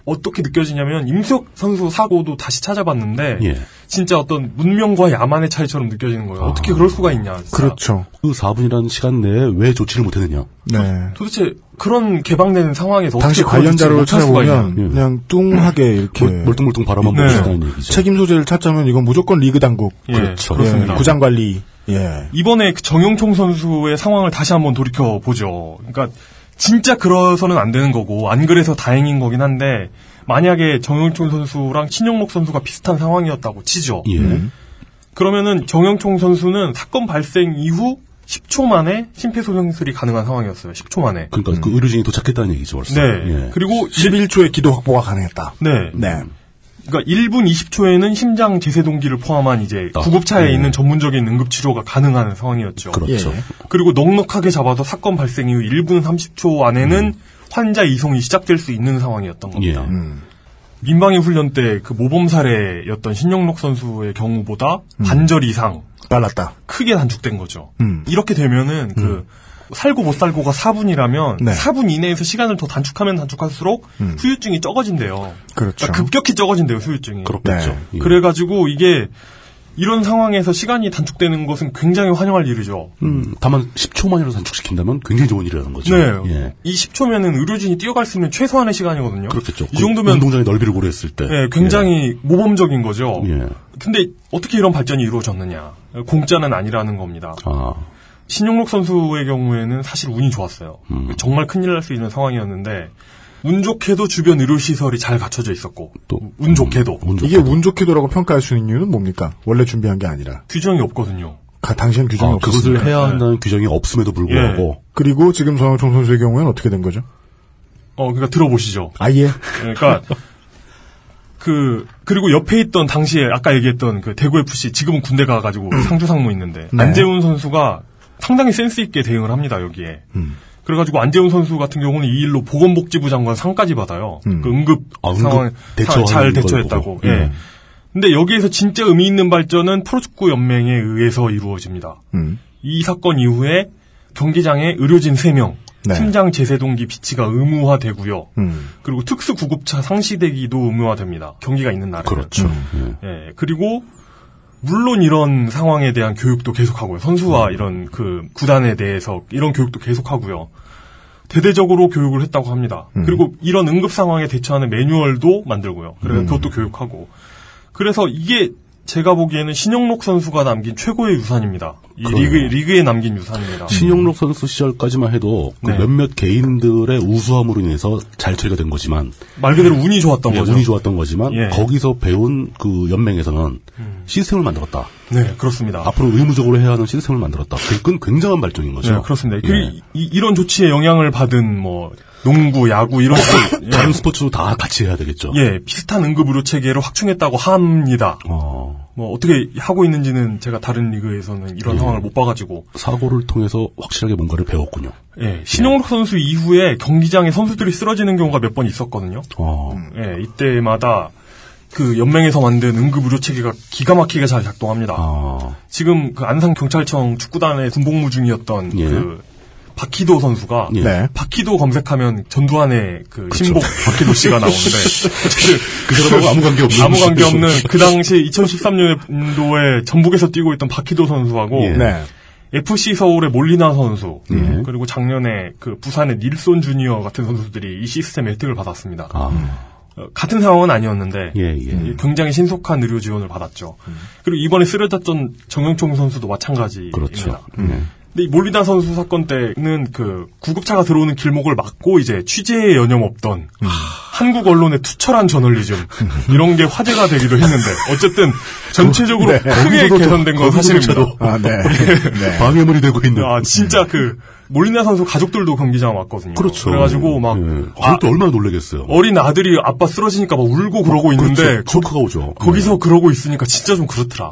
Speaker 4: 어떻게 느껴지냐면 임수혁 선수 사고도 다시 찾아봤는데
Speaker 3: 예.
Speaker 4: 진짜 어떤 문명과 야만의 차이처럼 느껴지는 거예요. 어떻게 그럴 수가 있냐. 진짜.
Speaker 2: 아. 그렇죠.
Speaker 3: 그 4분이라는 시간 내에 왜 조치를 못했느냐.
Speaker 2: 네.
Speaker 4: 도대체 그런 개방된 상황에서
Speaker 2: 당시
Speaker 4: 어떻게 그런
Speaker 2: 관련자로
Speaker 4: 조치를 못할 수가 뭐
Speaker 2: 찾아보면
Speaker 3: 있냐. 예.
Speaker 2: 그냥 뚱하게 이렇게
Speaker 3: 멀- 멀뚱멀뚱 바라만 보고
Speaker 4: 네.
Speaker 3: 있다는 얘기죠.
Speaker 2: 책임 소재를 찾자면 이건 무조건 리그 당국. 그렇죠.
Speaker 4: 예, 그렇습니다.
Speaker 2: 구장 관리. 예.
Speaker 4: 이번에 그 정용총 선수의 상황을 다시 한번 돌이켜 보죠. 그러니까 진짜 그래서는 안 되는 거고 안 그래서 다행인 거긴 한데 만약에 정용총 선수랑 신영록 선수가 비슷한 상황이었다고 치죠.
Speaker 3: 예.
Speaker 4: 그러면은 정영총 선수는 사건 발생 이후 10초 만에 심폐소생술이 가능한 상황이었어요. 10초 만에.
Speaker 3: 그러니까 그 의료진이 도착했다는 얘기죠, 벌써.
Speaker 4: 음. 네.
Speaker 3: 그렇죠. 예.
Speaker 4: 그리고
Speaker 2: 11초의 기도 확보가 가능했다.
Speaker 4: 네.
Speaker 2: 네.
Speaker 4: 그러니까 1분 20초에는 심장 재세 동기를 포함한 이제
Speaker 3: 아,
Speaker 4: 구급차에 있는 전문적인 응급 치료가 가능한 상황이었죠.
Speaker 3: 예. 그렇죠. 예.
Speaker 4: 그리고 넉넉하게 잡아서 사건 발생 이후 1분 30초 안에는 환자 이송이 시작될 수 있는 상황이었던 겁니다.
Speaker 3: 음. 예.
Speaker 4: 민방위 훈련 때 그 모범 사례였던 신영록 선수의 경우보다 반절 이상
Speaker 2: 빨랐다.
Speaker 4: 크게 단축된 거죠.
Speaker 2: 음.
Speaker 4: 이렇게 되면은 그 살고 못 살고가 4분이라면
Speaker 2: 네.
Speaker 4: 4분 이내에서 시간을 더 단축하면 단축할수록 후유증이 적어진대요.
Speaker 2: 그렇죠.
Speaker 4: 그러니까 급격히 적어진대요 후유증이.
Speaker 3: 그렇겠죠.
Speaker 2: 네.
Speaker 3: 예.
Speaker 4: 그래가지고 이게 이런 상황에서 시간이 단축되는 것은 굉장히 환영할 일이죠.
Speaker 3: 음, 다만 10초만이라도 단축시킨다면 굉장히 좋은 일이라는 거죠.
Speaker 4: 네.
Speaker 3: 예.
Speaker 4: 20초면은 의료진이 뛰어갈 수 있는 최소한의 시간이거든요.
Speaker 3: 그렇겠죠.
Speaker 4: 이 정도면
Speaker 3: 운동장의 넓이를 고려했을 때.
Speaker 4: 예, 굉장히 모범적인 거죠.
Speaker 3: 예. 예.
Speaker 4: 근데 어떻게 이런 발전이 이루어졌느냐? 공짜는 아니라는 겁니다.
Speaker 3: 아,
Speaker 4: 신용록 선수의 경우에는 사실 운이 좋았어요.
Speaker 3: 음.
Speaker 4: 정말 큰일 날 수 있는 상황이었는데 운 좋게도 주변 의료 시설이 잘 갖춰져 있었고
Speaker 3: 또. 음,
Speaker 4: 운 좋게도
Speaker 3: 운 좋-
Speaker 2: 이게 운 좋게도라고 평가할 수 있는 이유는 뭡니까? 원래 준비한 게 아니라
Speaker 4: 규정이 없거든요.
Speaker 2: 가- 당시엔 규정이
Speaker 3: 아, 그것을
Speaker 2: 없었습니다.
Speaker 4: 네.
Speaker 3: 해야 한다는 규정이 없음에도 불구하고.
Speaker 2: 그리고 지금 정영총 선수의 경우에는 어떻게 된 거죠?
Speaker 4: 어, 그러니까 들어보시죠.
Speaker 2: 아예
Speaker 4: 그러니까 그 그리고 옆에 있던 당시에 아까 얘기했던 그 대구 FC 지금은 군대 가가지고
Speaker 3: 음.
Speaker 4: 상주 상무 있는데
Speaker 2: 네.
Speaker 4: 안재훈 선수가 상당히 센스 있게 대응을 합니다 여기에.
Speaker 3: 음.
Speaker 2: 음,
Speaker 4: 그래가지고 안재훈 선수 같은 경우는 이 일로 보건복지부 장관 상까지 받아요.
Speaker 2: 음.
Speaker 4: 그 응급
Speaker 3: 아, 응급
Speaker 4: 상황
Speaker 3: 대처하는
Speaker 4: 잘
Speaker 3: 걸
Speaker 4: 대처했다고.
Speaker 3: 보고.
Speaker 4: 예.
Speaker 3: 음.
Speaker 4: 근데 여기에서 진짜 의미 있는 발전은 프로축구 연맹에 의해서 이루어집니다.
Speaker 2: 음.
Speaker 4: 이 사건 이후에 경기장에 의료진 3명,
Speaker 2: 네.
Speaker 4: 심장 제세동기 비치가 의무화되고요.
Speaker 2: 음.
Speaker 4: 그리고 특수 구급차 상시대기도 의무화됩니다. 경기가 있는 날에.
Speaker 3: 그렇죠.
Speaker 4: 예. 그리고 물론 이런 상황에 대한 교육도 계속하고요.
Speaker 3: 음.
Speaker 4: 선수와 이런 그 구단에 대해서 이런 교육도 계속하고요. 대대적으로 교육을 했다고 합니다.
Speaker 3: 음.
Speaker 4: 그리고 이런 응급 상황에 대처하는 매뉴얼도 만들고요.
Speaker 3: 음.
Speaker 4: 그래서 그것도 교육하고. 그래서 이게 제가 보기에는 신영록 선수가 남긴 최고의 유산입니다. 이
Speaker 3: 그래요.
Speaker 4: 리그, 리그에 남긴 유산입니다.
Speaker 3: 신영록 선수 시절까지만 해도 그
Speaker 4: 네.
Speaker 3: 몇몇 개인들의 우수함으로 인해서 잘 처리가 된 거지만
Speaker 4: 말 그대로 운이 좋았던
Speaker 3: 예,
Speaker 4: 거죠.
Speaker 3: 운이 좋았던 거지만
Speaker 4: 예. 음.
Speaker 3: 거기서 배운 그 연맹에서는 시스템을 만들었다.
Speaker 4: 네, 그렇습니다.
Speaker 3: 앞으로 의무적으로 해야 하는 시스템을 만들었다. 그건 굉장한 발전인 거죠.
Speaker 4: 네, 그렇습니다.
Speaker 3: 예.
Speaker 4: 그, 이, 이런 조치에 영향을 받은 뭐 농구, 야구 이런 예,
Speaker 3: 다른 스포츠도 다 같이 해야 되겠죠.
Speaker 4: 예, 비슷한 응급 의료 체계로 확충했다고 합니다.
Speaker 3: 어,
Speaker 4: 뭐 어떻게 하고 있는지는 제가 다른 리그에서는
Speaker 3: 예.
Speaker 4: 이런 상황을 못 봐가지고
Speaker 3: 사고를 통해서 확실하게 뭔가를 배웠군요.
Speaker 4: 예, 신용록 선수 이후에 경기장에 선수들이 쓰러지는 경우가 몇 번 있었거든요.
Speaker 3: 어,
Speaker 4: 예, 이때마다 그 연맹에서 만든 응급 의료 체계가 기가 막히게 잘 작동합니다.
Speaker 3: 아,
Speaker 4: 지금 그 안산 경찰청 축구단의 군복무 중이었던
Speaker 3: 예.
Speaker 4: 그 박희도 선수가
Speaker 3: 예.
Speaker 2: 네.
Speaker 4: 박희도 검색하면 전두환의 그 신복 박희도 씨가 나오는데
Speaker 3: 그 사람하고 아무 관계 없는
Speaker 4: 아무 관계 없는 그 당시 2013년도에 전북에서 뛰고 있던 박희도 선수하고
Speaker 3: 예.
Speaker 2: 네.
Speaker 4: FC 서울의 몰리나 선수 그리고 작년에 그 부산의 닐손 주니어 같은 선수들이 이 시스템의 혜택을 받았습니다.
Speaker 3: 아,
Speaker 4: 어, 같은 상황은 아니었는데
Speaker 3: 예, 예.
Speaker 4: 굉장히 신속한 의료 지원을 받았죠. 그리고 이번에 쓰러졌던 정영총 선수도 마찬가지입니다. 음.
Speaker 3: 그렇죠.
Speaker 4: 근데 이 몰리나 선수 사건 때는 그 구급차가 들어오는 길목을 막고 이제 취재에 여념없던 한국 언론의 투철한 저널리즘 이런 게 화제가 되기도 했는데 어쨌든 전체적으로
Speaker 2: 네.
Speaker 4: 크게
Speaker 3: 네. 거기서도
Speaker 4: 개선된 건 사실입니다.
Speaker 3: 거기서도
Speaker 2: 아, 네. 네.
Speaker 3: 방해물이 되고 있는.
Speaker 4: 아 진짜 그 몰리나 선수 가족들도 경기장 왔거든요.
Speaker 3: 그렇죠.
Speaker 4: 래가지고막
Speaker 3: 예.
Speaker 4: 아,
Speaker 3: 저도 얼마나 놀라겠어요.
Speaker 4: 어린 아들이 아빠 쓰러지니까 막 울고 그러고 있는데
Speaker 3: 그렇죠. 쇼크가 오죠.
Speaker 4: 거기서 그러고 있으니까 진짜 좀 그렇더라.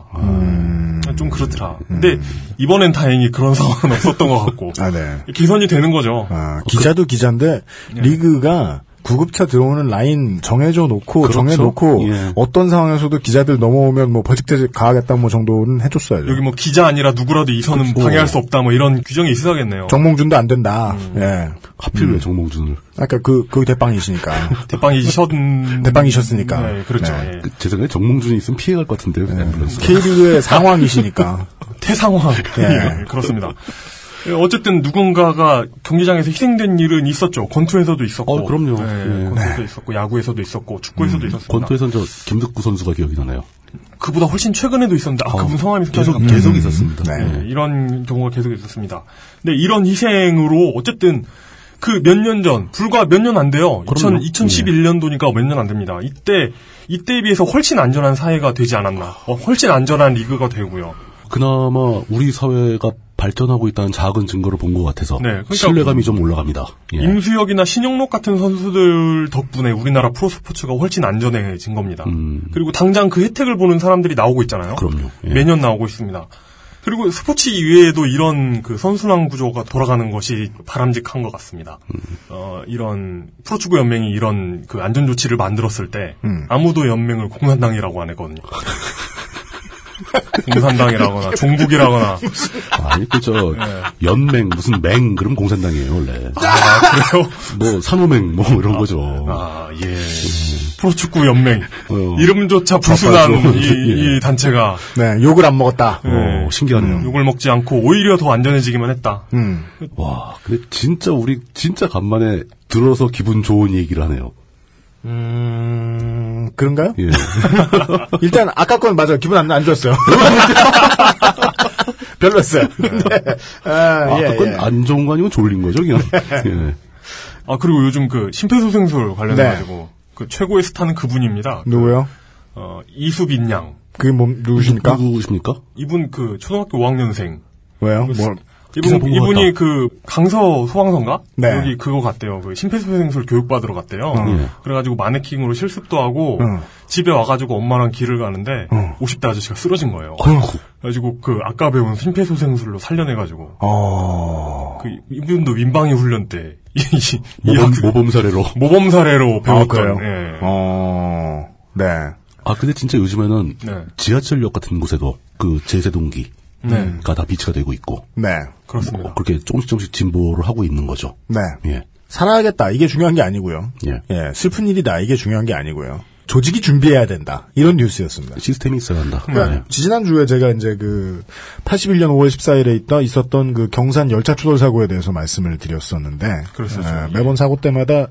Speaker 4: 좀 그렇더라. 근데 이번엔 다행히 그런 상황은 없었던 것 같고
Speaker 2: 아, 네.
Speaker 4: 개선이 되는 거죠.
Speaker 2: 아, 기자도 기자인데 리그가 구급차 들어오는 라인 정해져 놓고
Speaker 3: 그렇죠.
Speaker 2: 정해놓고
Speaker 3: 예.
Speaker 2: 어떤 상황에서도 기자들 넘어오면 뭐 벌칙대 가하겠다 뭐 정도는 해줬어야죠.
Speaker 4: 여기 뭐 기자 아니라 누구라도 이 선은
Speaker 2: 그렇죠.
Speaker 4: 방해할 수 없다 뭐 이런 규정이 있어야겠네요.
Speaker 2: 정몽준도 안 된다. 예.
Speaker 3: 하필
Speaker 4: 음.
Speaker 3: 왜 정몽준을.
Speaker 2: 아까 그, 그 대빵이시니까.
Speaker 4: 대빵이셨
Speaker 2: 대빵이셨으니까.
Speaker 4: 네, 그렇죠.
Speaker 2: 네.
Speaker 4: 예.
Speaker 3: 그, 제 생각에 정몽준이 있으면 피해갈 것 같은데.
Speaker 4: 네.
Speaker 3: 앰뷸런스.
Speaker 2: K리그의 상황이시니까.
Speaker 4: 태상황
Speaker 2: 예.
Speaker 4: 예, 그렇습니다. 예, 어쨌든 누군가가 경기장에서 희생된 일은 있었죠. 권투에서도 있었고,
Speaker 3: 어, 그럼요.
Speaker 4: 예,
Speaker 3: 예.
Speaker 4: 권투에도 있었고, 야구에서도 있었고, 축구에서도 있었습니다.
Speaker 3: 권투에선 저 김득구 선수가 기억이 나네요.
Speaker 4: 그보다 훨씬 최근에도 있었는데 아, 그분 성함이
Speaker 3: 계속
Speaker 4: 생각이 안
Speaker 3: 계속
Speaker 4: 나요.
Speaker 3: 있었습니다.
Speaker 2: 네.
Speaker 4: 예, 이런 경우가 계속 있었습니다. 근데 이런 희생으로 어쨌든 그 몇 년 전, 불과 몇 년 안 돼요. 2000, 2011년도니까 몇 년 안 됩니다. 이때, 이때에 비해서 훨씬 안전한 사회가 되지 않았나. 어, 훨씬 안전한 리그가 되고요.
Speaker 3: 그나마 우리 사회가 발전하고 있다는 작은 증거를 본 것 같아서
Speaker 4: 네, 그러니까
Speaker 3: 신뢰감이 좀 올라갑니다. 예.
Speaker 4: 임수혁이나 신영록 같은 선수들 덕분에 우리나라 프로 스포츠가 훨씬 안전해진 겁니다. 그리고 당장 그 혜택을 보는 사람들이 나오고 있잖아요.
Speaker 3: 음. 그럼요. 예.
Speaker 4: 매년 나오고 있습니다. 그리고 스포츠 이외에도 이런 그 선순환 구조가 돌아가는 것이 바람직한 것 같습니다.
Speaker 3: 음.
Speaker 4: 어, 이런 프로축구 연맹이 이런 그 안전 조치를 만들었을 때 아무도 연맹을 공산당이라고 안 했거든요. 공산당이라거나 종북이라거나
Speaker 3: 아니 그저
Speaker 4: 네.
Speaker 3: 연맹 무슨 맹 그럼 공산당이에요 원래.
Speaker 4: 아, 그래요?
Speaker 3: 뭐 산호맹 뭐 이런 거죠.
Speaker 4: 아, 예. 프로축구 연맹.
Speaker 3: 어.
Speaker 4: 이름조차 불순한
Speaker 3: 바빠서.
Speaker 4: 이, 이 단체가 음,
Speaker 2: 네, 욕을 안 먹었다.
Speaker 3: 어, 신기하네요.
Speaker 4: 욕을 먹지 않고 오히려 더 안전해지기만 했다.
Speaker 2: 음.
Speaker 3: 와 근데 진짜 우리 진짜 간만에 들어서 기분 좋은 얘기를 하네요.
Speaker 2: 음, 그런가요?
Speaker 3: 예.
Speaker 2: 일단 아까 건 맞아요. 기분 안, 안 좋았어요. 별로였어요. 네. 아,
Speaker 3: 아,
Speaker 2: 예, 예.
Speaker 3: 그건 안 좋은 거 아니고 졸린 거죠 그냥. 예.
Speaker 4: 아, 그리고 요즘 그 심폐소생술
Speaker 3: 네.
Speaker 4: 관련해가지고 그 최고의 스타는 그분입니다.
Speaker 2: 누구요?
Speaker 4: 어, 이수빈 양.
Speaker 2: 그게 뭐, 누구십니까?
Speaker 3: 누구십니까?
Speaker 4: 이분 그 초등학교 5학년생.
Speaker 2: 왜요? 뭘?
Speaker 3: 기사 본것
Speaker 4: 이분, 이그 강서 소방서인가?
Speaker 2: 네.
Speaker 4: 여기 그거 갔대요. 그 심폐소생술 교육받으러 갔대요.
Speaker 3: 음. 예.
Speaker 4: 그래가지고 마네킹으로 실습도 하고
Speaker 2: 응.
Speaker 4: 집에 와가지고 엄마랑 길을 가는데
Speaker 3: 음.
Speaker 4: 50대 아저씨가 쓰러진 거예요.
Speaker 2: 아이고.
Speaker 4: 그래가지고 그 아까 배운 심폐소생술로 살려내가지고
Speaker 2: 어.
Speaker 4: 그 이분도 민방위 훈련 때 이, 이, 이
Speaker 3: 모범,
Speaker 4: 학생-
Speaker 3: 모범 사례로.
Speaker 4: 모범 사례로
Speaker 2: 아,
Speaker 4: 배웠던.
Speaker 2: 그래요?
Speaker 4: 예.
Speaker 2: 어. 네.
Speaker 3: 아 근데 진짜 요즘에는
Speaker 4: 네.
Speaker 3: 지하철역 같은 곳에도 그 제세동기가
Speaker 4: 네.
Speaker 3: 다 비치가 되고 있고
Speaker 2: 네.
Speaker 4: 그렇습니다.
Speaker 3: 어, 그렇게 조금씩 조금씩 진보를 하고 있는 거죠.
Speaker 2: 네.
Speaker 3: 예.
Speaker 2: 살아야겠다. 이게 중요한 게 아니고요.
Speaker 3: 예.
Speaker 2: 예. 슬픈 일이다. 이게 중요한 게 아니고요. 조직이 준비해야 된다. 이런 뉴스였습니다.
Speaker 3: 시스템이 있어야 한다.
Speaker 2: 그러니까 지난주에 제가 이제 그 81년 5월 14일에 있다 있었던 그 경산 열차 추돌 사고에 대해서 말씀을 드렸었는데
Speaker 4: 그렇었죠.
Speaker 2: 예, 매번 사고 때마다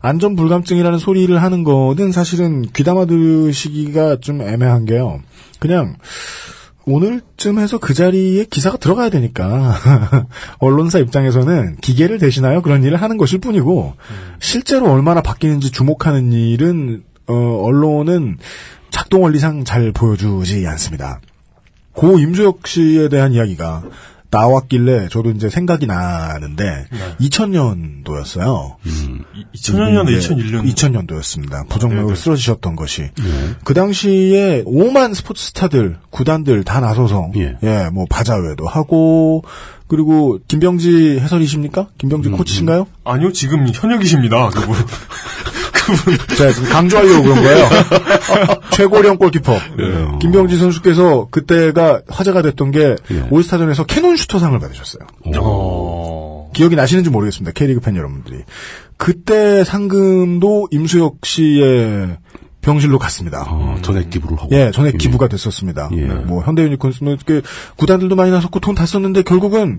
Speaker 2: 안전 불감증이라는 소리를 하는 거는 사실은 귀담아 들으시기가 좀 애매한 게요. 그냥 오늘쯤 해서 그 자리에 기사가 들어가야 되니까 언론사 입장에서는 기계를 대신하여 그런 일을 하는 것일 뿐이고 실제로 얼마나 바뀌는지 주목하는 일은 어, 언론은 작동 원리상 잘 보여주지 않습니다. 고 임주혁 씨에 대한 이야기가 나왔길래 저도 이제 생각이 나는데 2000년도였어요.
Speaker 4: 2000년에 2001년.
Speaker 2: 2000년도였습니다. 부정맥으로
Speaker 4: 네, 네.
Speaker 2: 쓰러지셨던 것이 그 당시에 오만 스포츠 스타들 구단들 다 나서서
Speaker 3: 예.
Speaker 2: 예뭐 바자회도 하고 그리고 김병지 해설이십니까? 김병지 코치신가요?
Speaker 4: 아니요, 지금 현역이십니다. 그분. 그분.
Speaker 2: 제가 지금 강조하려고 그런 거예요. 최고령 골키퍼.
Speaker 3: 예.
Speaker 2: 김병지 선수께서 그때가 화제가 됐던 게
Speaker 3: 예.
Speaker 2: 올스타전에서 캐논슈터상을 받으셨어요.
Speaker 4: 어.
Speaker 2: 기억이 나시는지 모르겠습니다. K리그 팬 여러분들이. 그때 상금도 임수혁 씨의 병실로 갔습니다.
Speaker 3: 어, 전액 기부를 하고.
Speaker 2: 음. 예, 전에 기부가 됐었습니다.
Speaker 3: 음. 예.
Speaker 2: 뭐 현대 유니콘스는 그 구단들도 많이 나섰고 돈 다 썼는데 결국은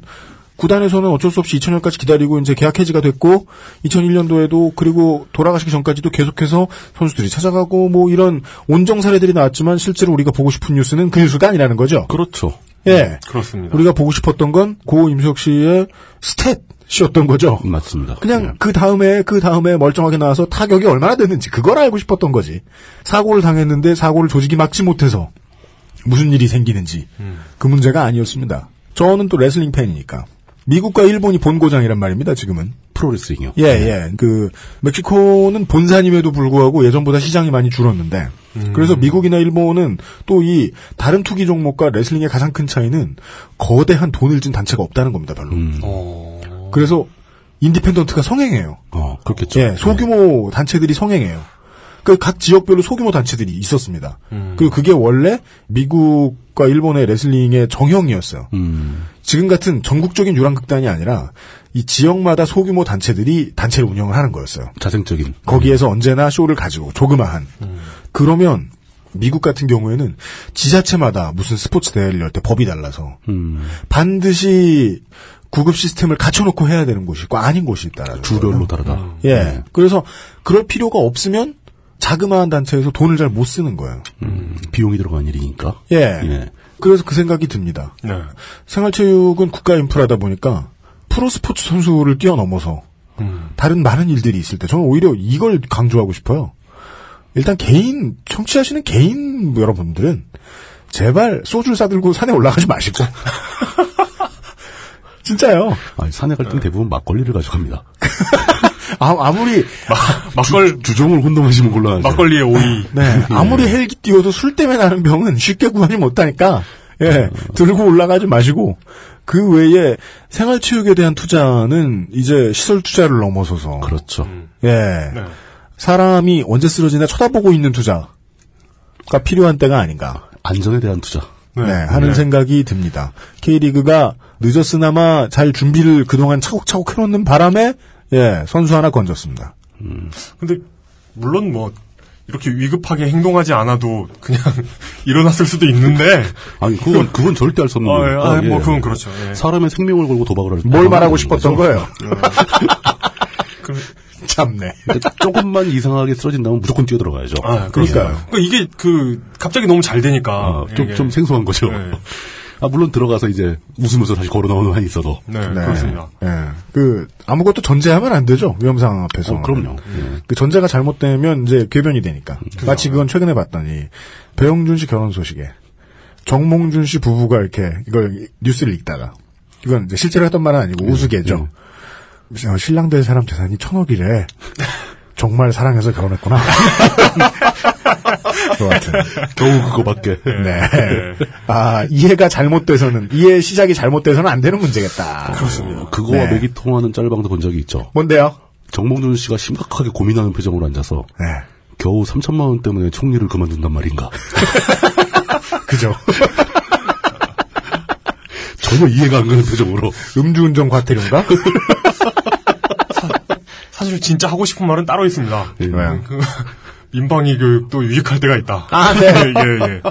Speaker 2: 구단에서는 어쩔 수 없이 2000년까지 기다리고 이제 계약 해지가 됐고 2001년도에도 그리고 돌아가시기 전까지도 계속해서 선수들이 찾아가고 뭐 이런 온정 사례들이 나왔지만 실제로 우리가 보고 싶은 뉴스는 그 뉴스가 아니라는 거죠.
Speaker 3: 그렇죠.
Speaker 2: 예.
Speaker 4: 그렇습니다.
Speaker 2: 우리가 보고 싶었던 건 고 임수혁 씨의 스탯이었던 거죠.
Speaker 3: 맞습니다.
Speaker 2: 그냥
Speaker 3: 예.
Speaker 2: 그 다음에 그 다음에 멀쩡하게 나와서 타격이 얼마나 됐는지 그걸 알고 싶었던 거지. 사고를 당했는데 사고를 조직이 막지 못해서 무슨 일이 생기는지 그 문제가 아니었습니다. 저는 또 레슬링 팬이니까 미국과 일본이 본고장이란 말입니다. 지금은
Speaker 3: 프로레슬링이요.
Speaker 2: 예 예. 그 멕시코는 본산임에도 불구하고 예전보다 시장이 많이 줄었는데 그래서 미국이나 일본은 또 이 다른 투기 종목과 레슬링의 가장 큰 차이는 거대한 돈을 쥔 단체가 없다는 겁니다. 별로.
Speaker 4: 어.
Speaker 2: 그래서 인디펜던트가 성행해요.
Speaker 3: 어, 그렇겠죠.
Speaker 2: 예, 소규모 단체들이 성행해요. 그 각 지역별로 소규모 단체들이 있었습니다. 그 그게 원래 미국과 일본의 레슬링의 정형이었어요.
Speaker 3: 음,
Speaker 2: 지금 같은 전국적인 유랑극단이 아니라 이 지역마다 소규모 단체들이 단체를 운영을 하는 거였어요.
Speaker 3: 자생적인.
Speaker 2: 거기에서 언제나 쇼를 가지고 조그마한 그러면 미국 같은 경우에는 지자체마다 무슨 스포츠 대회를 열 때 법이 달라서
Speaker 3: 음,
Speaker 2: 반드시 구급 시스템을 갖춰놓고 해야 되는 곳이 있고 아닌 곳이 있다라는 거예요.
Speaker 3: 주별로 다르다.
Speaker 2: 예. 그래서 그럴 필요가 없으면 자그마한 단체에서 돈을 잘 못 쓰는 거예요.
Speaker 3: 음, 비용이 들어간 일이니까.
Speaker 2: 예.
Speaker 3: 예.
Speaker 2: 그래서 그 생각이 듭니다.
Speaker 4: 네.
Speaker 2: 생활체육은 국가 인프라다 보니까 프로 스포츠 선수를 뛰어넘어서 다른 많은 일들이 있을 때 저는 오히려 이걸 강조하고 싶어요. 일단 개인 청취하시는 개인 여러분들은 제발 소주 를 싸들고 산에 올라가지 마시고 진짜요.
Speaker 3: 아니, 산에 갈
Speaker 4: 네.
Speaker 3: 땐 대부분 막걸리를 가져갑니다.
Speaker 2: 아, 무리
Speaker 4: 막걸
Speaker 3: 주종을 혼동하시면 곤란하죠.
Speaker 4: 막걸리에 오이.
Speaker 2: 네 아무리 헬기 뛰어도 술 때문에 나는 병은 쉽게 구하지 못하니까 예 들고 올라가지 마시고 그 외에 생활체육에 대한 투자는 이제 시설 투자를 넘어서서
Speaker 3: 그렇죠.
Speaker 4: 음.
Speaker 2: 예 사람이 언제 쓰러지나 쳐다보고 있는 투자가 필요한 때가 아닌가.
Speaker 3: 안전에 대한 투자.
Speaker 2: 네, 하는 생각이 듭니다. K리그가 늦었으나마 잘 준비를 그동안 차곡차곡 해놓는 바람에 예, 선수 하나 건졌습니다.
Speaker 4: 근데 물론 뭐 이렇게 위급하게 행동하지 않아도 그냥 일어났을 수도 있는데.
Speaker 3: 아니, 그건, 그건 절대 할 수 없는
Speaker 4: 아, 예,
Speaker 3: 음. 거예요.
Speaker 4: 아, 뭐 그건 그렇죠. 예.
Speaker 3: 사람의 생명을 걸고 도박을 할 그렇죠.
Speaker 2: 뭘
Speaker 3: 도박을
Speaker 2: 말하고
Speaker 3: 하는
Speaker 2: 싶었던
Speaker 3: 거죠.
Speaker 2: 거예요? 참네.
Speaker 3: 그러니까 조금만 이상하게 쓰러진다면 무조건 뛰어들어가야죠. 예.
Speaker 4: 아, 그러니까요. 예, 그러니까 이게 그 갑자기 너무 잘 되니까
Speaker 3: 아, 좀,
Speaker 4: 이게.
Speaker 3: 좀 생소한 거죠.
Speaker 4: 네.
Speaker 3: 아, 물론 들어가서 이제 웃으면서 다시 걸어 나오는 한이 있어도.
Speaker 4: 네, 그렇습니다.
Speaker 2: 예, 그 아무것도 전제하면 안 되죠 위험 상황 앞에서.
Speaker 3: 어, 그럼요.
Speaker 4: 음.
Speaker 2: 그 전제가 잘못되면 이제 궤변이 되니까. 마치 그건 최근에 봤더니 배용준 씨 결혼 소식에 정몽준 씨 부부가 이렇게 이걸 뉴스를 읽다가 이건 이제 실제로 했던 말은 아니고
Speaker 3: 예,
Speaker 2: 우스개죠. 어, 신랑 될 사람 재산이 천억이래. 정말 사랑해서 결혼했구나. 그 같은.
Speaker 3: 예. 겨우 그거밖에.
Speaker 2: 네.
Speaker 3: 예.
Speaker 2: 아 이해가 잘못돼서는 이해 시작이 잘못돼서는 안 되는 문제겠다.
Speaker 3: 그렇습니다. 그거와
Speaker 2: 네.
Speaker 3: 맥이 통하는 짤방도 본 적이 있죠.
Speaker 2: 뭔데요?
Speaker 3: 정몽준 씨가 심각하게 고민하는 표정으로 앉아서
Speaker 2: 네.
Speaker 3: 겨우 3천만 원 때문에 총리를 그만둔단 말인가.
Speaker 2: 네. 그죠.
Speaker 3: 전혀 이해가 안 가는 표정으로.
Speaker 2: 음주운전 과태료인가?
Speaker 4: 사실 진짜 하고 싶은 말은 따로 있습니다.
Speaker 3: 예.
Speaker 2: 네.
Speaker 4: 그 민방위 교육도 유익할 때가 있다.
Speaker 2: 아, 네.
Speaker 4: 예, 예.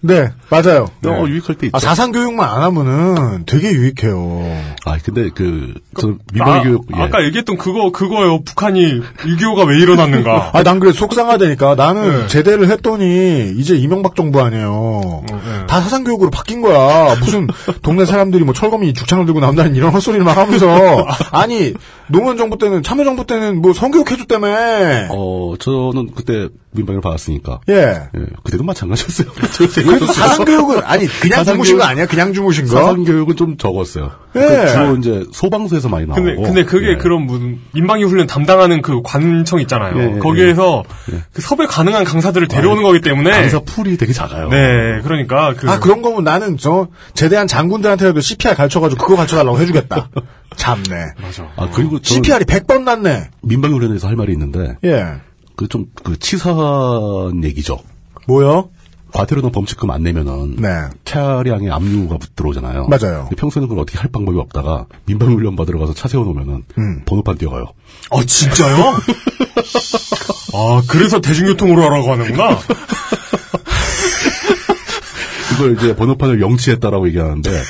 Speaker 2: 네, 맞아요.
Speaker 3: 어, 유익할 때 있죠.
Speaker 2: 아, 사상교육만 안 하면은 되게 유익해요.
Speaker 3: 아, 근데 그, 저는
Speaker 4: 나-
Speaker 3: 미발 교육, 예.
Speaker 4: 아, 아까 얘기했던 그거 그거요. 북한이 6.25가 왜 일어났는가?
Speaker 2: 아, 난 그래 속상하다니까. 나는
Speaker 4: 네.
Speaker 2: 제대를 했더니 이제 이명박 정부 아니에요.
Speaker 4: 네.
Speaker 2: 다 사상교육으로 바뀐 거야. 무슨 동네 사람들이 뭐 철거민이 죽창을 들고 나온다는 이런 헛소리를 막 하면서. 아니, 노무현 정부 때는, 참여정부 때는 뭐 성교육해줬다며.
Speaker 3: 어, 저는 그때 민방위를 받았으니까.
Speaker 2: 예.
Speaker 3: 예, 그때도 마찬가지였어요.
Speaker 2: 그래도 사상교육은, 아니, 그냥
Speaker 3: 사상교육-
Speaker 2: 주무신 거 아니야? 그냥 주무신 거?
Speaker 3: 사상 교육은 좀 적었어요.
Speaker 2: 예.
Speaker 3: 그 주로 이제 소방서에서 많이 나오고.
Speaker 4: 네. 근데 근데 그게
Speaker 3: 예.
Speaker 4: 그런 무슨 민방위 훈련 담당하는 그 관청 있잖아요.
Speaker 3: 예, 예,
Speaker 4: 거기에서 그 섭외 가능한 강사들을 데려오는 거기 때문에
Speaker 3: 강사 풀이 되게 작아요.
Speaker 4: 네, 그러니까 그
Speaker 2: 아, 그런 거면 나는 저, 제대한 장군들한테라도 CPR 가르쳐가지고 그거 가르쳐달라고 해주겠다. 참네.
Speaker 4: 맞아.
Speaker 3: 아 그리고 저는
Speaker 2: CPR이 100번 났네.
Speaker 3: 민방위 훈련에서 할 말이 있는데
Speaker 2: 예.
Speaker 3: 그 좀 그 치사한 얘기죠.
Speaker 2: 뭐요?
Speaker 3: 과태료나 범칙금 안 내면은
Speaker 2: 네.
Speaker 3: 차량에 압류가 붙- 들어오잖아요.
Speaker 2: 맞아요.
Speaker 3: 근데 평소에는 그걸 어떻게 할 방법이 없다가 민방위 훈련 받으러 가서 차 세워놓으면은
Speaker 2: 음.
Speaker 3: 번호판 뛰어가요.
Speaker 4: 아 진짜요? 아 그래서 대중교통으로 하라고 하는구나.
Speaker 3: 그걸 이제 번호판을 영치했다라고 얘기하는데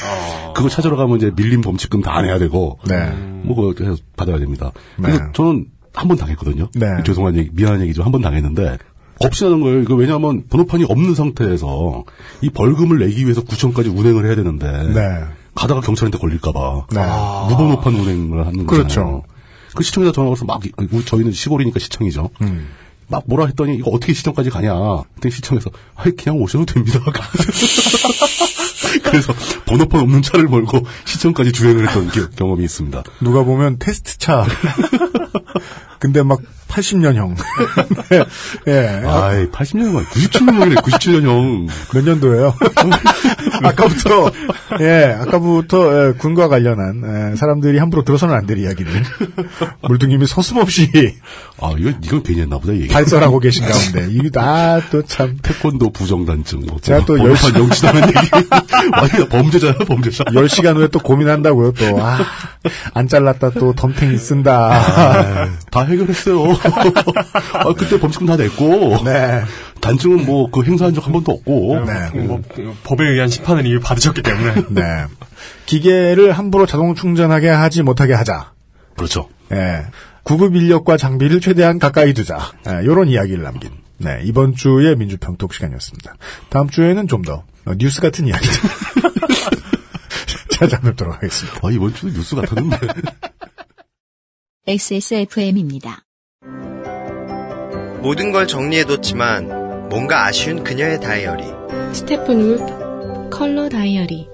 Speaker 3: 그걸 찾으러 가면 이제 밀린 범칙금 다 내야 되고
Speaker 2: 네.
Speaker 3: 뭐 그거 계속 받아야 됩니다. 그래서
Speaker 2: 네.
Speaker 3: 저는 한 번 당했거든요.
Speaker 2: 네.
Speaker 3: 죄송한 얘기, 미안한 얘기죠. 한 번 당했는데 겁이 나는 거예요. 이거 왜냐하면 번호판이 없는 상태에서 이 벌금을 내기 위해서 구청까지 운행을 해야 되는데
Speaker 2: 네.
Speaker 3: 가다가 경찰한테 걸릴까봐
Speaker 2: 네.
Speaker 3: 무번호판 운행을 하는 거잖아요.
Speaker 2: 그렇죠.
Speaker 3: 그 시청자 전화와서 막 이- 우리 저희는 시골이니까 시청이죠.
Speaker 2: 음.
Speaker 3: 막 뭐라 했더니 이거 어떻게 시청까지 가냐. 그때 시청에서 아이 그냥 오셔도 됩니다. 그래서 번호판 없는 차를 몰고 시청까지 주행을 했던 기- 경험이 있습니다.
Speaker 2: 누가 보면 테스트차. 근데 막 80년형. 예.
Speaker 3: 아이 80년만 97년이네 97년형.
Speaker 2: 몇 년도예요? 아까부터 예 아까부터 예, 군과 관련한 예, 사람들이 함부로 들어서는 안 될 이야기를 물뚱님이 서슴없이
Speaker 3: 아 이건 이건 괜히 했나 보다 이 얘기.
Speaker 2: 발설하고 계신 가운데 이나또참
Speaker 3: 태권도 부정단증. 뭐
Speaker 2: 제가 또
Speaker 3: 번호판 영치당한 얘기. 완전 범죄자야 범죄자.
Speaker 2: 10시간 후에 또 고민한다고요, 또. 아, 안 잘랐다, 또 덤탱이
Speaker 4: 아,
Speaker 2: 쓴다.
Speaker 3: 다 해결했어요. 아, 그때 범칙금 다 냈고.
Speaker 2: 네.
Speaker 3: 단증은 뭐 그 행사한 적 한 번도 없고.
Speaker 2: 네.
Speaker 4: 뭐,
Speaker 3: 그
Speaker 4: 법에 의한 심판을 이미 받으셨기 때문에
Speaker 2: 네. 기계를 함부로 자동 충전하게 하지 못하게 하자.
Speaker 3: 그렇죠.
Speaker 2: 예. 구급 인력과 장비를 최대한 가까이 두자. 예, 요런 이야기를 남긴. 네. 이번 주의 민주평톡 시간이었습니다. 다음 주에는 좀 더 어, 뉴스 같은 이야기 좀 찾아뵙도록 하겠습니다.
Speaker 3: 아, 이번 주도 뉴스 같았는데.
Speaker 1: XSFM입니다.
Speaker 6: 모든 걸 정리해뒀지만 뭔가 아쉬운 그녀의 다이어리
Speaker 8: 스테픈 울프 컬러 다이어리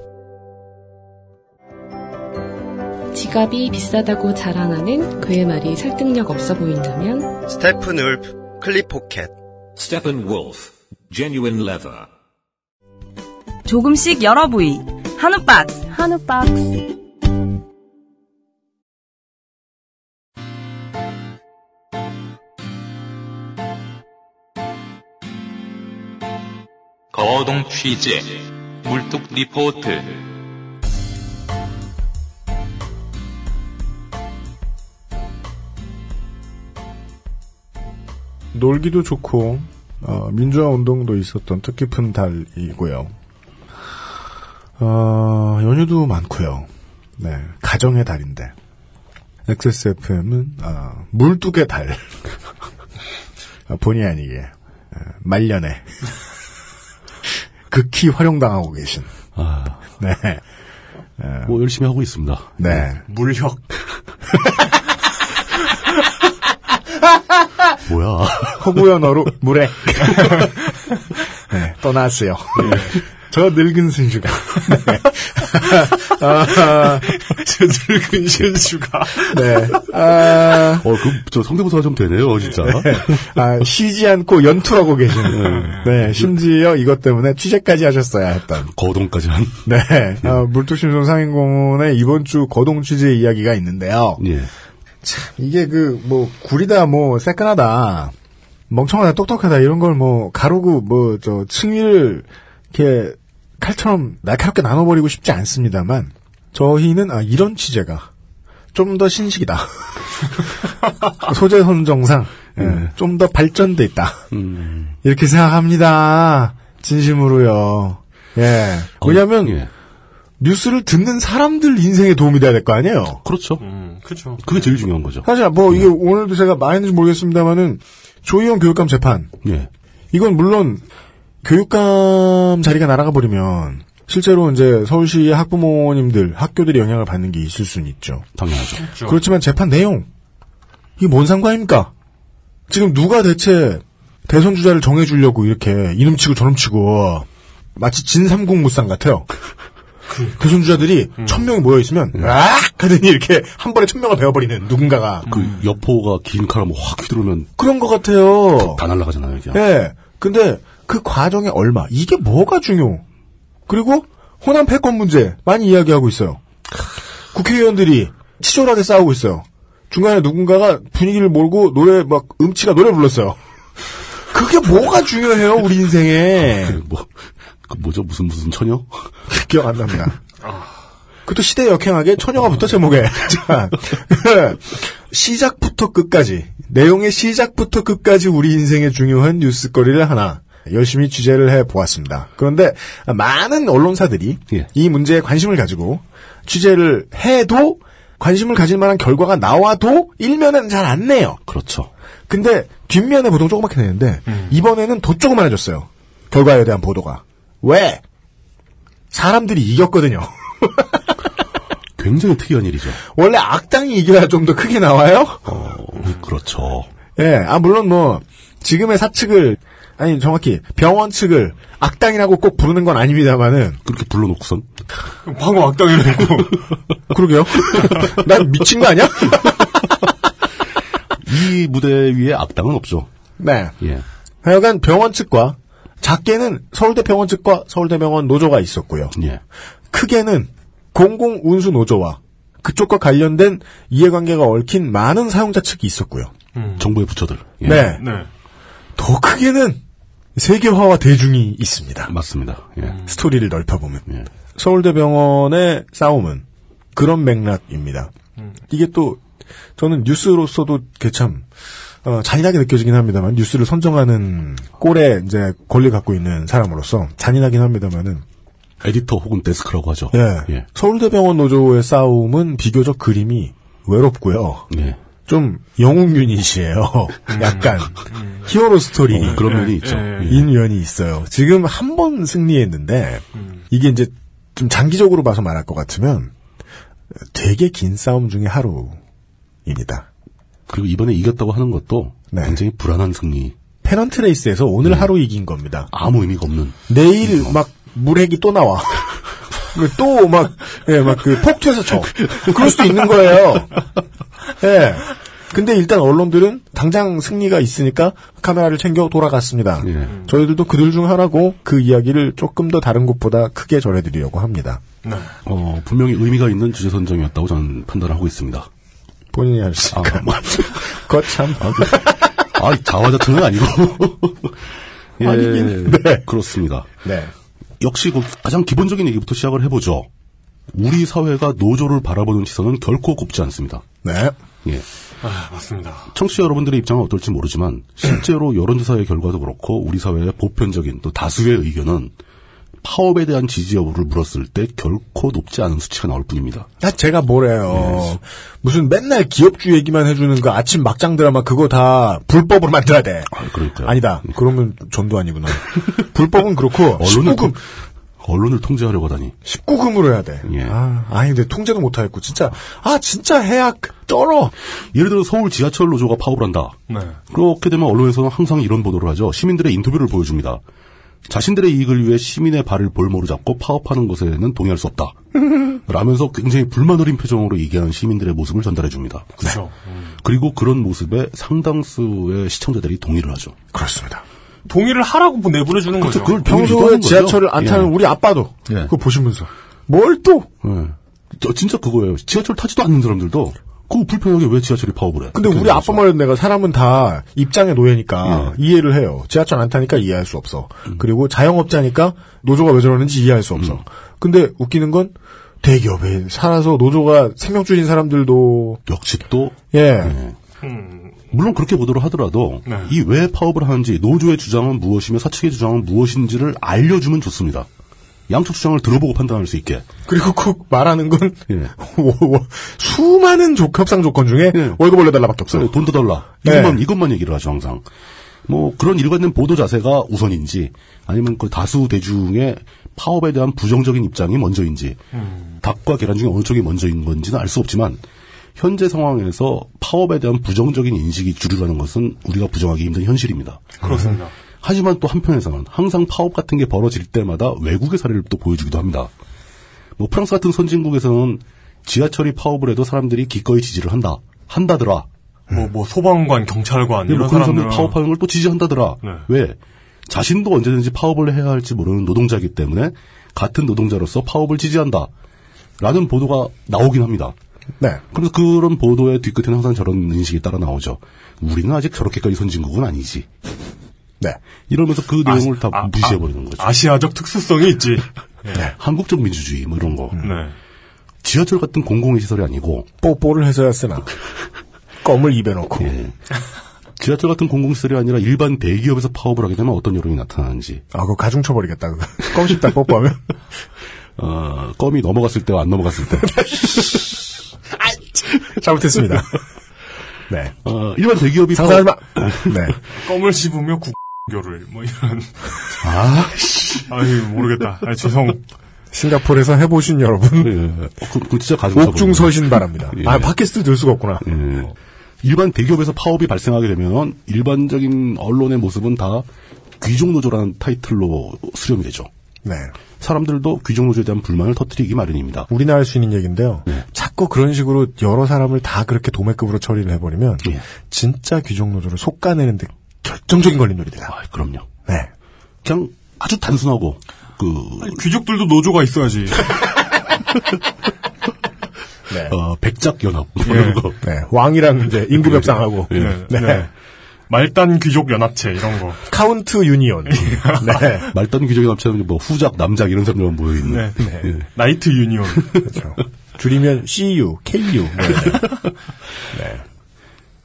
Speaker 8: 지갑이 비싸다고 자랑하는 그의 말이 설득력 없어 보인다면
Speaker 6: 스테픈 울프 클립 포켓
Speaker 11: Stephen Wolf, genuine leather.
Speaker 12: 조금씩 여러 부위. 한우 박스.
Speaker 7: 한우 박스.
Speaker 9: 거동 취재. 물뚝 리포트.
Speaker 2: 놀기도 좋고 어, 민주화 운동도 있었던 뜻깊은 달이고요. 어, 연휴도 많고요. 네, 가정의 달인데 XSFM은 어, 물뚝의 달 아, 본의 아니게 아, 말년에 극히 활용당하고 계신.
Speaker 3: 아,
Speaker 2: 네,
Speaker 3: 뭐 열심히 하고 있습니다.
Speaker 2: 네.
Speaker 4: 물혁.
Speaker 3: 뭐야?
Speaker 2: 허구연어로 물에 네, 떠났어요. 예. 저 늙은 순주가 네. 아,
Speaker 4: 저 늙은 신수가.
Speaker 2: 네. 아,
Speaker 3: 어, 그 저 성대모사가 좀 되네요, 진짜.
Speaker 2: 아, 쉬지 않고 연투하고 계시는. 네, 심지어 이것 때문에 취재까지 하셨어야 했던.
Speaker 3: 거동까지 한.
Speaker 2: 네, 아, 물뚝심송 상인공원에 이번 주 거동 취재 이야기가 있는데요.
Speaker 3: 예.
Speaker 2: 이게 그, 뭐, 구리다, 뭐, 새끈하다, 멍청하다, 똑똑하다, 이런 걸 뭐, 가로고, 뭐, 저, 층위를, 이렇게, 칼처럼 날카롭게 나눠버리고 싶지 않습니다만, 저희는, 아, 이런 취재가, 좀 더 신식이다. 소재 선정상, 예, 좀 더 발전돼 있다.
Speaker 3: 음.
Speaker 2: 이렇게 생각합니다. 진심으로요. 예. 왜냐면,
Speaker 3: 예.
Speaker 2: 뉴스를 듣는 사람들 인생에 도움이 돼야 될 거 아니에요?
Speaker 3: 그렇죠.
Speaker 4: 음, 그쵸.
Speaker 3: 그게 제일 중요한 거죠.
Speaker 2: 사실 뭐 이게 오늘도 제가 말했는지 모르겠습니다만은 조희영 교육감 재판
Speaker 3: 예.
Speaker 2: 이건 물론 교육감 자리가 날아가 버리면 실제로 이제 서울시 학부모님들 학교들이 영향을 받는 게 있을 수는 있죠.
Speaker 3: 당연하죠.
Speaker 4: 그쵸.
Speaker 2: 그렇지만 재판 내용 이게 뭔 상관입니까? 지금 누가 대체 대선 주자를 정해주려고 이렇게 이놈 치고 저놈 치고 마치 진삼국 무쌍 같아요. 대선 주자들이 천 명이 모여 있으면 아 하더니 이렇게 한 번에 천 명을 베어버리는 누군가가
Speaker 3: 그 여포가 긴 칼로 뭐확 휘두르면
Speaker 2: 그런 것 같아요.
Speaker 3: 다 날아가잖아요, 이게.
Speaker 2: 예. 근데 그 과정에 얼마 이게 뭐가 중요? 그리고 호남 패권 문제 많이 이야기하고 있어요. 국회의원들이 치졸하게 싸우고 있어요. 중간에 누군가가 분위기를 몰고 노래 막 음치가 노래 불렀어요. 그게 뭐가 중요해요 우리 인생에
Speaker 3: 그 뭐, 그 뭐죠? 무슨 무슨 처녀?
Speaker 2: 기억 안 납니다. 그것도 시대 역행하게 처녀가 붙어 제목에 자 시작부터 끝까지 내용의 시작부터 끝까지 우리 인생의 중요한 뉴스거리를 하나 열심히 취재를 해 보았습니다. 그런데 많은 언론사들이
Speaker 3: 예.
Speaker 2: 이 문제에 관심을 가지고 취재를 해도 관심을 가질 만한 결과가 나와도 일면은 잘 안 내요.
Speaker 3: 그렇죠. 음.
Speaker 2: 근데 뒷면에 보통 조그맣게 내는데 이번에는 더 조그만해졌어요. 결과에 대한 보도가 왜 사람들이 이겼거든요.
Speaker 3: 굉장히 특이한 일이죠.
Speaker 2: 원래 악당이 이겨야 좀 더 크게 나와요.
Speaker 3: 어, 그렇죠.
Speaker 2: 예, 아 물론 뭐 지금의 사측을 아니 정확히 병원 측을 악당이라고 꼭 부르는 건 아닙니다만은
Speaker 3: 그렇게 불러놓고선
Speaker 4: 방어 악당이라고.
Speaker 2: 아, 그러게요. 난 미친 거 아니야?
Speaker 3: 이 무대 위에 악당은 없죠.
Speaker 2: 네.
Speaker 3: 예.
Speaker 2: 하여간 병원 측과 작게는 서울대 병원 측과 서울대 병원 노조가 있었고요.
Speaker 3: 예.
Speaker 2: 크게는 공공 운수 노조와 그쪽과 관련된 이해관계가 얽힌 많은 사용자 측이 있었고요.
Speaker 3: 정부의 부처들. 예.
Speaker 2: 음. 네.
Speaker 4: 네.
Speaker 2: 더 크게는 세계화와 대중이 있습니다.
Speaker 3: 맞습니다. 예.
Speaker 2: 스토리를 넓혀보면.
Speaker 3: 예.
Speaker 2: 서울대병원의 싸움은 그런 맥락입니다.
Speaker 3: 음.
Speaker 2: 이게 또 저는 뉴스로서도 게참 어, 잔인하게 느껴지긴 합니다만 뉴스를 선정하는 꼴에 이제 권리 갖고 있는 사람으로서 잔인하긴 합니다만은
Speaker 3: 에디터 혹은 데스크라고 하죠.
Speaker 2: 예.
Speaker 3: 예.
Speaker 2: 서울대병원 노조의 싸움은 비교적 그림이 외롭고요.
Speaker 3: 예.
Speaker 2: 좀 영웅 유닛이에요. 약간 히어로 스토리
Speaker 3: 어, 그런 면이 있죠.
Speaker 4: 예,
Speaker 3: 예.
Speaker 2: 인연이 있어요. 지금 한 번 승리했는데 이게 이제 좀 장기적으로 봐서 말할 것 같으면 되게 긴 싸움 중에 하루입니다.
Speaker 3: 그리고 이번에 이겼다고 하는 것도
Speaker 2: 네.
Speaker 3: 굉장히 불안한 승리.
Speaker 2: 페넌트 레이스에서 오늘 하루 이긴 겁니다.
Speaker 3: 아무 의미가 없는.
Speaker 2: 내일 막 물핵이 또 나와. 그 또 막, 예, 막 그 폭투해서 쳐. 그럴 수도 있는 거예요. 예. 근데 일단 언론들은 당장 승리가 있으니까 카메라를 챙겨 돌아갔습니다.
Speaker 3: 예.
Speaker 2: 저희들도 그들 중 하나고 그 이야기를 조금 더 다른 곳보다 크게 전해드리려고 합니다.
Speaker 3: 어, 분명히 의미가 있는 주제 선정이었다고 저는 판단을 하고 있습니다.
Speaker 2: 본인이 하셨으니까.
Speaker 3: 아, 뭐.
Speaker 2: 거참.
Speaker 3: 아, 그, 아, 자화자찬은 아니고. 예,
Speaker 2: 아니긴, 네.
Speaker 3: 그렇습니다.
Speaker 2: 네.
Speaker 3: 역시 그 가장 기본적인 얘기부터 시작을 해보죠. 우리 사회가 노조를 바라보는 시선은 결코 곱지 않습니다.
Speaker 2: 네.
Speaker 3: 예.
Speaker 4: 아, 맞습니다.
Speaker 3: 청취자 여러분들의 입장은 어떨지 모르지만 실제로 여론조사의 결과도 그렇고 우리 사회의 보편적인 또 다수의 의견은 파업에 대한 지지 여부를 물었을 때 결코 높지 않은 수치가 나올 뿐입니다.
Speaker 2: 아, 제가 뭐래요. 무슨 맨날 기업주 얘기만 해주는 그 아침 막장 드라마 그거 다 불법으로 만들어야 돼.
Speaker 3: 아, 그러니까요.
Speaker 2: 아니다. 그러면 전도 아니구나. 불법은 그렇고
Speaker 3: 언론을, 통,
Speaker 2: 19금
Speaker 3: 언론을 통제하려고 하다니.
Speaker 2: 19금으로 해야 돼.
Speaker 3: 예.
Speaker 2: 아, 아니 근데 통제도 못 하겠고 진짜 아 진짜 해야 쩔어.
Speaker 3: 예를 들어 서울 지하철 노조가 파업을 한다.
Speaker 4: 네.
Speaker 3: 그렇게 되면 언론에서는 항상 이런 보도를 하죠. 시민들의 인터뷰를 보여줍니다. 자신들의 이익을 위해 시민의 발을 볼모로 잡고 파업하는 것에는 동의할 수 없다. 라면서 굉장히 불만 어린 표정으로 얘기하는 시민들의 모습을 전달해 줍니다. 네.
Speaker 4: 그렇죠.
Speaker 3: 그리고 그런 모습에 상당수의 시청자들이 동의를 하죠.
Speaker 2: 그렇습니다.
Speaker 4: 동의를 하라고 내보내주는 거죠.
Speaker 3: 그걸 동의를
Speaker 2: 그렇죠. 평소에
Speaker 3: 하는 거죠.
Speaker 2: 지하철을 안
Speaker 3: 예.
Speaker 2: 타는 우리 아빠도
Speaker 3: 예.
Speaker 2: 그거 보시면서 뭘 또?
Speaker 3: 예. 저 진짜 그거예요. 지하철 타지도 않는 사람들도 그 불편하게 왜 지하철이 파업을 해?
Speaker 2: 근데
Speaker 3: 그렇게
Speaker 2: 우리 아빠
Speaker 3: 되죠.
Speaker 2: 말은 내가 사람은 다 입장의 노예니까 이해를 해요. 지하철 안 타니까 이해할 수 없어.
Speaker 3: 음.
Speaker 2: 그리고 자영업자니까 노조가 왜 저러는지 이해할 수 없어. 근데 웃기는 건 대기업에 살아서 노조가 생명줄인 사람들도
Speaker 3: 역시 또
Speaker 2: 예.
Speaker 3: 물론 그렇게 보도를 하더라도
Speaker 4: 네.
Speaker 3: 이 왜 파업을 하는지 노조의 주장은 무엇이며 사측의 주장은 무엇인지를 알려주면 좋습니다. 양측 주장을 들어보고 판단할 수 있게.
Speaker 2: 그리고 꼭 말하는 건
Speaker 3: 예.
Speaker 2: 수많은 조- 협상 조건 중에
Speaker 3: 예.
Speaker 2: 월급 올려달라밖에 없어요.
Speaker 3: 돈 더 달라. 이것만 이것만 얘기를 하죠 항상. 뭐 그런 일관된 보도 자세가 우선인지 아니면 그 다수 대중의 파업에 대한 부정적인 입장이 먼저인지 닭과 계란 중에 어느 쪽이 먼저인 건지는 알 수 없지만 현재 상황에서 파업에 대한 부정적인 인식이 주류라는 것은 우리가 부정하기 힘든 현실입니다.
Speaker 4: 그렇습니다.
Speaker 3: 하지만 또 한편에서는 항상 파업 같은 게 벌어질 때마다 외국의 사례를 또 보여주기도 합니다. 뭐 프랑스 같은 선진국에서는 지하철이 파업을 해도 사람들이 기꺼이 지지를 한다. 한다더라.
Speaker 4: 뭐, 뭐, 소방관, 경찰관,
Speaker 3: 이런
Speaker 4: 이런
Speaker 3: 사람들
Speaker 4: 뭐 사람들은.
Speaker 3: 파업하는 걸 또 지지한다더라.
Speaker 4: 네.
Speaker 3: 왜? 자신도 언제든지 파업을 해야 할지 모르는 노동자이기 때문에 같은 노동자로서 파업을 지지한다. 라는 보도가 나오긴 합니다.
Speaker 2: 네.
Speaker 3: 그래서 그런 보도의 뒤끝에는 항상 저런 인식이 따라 나오죠. 우리는 아직 저렇게까지 선진국은 아니지.
Speaker 2: 네.
Speaker 3: 이러면서 그
Speaker 4: 아,
Speaker 3: 내용을 다
Speaker 4: 아,
Speaker 3: 무시해버리는 거죠.
Speaker 4: 아, 아시아적 특수성이 있지.
Speaker 3: 네, 한국적 민주주의 뭐 이런 거.
Speaker 4: 네.
Speaker 3: 지하철 같은 공공의 시설이 아니고
Speaker 2: 뽀뽀를 해서야 쓰나. 껌을 입에 넣고.
Speaker 3: 예. 지하철 같은 공공시설이 아니라 일반 대기업에서 파업을 하게 되면 어떤 여론이 나타나는지
Speaker 2: 아, 그거 가중 쳐버리겠다, 그거. 껌 씹다 뽀뽀하면.
Speaker 3: 어, 껌이 넘어갔을 때와 안 넘어갔을 때
Speaker 2: 잘못했습니다. 네.
Speaker 3: 어, 일반 대기업이
Speaker 2: 상상하지 마!
Speaker 3: 파업-
Speaker 2: 네.
Speaker 4: 껌을 씹으며 국교를, 뭐, 이런. 아, 아유, 모르겠다. 아, 죄송.
Speaker 2: 싱가포르에서 해보신 여러분.
Speaker 3: 예, 예. 어, 그, 그 진짜 가슴
Speaker 2: 옥중
Speaker 3: 아파요.
Speaker 2: 서신 바랍니다.
Speaker 3: 예.
Speaker 2: 아, 팟캐스트 들 수가 없구나.
Speaker 3: 예. 일반 대기업에서 파업이 발생하게 되면 일반적인 언론의 모습은 다 귀족노조라는 타이틀로 수렴이 되죠.
Speaker 2: 네.
Speaker 3: 사람들도 귀족노조에 대한 불만을 터뜨리기 마련입니다.
Speaker 2: 우리나 할 수 있는 얘기인데요.
Speaker 3: 예.
Speaker 2: 자꾸 그런 식으로 여러 사람을 다 그렇게 도매급으로 처리를 해버리면,
Speaker 3: 예.
Speaker 2: 진짜 귀족노조를 솎아내는데 결정적인 걸림돌이 돼요.
Speaker 3: 아, 그럼요.
Speaker 2: 네.
Speaker 3: 그냥 아주 단순하고 그
Speaker 4: 귀족들도 노조가 있어야지.
Speaker 2: 네.
Speaker 3: 어, 백작 연합 뭐 이런 거.
Speaker 2: 네. 왕이랑 이제 임금 협상하고.
Speaker 3: 예.
Speaker 4: 네.
Speaker 2: 네.
Speaker 4: 네. 말단 귀족 연합체, 이런 거.
Speaker 2: 카운트 유니온.
Speaker 3: 예.
Speaker 2: 네.
Speaker 3: 말단 규정이 넘치는 뭐 후작, 남작 이런 사람들만 모여 있는.
Speaker 4: 네. 나이트 유니온.
Speaker 2: 그렇죠. 줄이면 CU, KU. 뭐 이런 거. 네.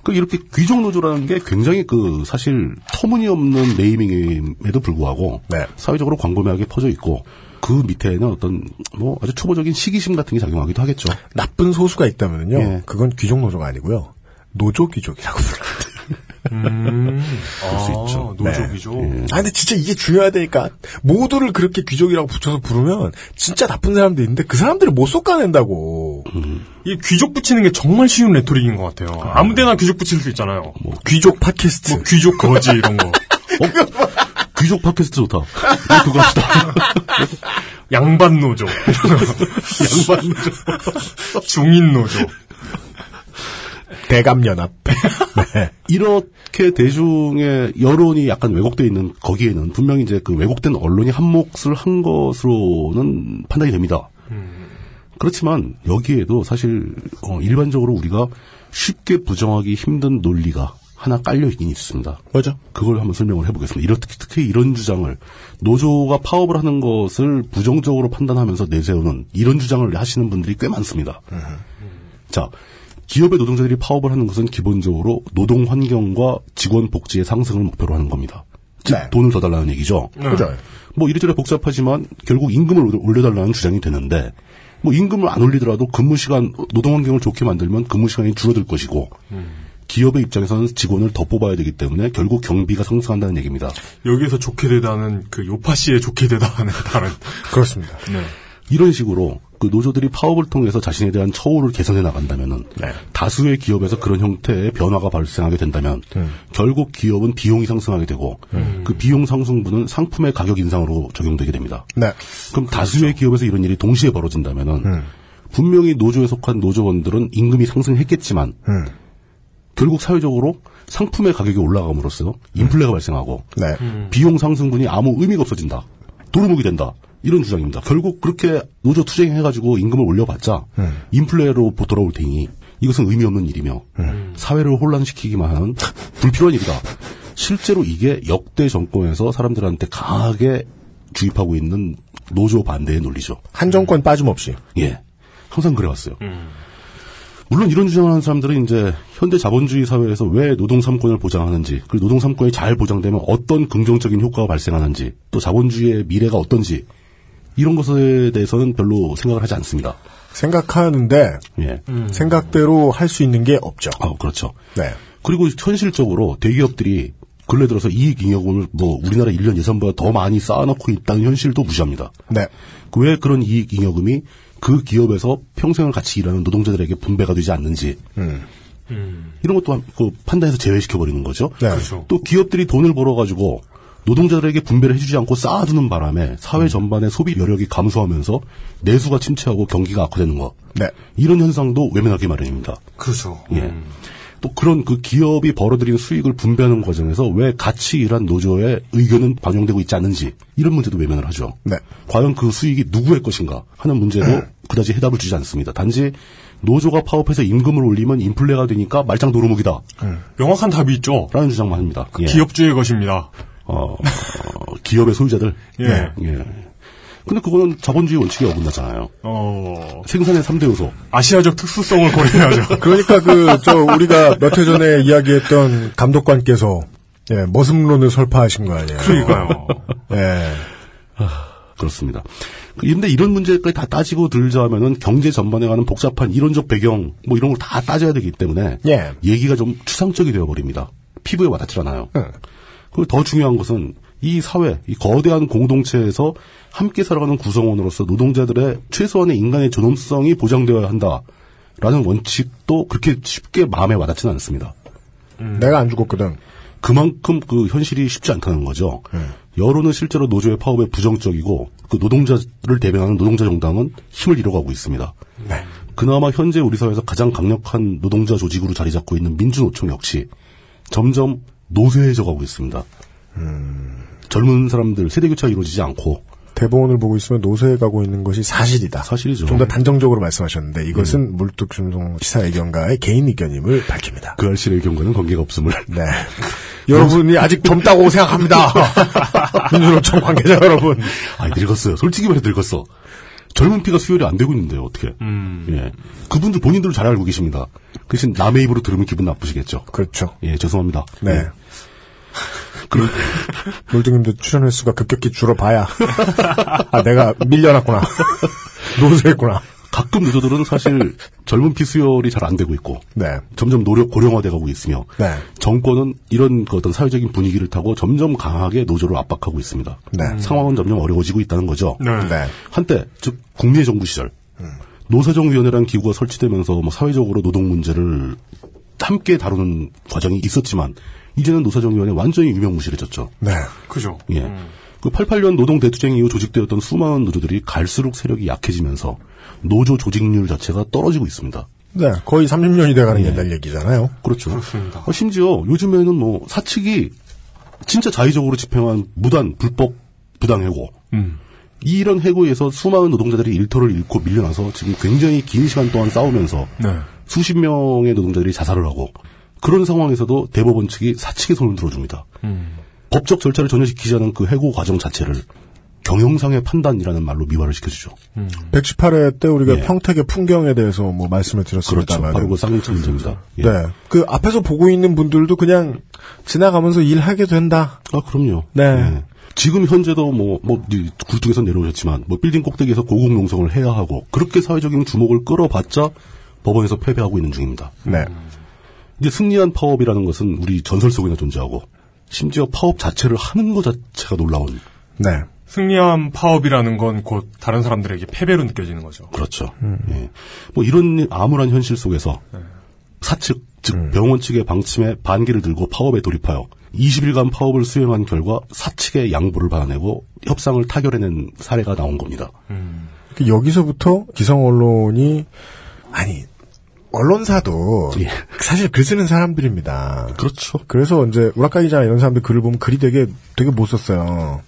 Speaker 3: 그 이렇게 귀족 노조라는 게 굉장히 그 사실 터무니없는 네이밍임에도 불구하고
Speaker 2: 네.
Speaker 3: 사회적으로 광범위하게 퍼져 있고 그 밑에는 어떤 뭐 아주 초보적인 시기심 같은 게 작용하기도 하겠죠.
Speaker 2: 나쁜 소수가 있다면요.
Speaker 3: 예.
Speaker 2: 그건 귀족 노조가 아니고요. 노조 귀족이라고 부릅니다.
Speaker 4: 그럴 수 있죠. 아, 네. 예. 노조 귀족.
Speaker 2: 아, 근데 진짜 이게 중요하다니까. 모두를 그렇게 귀족이라고 붙여서 부르면 진짜 나쁜 사람도 있는데 그 사람들을 못 솎아낸다고.
Speaker 4: 이 귀족 붙이는 게 정말 쉬운 레토릭인 것 같아요. 아무데나 귀족 붙일 수 있잖아요. 뭐, 네.
Speaker 2: 귀족 팟캐스트.
Speaker 4: 귀족 거지 이런 거.
Speaker 3: 어? 귀족 팟캐스트 좋다. 이거 그거 합시다.
Speaker 4: 양반 노조. 양반 노조. 중인 노조.
Speaker 2: 대감연합. 네.
Speaker 3: 이렇게 대중의 여론이 약간 왜곡돼 있는 거기에는 분명히 이제 그 왜곡된 언론이 한 몫을 한 것으로는 판단이 됩니다. 그렇지만 여기에도 사실 어, 일반적으로 우리가 쉽게 부정하기 힘든 논리가 하나 깔려 있긴 있습니다.
Speaker 2: 맞아.
Speaker 3: 그걸 한번 설명을 해보겠습니다. 이렇게 특히 이런 주장을 노조가 파업을 하는 것을 부정적으로 판단하면서 내세우는 이런 주장을 하시는 분들이 꽤 많습니다. 자, 기업의 노동자들이 파업을 하는 것은 기본적으로 노동 환경과 직원 복지의 상승을 목표로 하는 겁니다. 즉 돈을 더 달라는 얘기죠.
Speaker 2: 그죠.
Speaker 3: 뭐 이래저래 복잡하지만 결국 임금을 올려- 올려달라는 주장이 되는데 뭐 임금을 안 올리더라도 근무 시간 노동 환경을 좋게 만들면 근무 시간이 줄어들 것이고 기업의 입장에서는 직원을 더 뽑아야 되기 때문에 결국 경비가 상승한다는 얘기입니다.
Speaker 4: 여기에서 좋게 되다는 그 요파 씨의 좋게 되다는 다른.
Speaker 2: 그렇습니다.
Speaker 3: 이런 식으로 그 노조들이 파업을 통해서 자신에 대한 처우를 개선해 나간다면은 다수의 기업에서 그런 형태의 변화가 발생하게 된다면 결국 기업은 비용이 상승하게 되고 그 비용 상승분은 상품의 가격 인상으로 적용되게 됩니다.
Speaker 2: 네.
Speaker 3: 그럼 다수의 기업에서 이런 일이 동시에 벌어진다면은 분명히 노조에 속한 노조원들은 임금이 상승했겠지만
Speaker 2: 음.
Speaker 3: 결국 사회적으로 상품의 가격이 올라감으로써 인플레가 발생하고
Speaker 2: 네.
Speaker 3: 비용 상승분이 아무 의미가 없어진다. 도루묵이 된다. 이런 주장입니다. 결국 그렇게 노조 투쟁해가지고 임금을 올려봤자 인플레로 보- 돌아올 테니 이것은 의미 없는 일이며 사회를 혼란시키기만 하는 불필요한 일이다. 실제로 이게 역대 정권에서 사람들한테 강하게 주입하고 있는 노조 반대의 논리죠.
Speaker 2: 한 정권 빠짐없이.
Speaker 3: 예. 항상 그래왔어요. 물론 이런 주장을 하는 사람들은 이제 현대 자본주의 사회에서 왜 노동 삼권을 보장하는지, 그리고 노동 삼권이 잘 보장되면 어떤 긍정적인 효과가 발생하는지, 또 자본주의의 미래가 어떤지 이런 것에 대해서는 별로 생각을 하지 않습니다.
Speaker 2: 생각하는데
Speaker 3: 예.
Speaker 2: 음. 생각대로 할 수 있는 게 없죠.
Speaker 3: 아, 그렇죠.
Speaker 2: 네.
Speaker 3: 그리고 현실적으로 대기업들이 근래 들어서 이익잉여금을 뭐 우리나라 1년 예산보다 더 많이 쌓아놓고 있다는 현실도 무시합니다.
Speaker 2: 네.
Speaker 3: 그왜 그런 이익잉여금이 그 기업에서 평생을 같이 일하는 노동자들에게 분배가 되지 않는지
Speaker 2: 음.
Speaker 3: 이런 것도 한- 그 판단해서 제외시켜 버리는 거죠.
Speaker 2: 네. 그렇죠.
Speaker 3: 또 기업들이 돈을 벌어 가지고 노동자들에게 분배를 해주지 않고 쌓아두는 바람에
Speaker 2: 음.
Speaker 3: 사회 전반의 소비 여력이 감소하면서 내수가 침체하고 경기가 악화되는 것
Speaker 2: 네.
Speaker 3: 이런 현상도 외면하기 마련입니다.
Speaker 4: 그죠.
Speaker 2: 그렇죠.
Speaker 3: 예. 또 그런 그 기업이 벌어들인 수익을 분배하는 과정에서 왜 같이 일한 노조의 의견은 반영되고 있지 않는지 이런 문제도 외면을 하죠.
Speaker 2: 네.
Speaker 3: 과연 그 수익이 누구의 것인가 하는 문제도
Speaker 4: 네.
Speaker 3: 그다지 해답을 주지 않습니다. 단지 노조가 파업해서 임금을 올리면 인플레가 되니까 말짱 노르목이다
Speaker 4: 명확한 답이 있죠.
Speaker 3: 라는 주장만 합니다. 예.
Speaker 4: 네. 그 기업주의 것입니다.
Speaker 3: 어, 어, 기업의 소유자들.
Speaker 4: 예.
Speaker 3: 예. 근데 그거는 자본주의 원칙에 어긋나잖아요.
Speaker 4: 어,
Speaker 3: 생산의 3대 요소.
Speaker 4: 아시아적 특수성을 고려해야죠.
Speaker 2: 그러니까 그 저 우리가 몇 해 전에 이야기했던 감독관께서 예, 머슴론을 설파하신 거 아니에요.
Speaker 4: 그러니까요.
Speaker 2: 예.
Speaker 3: 그렇습니다. 그런데 이런 문제까지 다 따지고 들자면은 경제 전반에 관한 복잡한 이론적 배경 뭐 이런 걸 다 따져야 되기 때문에
Speaker 2: 예.
Speaker 3: 얘기가 좀 추상적이 되어버립니다. 피부에 와닿질 않아요.
Speaker 2: 예.
Speaker 3: 그리고 더 중요한 것은 이 사회, 이 거대한 공동체에서 함께 살아가는 구성원으로서 노동자들의 최소한의 인간의 존엄성이 보장되어야 한다라는 원칙도 그렇게 쉽게 마음에 와닿지는 않습니다.
Speaker 2: 내가 안 죽었거든.
Speaker 3: 그만큼 그 현실이 쉽지 않다는 거죠. 여론은 실제로 노조의 파업에 부정적이고 그 노동자를 대변하는 노동자 정당은 힘을 잃어가고 있습니다. 그나마 현재 우리 사회에서 가장 강력한 노동자 조직으로 자리 잡고 있는 민주노총 역시 점점 노쇠해져 가고 있습니다. 음. 젊은 사람들 세대 교체가 이루어지지 않고
Speaker 2: 대본을 보고 있으면 노쇠해 가고 있는 것이 사실이다.
Speaker 3: 사실이죠.
Speaker 2: 좀 더 단정적으로 말씀하셨는데 이것은 물뚝심송 시사 의견가의 개인 의견임을 밝힙니다.
Speaker 3: 그 알실의 경과는 관계가 없음을
Speaker 2: 네. 여러분이 아직 젊다고 생각합니다. 민주노총 관계자 여러분.
Speaker 3: 아, 늙었어요. 솔직히 말해 늙었어. 젊은 피가 수혈이 안 되고 있는데요, 어떻게. 예. 그분들 본인들 잘 알고 계십니다. 그 대신 남의 입으로 들으면 기분 나쁘시겠죠.
Speaker 2: 그렇죠.
Speaker 3: 예, 죄송합니다.
Speaker 2: 네.
Speaker 3: 예. 그,
Speaker 2: 물등님도 출연 횟수가 급격히 줄어봐야. 아, 내가 밀려났구나. 노쇠했구나.
Speaker 3: 가끔 노조들은 사실 젊은 피 수혈이 잘 안 되고 있고.
Speaker 2: 네.
Speaker 3: 점점 노력 고령화돼 가고 있으며
Speaker 2: 네.
Speaker 3: 정권은 이런 그 어떤 사회적인 분위기를 타고 점점 강하게 노조를 압박하고 있습니다.
Speaker 2: 네.
Speaker 3: 상황은 점점 어려워지고 있다는 거죠.
Speaker 4: 네.
Speaker 2: 네.
Speaker 3: 한때 즉 국내 정부 시절 노사정위원회라는 기구가 설치되면서 뭐 사회적으로 노동 문제를 함께 다루는 과정이 있었지만 이제는 노사정위원회 완전히 유명무실해졌죠.
Speaker 2: 네.
Speaker 4: 그죠.
Speaker 3: 예. 그 88년 노동 대투쟁 이후 조직되었던 수많은 노조들이 갈수록 세력이 약해지면서 노조 조직률 자체가 떨어지고 있습니다.
Speaker 2: 네, 거의 30년이 돼가는
Speaker 3: 네.
Speaker 2: 옛날 얘기잖아요.
Speaker 3: 그렇죠. 그렇습니다. 어, 심지어 요즘에는 뭐 사측이 진짜 자의적으로 집행한 무단 불법 부당 해고
Speaker 4: 음.
Speaker 3: 이런 해고에서 수많은 노동자들이 일터를 잃고 밀려나서 지금 굉장히 긴 시간 동안 싸우면서
Speaker 4: 네.
Speaker 3: 수십 명의 노동자들이 자살을 하고 그런 상황에서도 대법원 측이 사측의 손을 들어줍니다.
Speaker 4: 음.
Speaker 3: 법적 절차를 전혀 지키지 않은 그 해고 과정 자체를 경영상의 판단이라는 말로 미화를 시켜주죠.
Speaker 2: 118회 때 우리가 평택의 풍경에 대해서 뭐 말씀을
Speaker 3: 예. 그렇죠.
Speaker 2: 드렸습니다만.
Speaker 3: 바로 그 쌍용차 문제입니다. 예.
Speaker 2: 네. 그 앞에서 보고 있는 분들도 그냥 지나가면서 일하게 된다.
Speaker 3: 아, 그럼요.
Speaker 2: 네.
Speaker 3: 예. 지금 현재도 뭐, 뭐, 이 굴뚝에서 내려오셨지만, 뭐, 빌딩 꼭대기에서 고공농성을 해야 하고, 그렇게 사회적인 주목을 끌어봤자 법원에서 패배하고 있는 중입니다.
Speaker 2: 네.
Speaker 3: 이제 승리한 파업이라는 것은 우리 전설 속에나 존재하고, 심지어 파업 자체를 하는 것 자체가 놀라운.
Speaker 2: 네.
Speaker 4: 승리함 파업이라는 건 곧 다른 사람들에게 패배로 느껴지는 거죠.
Speaker 3: 그렇죠. 예. 뭐, 이런 암울한 현실 속에서, 사측, 즉, 병원 측의 방침에 반기를 들고 파업에 돌입하여, 20일간 파업을 수행한 결과 사측의 양보를 받아내고 협상을 타결해낸 사례가 나온 겁니다.
Speaker 2: 그 여기서부터 기성 언론이 아니 언론사도
Speaker 3: 예.
Speaker 2: 사실 글 쓰는 사람들입니다.
Speaker 3: 그렇죠.
Speaker 2: 그래서 이제 우라카 기자 이런 사람들 글을 보면 글이 되게 되게 못 썼어요.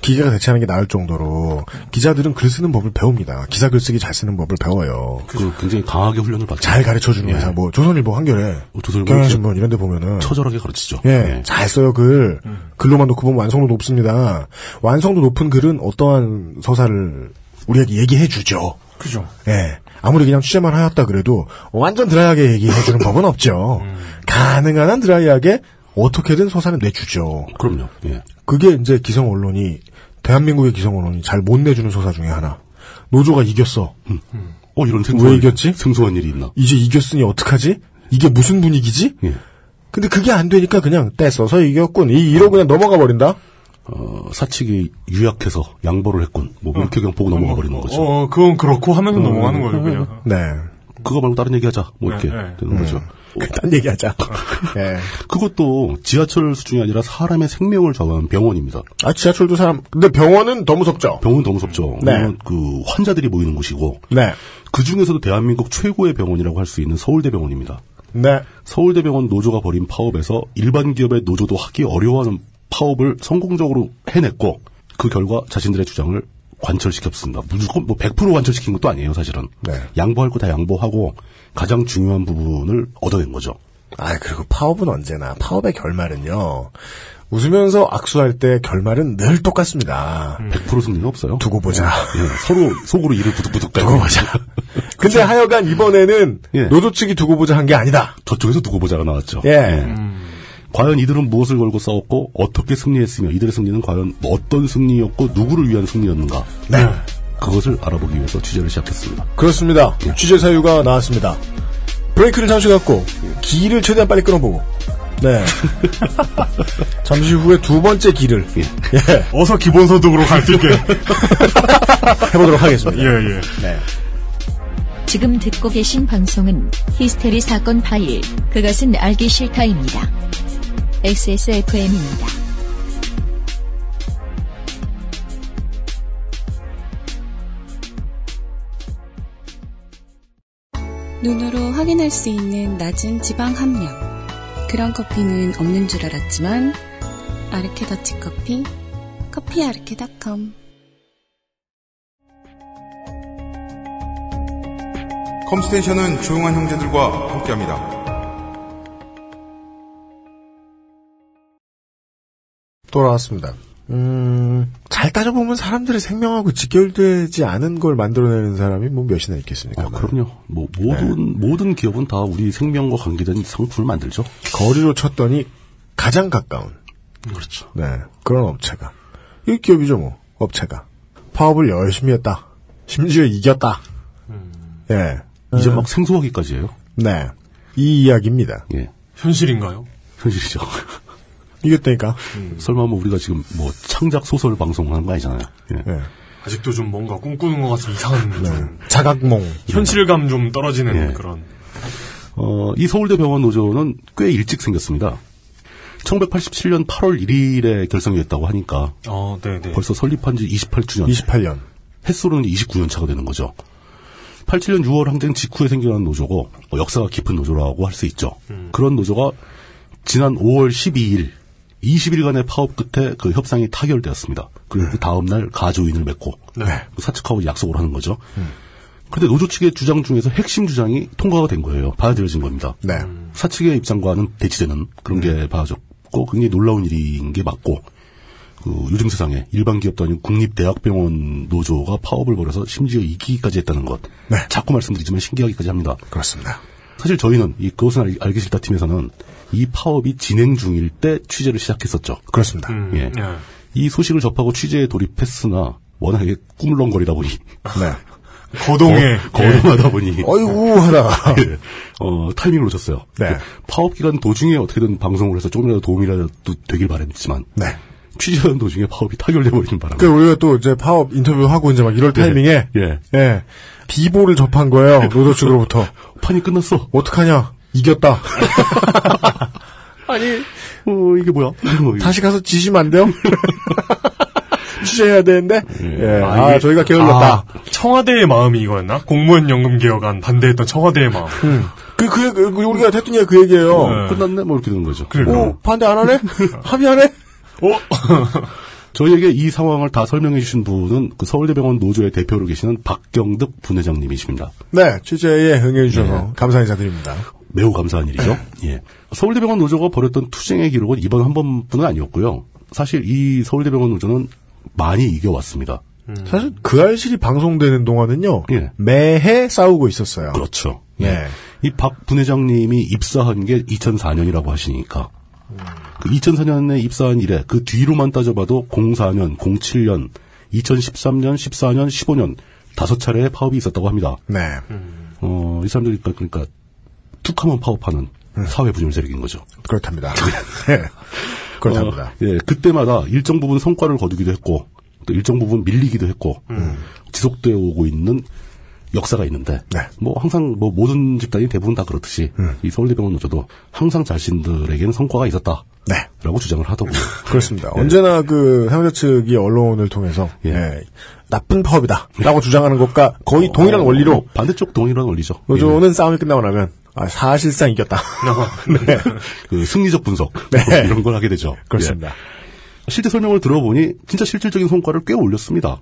Speaker 2: 기자가 대체하는 게 나을 정도로 기자들은 글 쓰는 법을 배웁니다. 기사 글 쓰기 잘 쓰는 법을 배워요.
Speaker 3: 그 굉장히 강하게 훈련을 받죠.
Speaker 2: 잘 가르쳐 주는 회사 뭐 조선일보 한겨레,
Speaker 3: 어, 조선일보
Speaker 2: 경향신문 이런 데 보면은
Speaker 3: 처절하게 가르치죠.
Speaker 2: 예, 잘 써요 글. 글로만 놓고 보면 완성도 높습니다. 완성도 높은 글은 어떠한 서사를 우리에게 얘기해 주죠.
Speaker 4: 그죠.
Speaker 2: 예. 아무리 그냥 취재만 하였다 그래도 완전 드라이하게 얘기해 주는 법은 없죠. 가능한 한 드라이하게 어떻게든 서사는 내주죠.
Speaker 3: 그럼요. 예.
Speaker 2: 그게 이제 기성 언론이 대한민국의 기성 언론이 잘 못 내주는 서사 중에 하나. 노조가 이겼어.
Speaker 3: 어 이런 생소한
Speaker 2: 왜 이겼지?
Speaker 3: 생소한 일이 있나?
Speaker 2: 이제 이겼으니 어떡하지? 이게 무슨 분위기지?
Speaker 3: 예.
Speaker 2: 근데 그게 안 되니까 그냥 떼써서 이겼군. 이 이러고 그냥 넘어가 버린다.
Speaker 3: 어, 사측이 유약해서 양보를 했군. 뭐 이렇게 그냥 보고 넘어가 버리는 거죠.
Speaker 4: 어, 그건 그렇고 하면서 넘어가는 거죠, 그냥.
Speaker 2: 네.
Speaker 3: 그거 말고 다른 얘기하자. 뭐 이렇게
Speaker 2: 예,
Speaker 4: 네, 네.
Speaker 3: 되는
Speaker 2: 음.
Speaker 3: 거죠.
Speaker 2: 딴 얘기하자. 예.
Speaker 3: 그것도 지하철 수준이 아니라 사람의 생명을 좌우한 병원입니다.
Speaker 2: 아 지하철도 사람. 근데 병원은 더 무섭죠.
Speaker 3: 병원 너무 섭죠.
Speaker 2: 네.
Speaker 3: 왜냐면 그 환자들이 모이는 곳이고
Speaker 2: 네.
Speaker 3: 그 중에서도 대한민국 최고의 병원이라고 할 수 있는 서울대병원입니다.
Speaker 2: 네.
Speaker 3: 서울대병원 노조가 벌인 파업에서 일반 기업의 노조도 하기 어려워하는 파업을 성공적으로 해냈고 그 결과 자신들의 주장을 관철시켰습니다. 무조건 뭐 100% 관철시킨 것도 아니에요, 사실은.
Speaker 2: 네.
Speaker 3: 양보할 거 다 양보하고 가장 중요한 부분을 얻어낸 거죠.
Speaker 2: 아 그리고 파업은 언제나 파업의 결말은요. 웃으면서 악수할 때 결말은 늘 똑같습니다.
Speaker 3: 100% 승리는 없어요.
Speaker 2: 두고 보자.
Speaker 3: 예, 서로 속으로 이를 부득부득 깔고
Speaker 2: 두고 보자. 근데 하여간 이번에는
Speaker 3: 예.
Speaker 2: 노조 측이 두고 보자 한 게 아니다.
Speaker 3: 저쪽에서 두고 보자가 나왔죠.
Speaker 2: 예.
Speaker 3: 과연 이들은 무엇을 걸고 싸웠고 어떻게 승리했으며 이들의 승리는 과연 뭐 어떤 승리였고 누구를 위한 승리였는가
Speaker 2: 네.
Speaker 3: 그것을 알아보기 위해서 취재를 시작했습니다.
Speaker 2: 그렇습니다. 취재 사유가 나왔습니다. 브레이크를 잠시 갖고 기를 최대한 빨리 끊어보고. 네. 잠시 후에 두 번째 기를 예,
Speaker 4: 어서 기본소득으로 갈 수 있게.
Speaker 2: 해보도록 하겠습니다.
Speaker 4: 예, 예.
Speaker 1: 지금 듣고 계신 방송은 히스테리 사건 파일, 그것은 알기 싫다입니다. XSFM입니다.
Speaker 8: 눈으로 확인할 수 있는 낮은 지방 함량. 그런 커피는 없는 줄 알았지만 아르케 더치 커피, 커피 아르케닷컴.
Speaker 5: 컴스테이션은 조용한 형제들과 함께합니다.
Speaker 2: 돌아왔습니다. 음, 잘 따져보면 사람들의 생명하고 직결되지 않은 걸 만들어내는 사람이 뭐 몇이나 있겠습니까?
Speaker 3: 아, 그럼요. 뭐 모든 모든 기업은 다 우리 생명과 관계된 상품을 만들죠.
Speaker 2: 거리로 쳤더니 가장 가까운.
Speaker 3: 그렇죠.
Speaker 2: 네. 그런 업체가. 이 기업이죠, 뭐. 업체가. 파업을 열심히 했다. 심지어 이겼다.
Speaker 3: 음.
Speaker 2: 예.
Speaker 3: 이제 막 생소하기까지예요.
Speaker 2: 네. 이 이야기입니다.
Speaker 3: 예,
Speaker 4: 현실인가요?
Speaker 3: 현실이죠.
Speaker 2: 이겼다니까.
Speaker 3: 설마 뭐 우리가 지금 뭐 창작 소설 방송하는 거 아니잖아요. 예.
Speaker 2: 예.
Speaker 4: 아직도 좀 뭔가 꿈꾸는 것 같은 이상한
Speaker 2: 네.
Speaker 4: 좀
Speaker 2: 자각몽.
Speaker 3: 음.
Speaker 4: 현실감 좀 떨어지는
Speaker 3: 예.
Speaker 4: 그런.
Speaker 3: 어, 이 서울대 병원 노조는 꽤 일찍 생겼습니다. 1987년 8월 1일에 결성이 됐다고 하니까
Speaker 4: 어, 네, 네.
Speaker 3: 벌써 설립한 지 28주년.
Speaker 2: 28년.
Speaker 3: 횟수로는 29년 차가 되는 거죠. 87년 6월 항쟁 직후에 생겨난 노조고 뭐 역사가 깊은 노조라고 할 수 있죠. 그런 노조가 지난 5월 12일 20일간의 파업 끝에 그 협상이 타결되었습니다. 그리고 그 다음 날 가조인을 맺고
Speaker 4: 네.
Speaker 3: 그 사측하고 약속을 하는 거죠. 근데 노조 측의 주장 중에서 핵심 주장이 통과가 된 거예요. 받아들여진 겁니다.
Speaker 2: 네.
Speaker 3: 사측의 입장과는 대치되는 그런 게 봐졌고 굉장히 놀라운 일인 게 맞고 그 요즘 세상에 일반 기업도 아닌 국립대학병원 노조가 파업을 벌여서 심지어 이기기까지 했다는 것.
Speaker 2: 네.
Speaker 3: 자꾸 말씀드리지만 신기하기까지 합니다.
Speaker 2: 그렇습니다.
Speaker 3: 사실 저희는 이 그것은 알, 알기 싫다 팀에서는 이 파업이 진행 중일 때 취재를 시작했었죠.
Speaker 2: 그렇습니다.
Speaker 3: 예.
Speaker 4: 네.
Speaker 3: 이 소식을 접하고 취재에 돌입했으나 워낙에 꾸물렁거리다 보니
Speaker 2: 네. 거동에.
Speaker 3: 거, 동하다 보니
Speaker 2: 어이구 하다가
Speaker 3: 예. 어, 타이밍을 놓쳤어요. 그 파업 기간 도중에 어떻게든 방송을 해서 조금이라도 도움이라도 되길 바랬지만
Speaker 2: 네.
Speaker 3: 취재하는 도중에 파업이 타결돼 버리는 바람에
Speaker 2: 그 우리가 또 이제 파업 인터뷰하고 이제 막 이럴 타이밍에
Speaker 3: 예.
Speaker 2: 예. 비보를 접한 거예요. 노조 측으로부터.
Speaker 3: 판이 끝났어.
Speaker 2: 어떡하냐? 이겼다.
Speaker 3: 아니 어, 이게 뭐야? 뭐 이게.
Speaker 2: 다시 가서 지시면 안 돼요? 취재해야 되는데. 예. 아,
Speaker 4: 이게-
Speaker 2: 저희가 게을렀다.
Speaker 4: 아, 청와대의 마음이 이거였나? 공무원 연금 개혁안 반대했던 청와대의 마음.
Speaker 2: 그, 그, 그, 그 우리가 했던 얘기 그 얘기예요.
Speaker 4: 네.
Speaker 3: 끝났네 뭐 이렇게 되는 거죠.
Speaker 2: 오, 반대 안 하네? 합의하네?
Speaker 3: 저희에게 이 상황을 다 설명해 주신 분은 그 서울대병원 노조의 대표로 계시는 박경득 분회장님이십니다.
Speaker 2: 네, 취재에 응해주셔서 감사 인사드립니다.
Speaker 3: 매우 감사한 일이죠. 예. 서울대병원 노조가 벌였던 투쟁의 기록은 이번 한 번뿐은 아니었고요. 사실 이 서울대병원 노조는 많이 이겨왔습니다.
Speaker 2: 사실 그 알실이 방송되는 동안은요.
Speaker 3: 예.
Speaker 2: 매해 싸우고 있었어요.
Speaker 3: 그렇죠.
Speaker 2: 예.
Speaker 3: 이 박 분회장님이 입사한 게 2004년이라고 하시니까. 그 2004년에 입사한 이래 그 뒤로만 따져봐도 04년, 07년, 2013년, 14년, 15년 다섯 차례의 파업이 있었다고 합니다.
Speaker 2: 네.
Speaker 3: 어, 이 사람들이 그러니까, 그러니까 툭하면 파업하는 사회 분열 세력인 거죠.
Speaker 2: 그렇답니다. 예. 그렇답니다.
Speaker 3: 어, 예, 그때마다 일정 부분 성과를 거두기도 했고 또 일정 부분 밀리기도 했고
Speaker 2: 음.
Speaker 3: 지속되어 오고 있는 역사가 있는데
Speaker 2: 네.
Speaker 3: 뭐 항상 뭐 모든 집단이 대부분 다 그렇듯이
Speaker 2: 음.
Speaker 3: 이 서울대병원 노조도 항상 자신들에게는 성과가 있었다라고
Speaker 2: 네.
Speaker 3: 주장을 하더군요.
Speaker 2: 그렇습니다.
Speaker 3: 네.
Speaker 2: 언제나 그 해운대 측이 언론을 통해서 예, 나쁜
Speaker 3: 예.
Speaker 2: 파업이다라고 주장하는 것과
Speaker 3: 어.
Speaker 2: 거의 동일한 원리로 뭐
Speaker 3: 반대쪽 동일한 원리죠. 예.
Speaker 2: 노조는 싸움이 끝나고 나면 아, 사실상 이겼다. 네.
Speaker 3: 그 승리적 분석
Speaker 2: 네.
Speaker 3: 이런 걸 하게 되죠.
Speaker 2: 그렇습니다.
Speaker 3: 예. 실제 설명을 들어보니 진짜 실질적인 성과를 꽤 올렸습니다.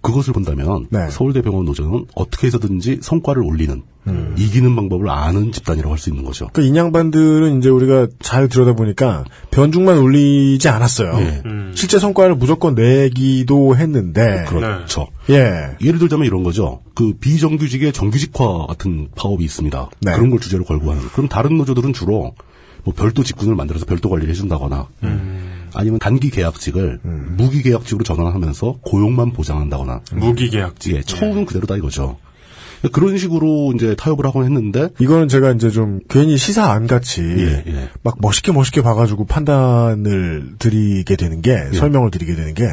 Speaker 3: 그것을 본다면 서울대병원 노조는 어떻게 해서든지 성과를 올리는 이기는 방법을 아는 집단이라고 할 수 있는 거죠.
Speaker 2: 그 인양반들은 이제 우리가 잘 들여다보니까 변죽만 올리지 않았어요.
Speaker 3: 예.
Speaker 2: 실제 성과를 무조건 내기도 했는데
Speaker 3: 그렇죠.
Speaker 2: 예.
Speaker 3: 예를 들자면 이런 거죠. 그 비정규직의 정규직화 같은 파업이 있습니다.
Speaker 2: 네.
Speaker 3: 그런 걸 주제로 걸고 하는. 그럼 다른 노조들은 주로 뭐 별도 직군을 만들어서 별도 관리를 해준다거나 아니면 단기 계약직을 무기 계약직으로 전환하면서 고용만 보장한다거나
Speaker 4: 무기계약직.
Speaker 3: 예, 처음은 그대로다 이거죠. 그런 식으로 이제 타협을 하곤 했는데
Speaker 2: 이거는 제가 이제 좀 괜히 시사 안 같이
Speaker 3: 예, 예.
Speaker 2: 막 멋있게 멋있게 봐가지고 판단을 드리게 되는 게
Speaker 3: 예.
Speaker 2: 설명을 드리게 되는 게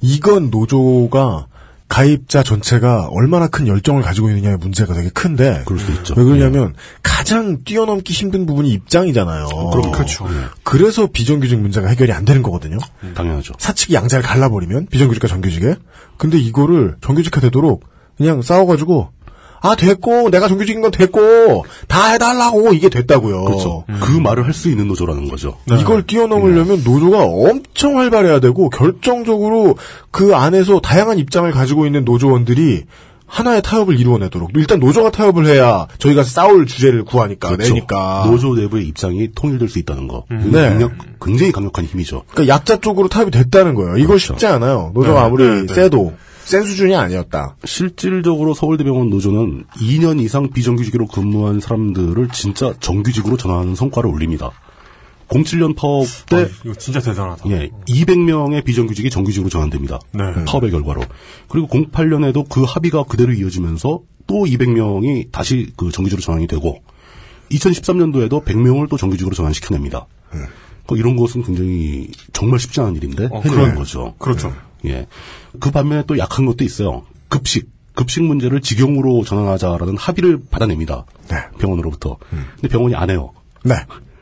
Speaker 2: 이건 노조가 가입자 전체가 얼마나 큰 열정을 가지고 있느냐의 문제가 되게 큰데
Speaker 3: 그럴 수 있죠. 예.
Speaker 2: 왜 그러냐면 가장 뛰어넘기 힘든 부분이 입장이잖아요. 어.
Speaker 3: 그럼요. 그렇죠.
Speaker 2: 그래서 비정규직 문제가 해결이 안 되는 거거든요.
Speaker 3: 당연하죠.
Speaker 2: 사측이 양자를 갈라버리면 비정규직과 정규직에 근데 이거를 정규직화 되도록 그냥 싸워가지고 아 됐고 내가 정규직인 건 됐고 다 해달라고 이게 됐다고요.
Speaker 3: 그렇죠. 그
Speaker 2: 음.
Speaker 3: 말을 할 수 있는 노조라는 거죠.
Speaker 2: 이걸 뛰어넘으려면
Speaker 3: 네.
Speaker 2: 노조가 엄청 활발해야 되고 결정적으로 그 안에서 다양한 입장을 가지고 있는 노조원들이 하나의 타협을 이루어내도록 일단 노조가 타협을 해야 저희가 싸울 주제를 구하니까
Speaker 3: 그렇죠.
Speaker 2: 그러니까 내니까
Speaker 3: 노조 내부의 입장이 통일될 수 있다는 거. 이건
Speaker 2: 네.
Speaker 3: 강력, 굉장히 강력한 힘이죠.
Speaker 2: 그러니까 약자 쪽으로 타협이 됐다는 거예요. 이건 쉽지 않아요. 노조가
Speaker 3: 그렇죠. 네,
Speaker 2: 아무리
Speaker 3: 네, 네.
Speaker 2: 세도 센 수준이 아니었다.
Speaker 3: 실질적으로 서울대병원 노조는 2년 이상 비정규직으로 근무한 사람들을 진짜 정규직으로 전환하는 성과를 올립니다. 07년 파업 때
Speaker 4: 이거 진짜 대단하다.
Speaker 3: 예, 200명의 비정규직이 정규직으로 전환됩니다.
Speaker 4: 네.
Speaker 3: 파업의 결과로. 그리고 08년에도 그 합의가 그대로 이어지면서 또 200명이 다시 그 정규직으로 전환이 되고 2013년도에도 100명을 또 정규직으로 전환시켜냅니다. 그 이런 것은 굉장히 정말 쉽지 않은 일인데
Speaker 4: 네. 어,
Speaker 3: 해내는
Speaker 4: 그래요.
Speaker 3: 거죠.
Speaker 4: 그렇죠.
Speaker 3: 예. 그 반면에 또 약한 것도 있어요. 급식. 급식 문제를 직용으로 전환하자라는 합의를 받아냅니다.
Speaker 2: 네.
Speaker 4: 음.
Speaker 3: 병원으로부터. 근데 병원이 안 해요.
Speaker 2: 네.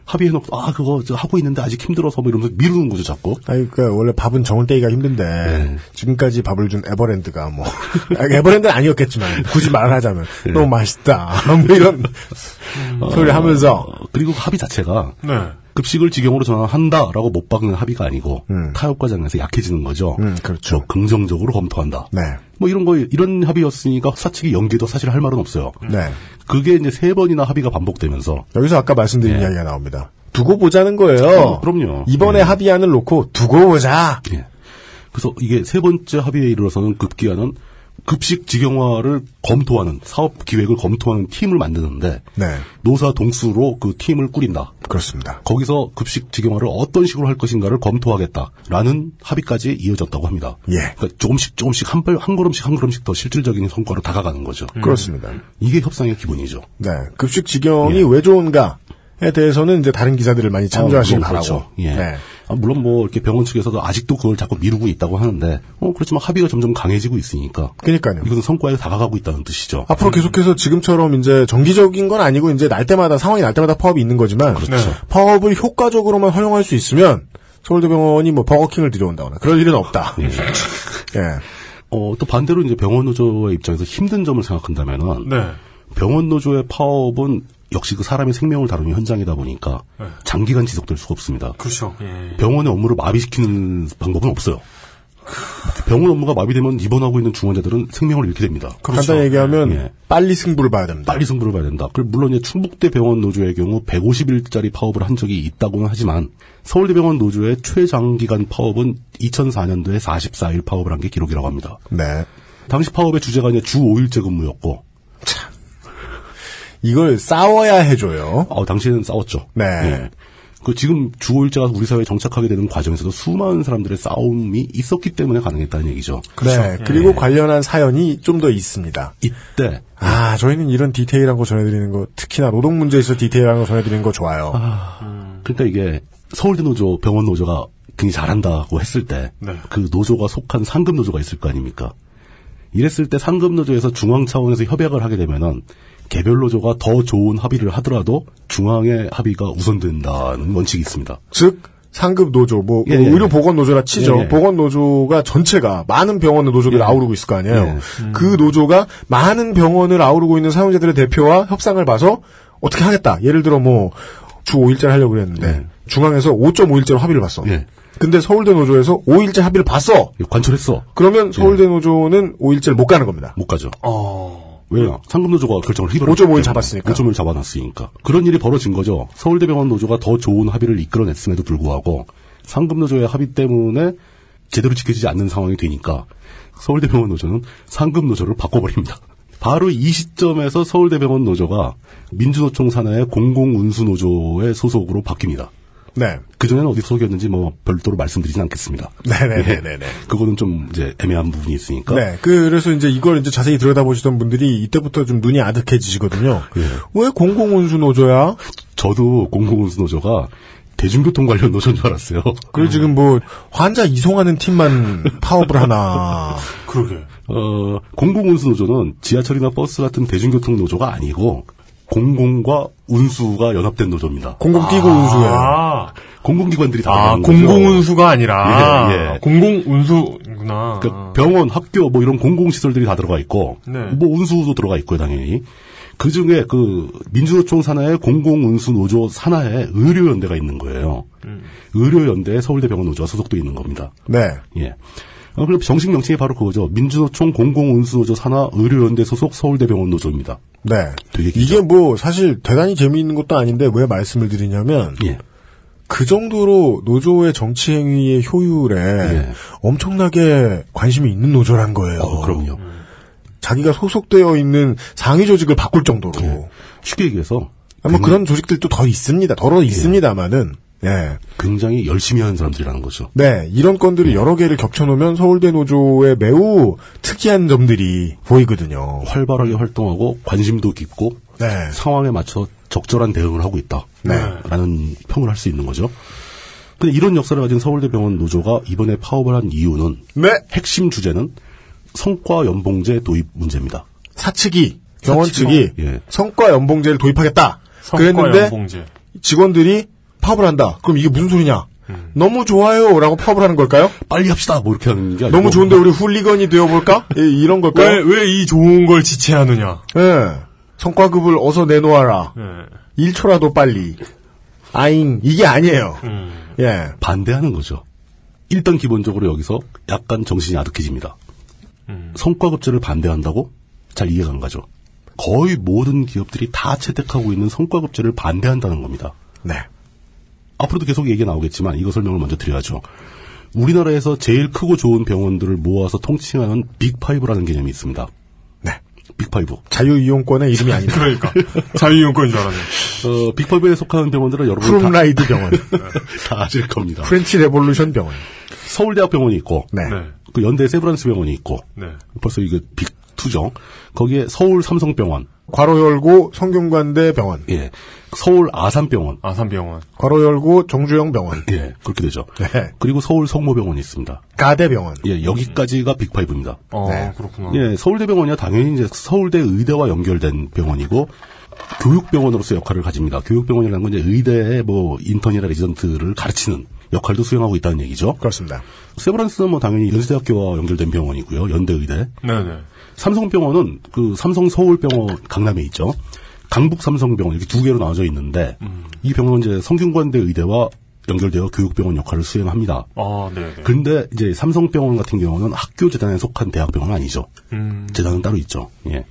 Speaker 3: 합의해놓고 아 그거 저 하고 있는데 아직 힘들어서 뭐 이러면서 미루는 거죠 자꾸.
Speaker 2: 아 그러니까 원래 밥은 정을 떼기가 힘든데
Speaker 3: 네.
Speaker 2: 지금까지 밥을 준 에버랜드가 뭐 아니, 에버랜드는 아니었겠지만 굳이 말하자면
Speaker 3: 네.
Speaker 2: 너무 맛있다 뭐 이런 소리를 하면서 네.
Speaker 3: 어, 그리고 합의 자체가 급식을 직영으로 전환한다라고 못 박는 합의가 아니고 타협 과정에서 약해지는 거죠.
Speaker 2: 음.
Speaker 3: 뭐
Speaker 2: 그렇죠.
Speaker 3: 긍정적으로 검토한다.
Speaker 2: 네.
Speaker 3: 뭐 이런 거 이런 합의였으니까 사측이 연기도 사실 할 말은 없어요.
Speaker 2: 네.
Speaker 3: 그게 이제 세 번이나 합의가 반복되면서
Speaker 2: 여기서 아까 말씀드린 이야기가 나옵니다. 두고 보자는 거예요.
Speaker 3: 네. 어, 그럼요.
Speaker 2: 이번에 합의안을 놓고 두고 보자.
Speaker 3: 예. 그래서 이게 세 번째 합의에 이르러서는 급기야는 급식 직영화를 검토하는 사업 기획을 검토하는 팀을 만드는데
Speaker 2: 네.
Speaker 3: 노사 동수로 그 팀을 꾸린다.
Speaker 2: 그렇습니다.
Speaker 3: 거기서 급식 직영화를 어떤 식으로 할 것인가를 검토하겠다라는 합의까지 이어졌다고 합니다.
Speaker 2: 예.
Speaker 3: 그러니까 조금씩 조금씩 한, 발, 한 걸음씩 한 걸음씩 더 실질적인 성과로 다가가는 거죠.
Speaker 2: 음. 그렇습니다.
Speaker 3: 이게 협상의 기본이죠.
Speaker 2: 네. 급식 직영이
Speaker 3: 예.
Speaker 2: 왜 좋은가에 대해서는 이제 다른 기사들을 많이 참조하시길
Speaker 3: 아, 물론
Speaker 2: 바라고.
Speaker 3: 그렇죠. 예.
Speaker 2: 네.
Speaker 3: 아, 물론 뭐 이렇게 병원 측에서도 아직도 그걸 자꾸 미루고 있다고 하는데 어, 그렇지만 합의가 점점 강해지고 있으니까
Speaker 2: 그러니까요.
Speaker 3: 이것은 성과에 다가가고 있다는 뜻이죠.
Speaker 2: 앞으로 계속해서 지금처럼 이제 정기적인 건 아니고 이제 날 때마다 상황이 날 때마다 파업이 있는 거지만
Speaker 3: 그렇죠.
Speaker 2: 파업을 효과적으로만 활용할 수 있으면 서울대병원이 뭐 버거킹을 들여온다거나 그럴 일은 없다.
Speaker 3: 예. 어, 또 반대로 이제 병원 노조의 입장에서 힘든 점을 생각한다면은
Speaker 4: 네.
Speaker 3: 병원 노조의 파업은 역시 그 사람의 생명을 다루는 현장이다 보니까
Speaker 4: 네.
Speaker 3: 장기간 지속될 수가 없습니다.
Speaker 4: 그렇죠. 예.
Speaker 3: 병원의 업무를 마비시키는 방법은 없어요. 병원 업무가 마비되면 입원하고 있는 중환자들은 생명을 잃게 됩니다.
Speaker 4: 그렇죠.
Speaker 3: 예.
Speaker 2: 간단히 얘기하면 빨리 승부를 봐야 됩니다.
Speaker 3: 빨리 승부를 봐야 된다. 그리고 물론 이제 충북대 병원 노조의 경우 150일짜리 파업을 한 적이 있다고는 하지만 서울대 병원 노조의 최장기간 파업은 2004년도에 44일 파업을 한 게 기록이라고 합니다.
Speaker 2: 네.
Speaker 3: 당시 파업의 주제가 이제 주 5일제 근무였고
Speaker 2: 이걸 싸워야 해줘요.
Speaker 3: 어, 당시에는 싸웠죠.
Speaker 2: 네.
Speaker 3: 예. 그 지금 주 5일제가 우리 사회에 정착하게 되는 과정에서도 수많은 사람들의 싸움이 있었기 때문에 가능했다는 얘기죠.
Speaker 2: 네. 그리고 관련한 사연이 좀 더 있습니다.
Speaker 3: 이때
Speaker 2: 아, 저희는 이런 디테일한 거 전해드리는 거, 특히나 노동 문제에서 디테일한 거 전해드리는 거 좋아요.
Speaker 3: 그러니까 이게 서울대 노조, 병원 노조가 굉장히 잘한다고 했을 때,
Speaker 4: 네.
Speaker 3: 그 노조가 속한 상급 노조가 있을 거 아닙니까? 이랬을 때 상급 노조에서 중앙 차원에서 협약을 하게 되면은 개별 노조가 더 좋은 합의를 하더라도 중앙의 합의가 우선된다는 원칙이 있습니다.
Speaker 2: 즉, 상급 노조, 뭐,
Speaker 3: 예, 예.
Speaker 2: 의료보건노조라 치죠.
Speaker 3: 예, 예.
Speaker 2: 보건노조가 전체가 많은 병원의 노조를 아우르고 있을 거
Speaker 3: 예.
Speaker 2: 아니에요.
Speaker 3: 음.
Speaker 2: 그 노조가 많은 병원을 아우르고 있는 사용자들의 대표와 협상을 봐서 어떻게 하겠다. 예를 들어 뭐, 주 5일제를 하려고 그랬는데, 중앙에서 5.5일제로 합의를 봤어.
Speaker 3: 예.
Speaker 2: 근데 서울대 노조에서 5일제 합의를 봤어!
Speaker 3: 관철했어.
Speaker 2: 그러면 서울대 노조는 5일제를 못 가는 겁니다.
Speaker 3: 못 가죠. 왜요? 상급 노조가 결정을 희돌
Speaker 2: 5.5일 어. 잡았으니까.
Speaker 3: 5.5일 잡아놨으니까. 그런 일이 벌어진 거죠. 서울대병원 노조가 더 좋은 합의를 이끌어냈음에도 불구하고 상급 노조의 합의 때문에 제대로 지켜지지 않는 상황이 되니까 서울대병원 노조는 상급 노조를 바꿔버립니다. 바로 이 시점에서 서울대병원 노조가 민주노총 산하의 공공운수노조의 소속으로 바뀝니다.
Speaker 2: 네.
Speaker 3: 그전에는 어디 소속이었는지 뭐 별도로 말씀드리진 않겠습니다. 예.
Speaker 2: 네네네네네.
Speaker 3: 그거는 좀 이제 애매한 부분이 있으니까.
Speaker 2: 네, 그래서 이제 이걸 이제 자세히 들여다보시던 분들이 이때부터 좀 눈이 아득해지시거든요.
Speaker 3: 예.
Speaker 2: 왜 공공운수 노조야?
Speaker 3: 저도 공공운수 노조가 대중교통 관련 노조인 줄 알았어요.
Speaker 2: 그리고 지금 뭐 환자 이송하는 팀만 파업을 하나.
Speaker 4: 그러게.
Speaker 3: 어, 공공운수 노조는 지하철이나 버스 같은 대중교통 노조가 아니고 공공과 운수가 연합된 노조입니다.
Speaker 2: 공공 뛰고 운수예요.
Speaker 4: 아,
Speaker 3: 공공기관들이 다
Speaker 4: 아
Speaker 3: 들어간 거죠.
Speaker 4: 공공운수가 아니라
Speaker 3: 예, 예.
Speaker 4: 공공운수구나.
Speaker 3: 그러니까 병원, 학교 뭐 이런 공공시설들이 다 들어가 있고
Speaker 4: 아. 네.
Speaker 3: 뭐 운수도 들어가 있고요 당연히 그 중에 그 민주노총 산하의 공공운수 노조 산하에 의료연대가 있는 거예요.
Speaker 4: 음.
Speaker 3: 의료연대에 서울대병원 노조가 소속돼 있는 겁니다.
Speaker 2: 네.
Speaker 3: 예. 어, 그럼 정식 명칭이 바로 그거죠. 민주노총 공공운수노조 산하 의료연대 소속 서울대병원 노조입니다.
Speaker 2: 네.
Speaker 3: 되게 기죠.
Speaker 2: 이게 뭐 사실 대단히 재미있는 것도 아닌데 왜 말씀을 드리냐면
Speaker 3: 예.
Speaker 2: 그 정도로 노조의 정치 행위의 효율에
Speaker 3: 예.
Speaker 2: 엄청나게 관심이 있는 노조란 거예요.
Speaker 3: 어, 그럼요.
Speaker 2: 자기가 소속되어 있는 상위 조직을 바꿀 정도로.
Speaker 3: 쉽게 얘기해서
Speaker 2: 아, 뭐 그런 조직들도 더 있습니다. 더러 있습니다만은. 예.
Speaker 3: 굉장히 열심히 하는 사람들이라는 거죠.
Speaker 2: 네, 이런 건들을 여러 개를 겹쳐놓으면 서울대 노조의 매우 특이한 점들이 보이거든요.
Speaker 3: 활발하게 활동하고 관심도 깊고
Speaker 2: 네.
Speaker 3: 상황에 맞춰 적절한 대응을 하고 있다.
Speaker 2: 네.
Speaker 3: 라는 평을 할 수 있는 거죠. 근데 이런 역사를 가진 서울대병원 노조가 이번에 파업을 한 이유는
Speaker 2: 네.
Speaker 3: 핵심 주제는 성과 연봉제 도입 문제입니다.
Speaker 2: 사측이, 병원 측이 뭐,
Speaker 3: 예.
Speaker 2: 성과 연봉제를 도입하겠다.
Speaker 4: 성과
Speaker 2: 그랬는데
Speaker 4: 연봉제.
Speaker 2: 직원들이 파업을 한다. 그럼 이게 무슨 소리냐? 너무 좋아요라고 파업을 하는 걸까요?
Speaker 3: 빨리 합시다. 뭐 이렇게 하는 게 아니고
Speaker 2: 너무 좋은데 우리 훌리건이 되어볼까? 이, 런
Speaker 3: 그
Speaker 2: 걸까요?
Speaker 4: 왜 이 좋은 걸 지체하느냐?
Speaker 2: 예. 성과급을 어서 내놓아라.
Speaker 3: 예.
Speaker 2: 1초라도 빨리. 아잉 이게 아니에요. 예.
Speaker 3: 반대하는 거죠. 일단 기본적으로 여기서 약간 정신이 아득해집니다. 성과급제를 반대한다고? 잘 이해가 안 가죠. 거의 모든 기업들이 다 채택하고 있는 성과급제를 반대한다는 겁니다.
Speaker 2: 네.
Speaker 3: 앞으로도 계속 얘기가 나오겠지만 이거 설명을 먼저 드려야죠. 우리나라에서 제일 크고 좋은 병원들을 모아서 통칭하는 빅파이브라는 개념이 있습니다.
Speaker 2: 네.
Speaker 3: 빅파이브.
Speaker 2: 자유이용권의 이름이 아니다.
Speaker 4: 그러니까. 자유이용권인 줄 알았네.
Speaker 3: 어, 빅파이브에 속하는 병원들은 여러분 다,
Speaker 2: 프롬라이드 병원,
Speaker 3: 다 아실 겁니다.
Speaker 2: 프렌치 레볼루션 병원.
Speaker 3: 서울대학병원이 있고
Speaker 2: 네.
Speaker 4: 네.
Speaker 3: 그 연대 세브란스 병원이 있고
Speaker 4: 네.
Speaker 3: 벌써 이게 빅투죠. 거기에 서울 삼성병원,
Speaker 2: 괄호 열고 성균관대 병원.
Speaker 3: 예, 서울 아산병원,
Speaker 4: 아산병원.
Speaker 2: 괄호 열고 정주영 병원.
Speaker 3: 예, 그렇게 되죠.
Speaker 2: 네.
Speaker 3: 그리고 서울 성모병원이 있습니다.
Speaker 2: 가대 병원.
Speaker 3: 예, 여기까지가 빅파이브입니다.
Speaker 4: 어,
Speaker 2: 네.
Speaker 4: 그렇구나.
Speaker 3: 예, 서울대병원이야 당연히 이제 서울대 의대와 연결된 병원이고 교육병원으로서 역할을 가집니다. 교육병원이라는 건 이제 의대의 뭐 인턴이나 레지던트를 가르치는 역할도 수행하고 있다는 얘기죠.
Speaker 2: 그렇습니다.
Speaker 3: 세브란스는 뭐 당연히 연세대학교와 연결된 병원이고요. 연대의대.
Speaker 4: 네네.
Speaker 3: 삼성병원은 그 삼성 서울병원 강남에 있죠. 강북 삼성병원 이렇게 두 개로 나눠져 있는데 이 병원은 이제 성균관대 의대와 연결되어 교육병원 역할을 수행합니다.
Speaker 4: 아, 네네.
Speaker 3: 근데 이제 삼성병원 같은 경우는 학교 재단에 속한 대학병원 은 아니죠.
Speaker 4: 음.
Speaker 3: 재단은 따로 있죠. 예.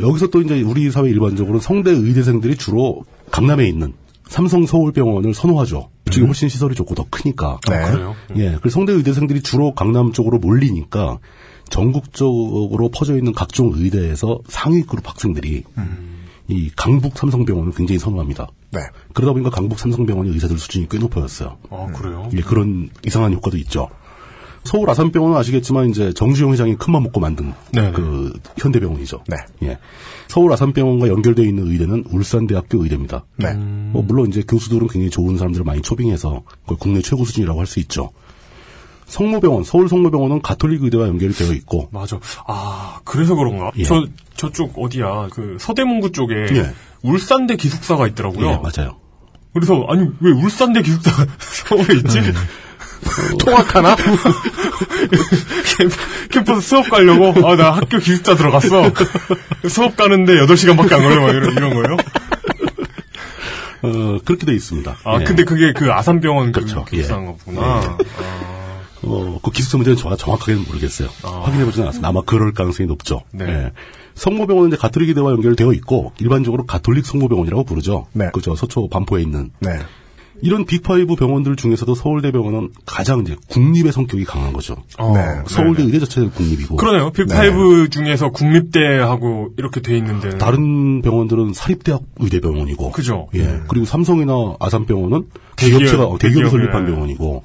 Speaker 3: 여기서 또 이제 우리 사회 일반적으로는 성대 의대생들이 주로 강남에 있는 삼성 서울병원을 선호하죠. 그쪽이 훨씬 시설이 좋고 더 크니까.
Speaker 4: 음. 아, 그래요? 음.
Speaker 3: 예. 그 성대 의대생들이 주로 강남 쪽으로 몰리니까 전국적으로 퍼져 있는 각종 의대에서 상위그룹 학생들이
Speaker 4: 음.
Speaker 3: 이 강북 삼성병원을 굉장히 선호합니다.
Speaker 2: 네.
Speaker 3: 그러다 보니까 강북 삼성병원의 의사들 수준이 꽤 높아졌어요.
Speaker 4: 아, 그래요?
Speaker 3: 예, 그런 이상한 효과도 있죠. 서울 아산병원은 아시겠지만 이제 정주영 회장이 큰맘 먹고 만든
Speaker 4: 네네.
Speaker 3: 그 현대병원이죠.
Speaker 2: 네.
Speaker 3: 예. 서울 아산병원과 연결되어 있는 의대는 울산대학교 의대입니다.
Speaker 2: 네.
Speaker 3: 뭐 물론 이제 교수들은 굉장히 좋은 사람들을 많이 초빙해서 그걸 국내 최고 수준이라고 할 수 있죠. 성모병원, 서울 성모병원은 가톨릭 의대와 연결이 되어 있고
Speaker 4: 맞아. 아, 그래서 그런가?
Speaker 3: 예.
Speaker 4: 저, 저쪽 어디야. 그, 서대문구 쪽에.
Speaker 3: 예.
Speaker 4: 울산대 기숙사가 있더라고요.
Speaker 3: 예, 맞아요.
Speaker 4: 그래서, 아니, 왜 울산대 기숙사가 서울에 있지?
Speaker 3: 네.
Speaker 2: 통학하나?
Speaker 4: 캠- 캠퍼스 수업 가려고? 아, 나 학교 기숙사 들어갔어. 수업 가는데 8시간밖에 안 걸려, 막 이런, 이런 거예요?
Speaker 3: 어, 그렇게 돼 있습니다.
Speaker 4: 아,
Speaker 3: 예.
Speaker 4: 근데 그게 그 아산병원 그
Speaker 3: 그렇죠.
Speaker 4: 기숙사인 아,
Speaker 3: 예.
Speaker 4: 거구나.
Speaker 3: 어, 그 기숙사 문제는 정확, 정확하게는 모르겠어요. 확인해보지는 않았습니다. 아마 그럴 가능성이 높죠.
Speaker 4: 네.
Speaker 3: 예. 성모병원은 이제 가톨릭 의대와 연결되어 있고 일반적으로 가톨릭 성모병원이라고 부르죠.
Speaker 2: 네.
Speaker 3: 그죠. 서초 반포에 있는
Speaker 2: 네.
Speaker 3: 이런 빅파이브 병원들 중에서도 서울대병원은 가장 이제 국립의 성격이 강한 거죠.
Speaker 4: 어,
Speaker 2: 네.
Speaker 3: 서울대 의대 자체는 국립이고
Speaker 4: 그러네요. 빅파이브 중에서 국립대하고 이렇게 돼 있는데.
Speaker 3: 음. 다른 병원들은 사립대학 의대병원이고
Speaker 4: 그죠. 음.
Speaker 3: 예. 그리고 삼성이나 아산병원은
Speaker 4: 대기업,
Speaker 3: 대기업체가 어, 대기업이
Speaker 4: 대기업,
Speaker 3: 설립한
Speaker 4: 예.
Speaker 3: 병원이고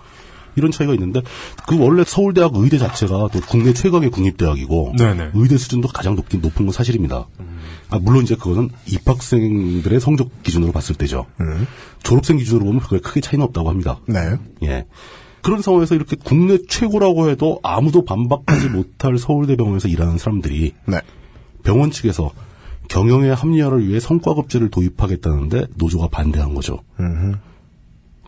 Speaker 3: 이런 차이가 있는데 그 원래 서울대학 의대 자체가 또 국내 최강의 국립대학이고
Speaker 4: 네네. 음.
Speaker 3: 의대 수준도 가장 높긴 높은 건 사실입니다. 아, 물론 이제 그거는 입학생들의 성적 기준으로 봤을 때죠.
Speaker 4: 네.
Speaker 3: 졸업생 기준으로 보면 그게 크게 차이는 없다고 합니다.
Speaker 2: 네.
Speaker 3: 예. 그런 상황에서 이렇게 국내 최고라고 해도 아무도 반박하지 못할 서울대병원에서 일하는 사람들이
Speaker 2: 네.
Speaker 3: 병원 측에서 경영의 합리화를 위해 성과급제를 도입하겠다는데 노조가 반대한 거죠.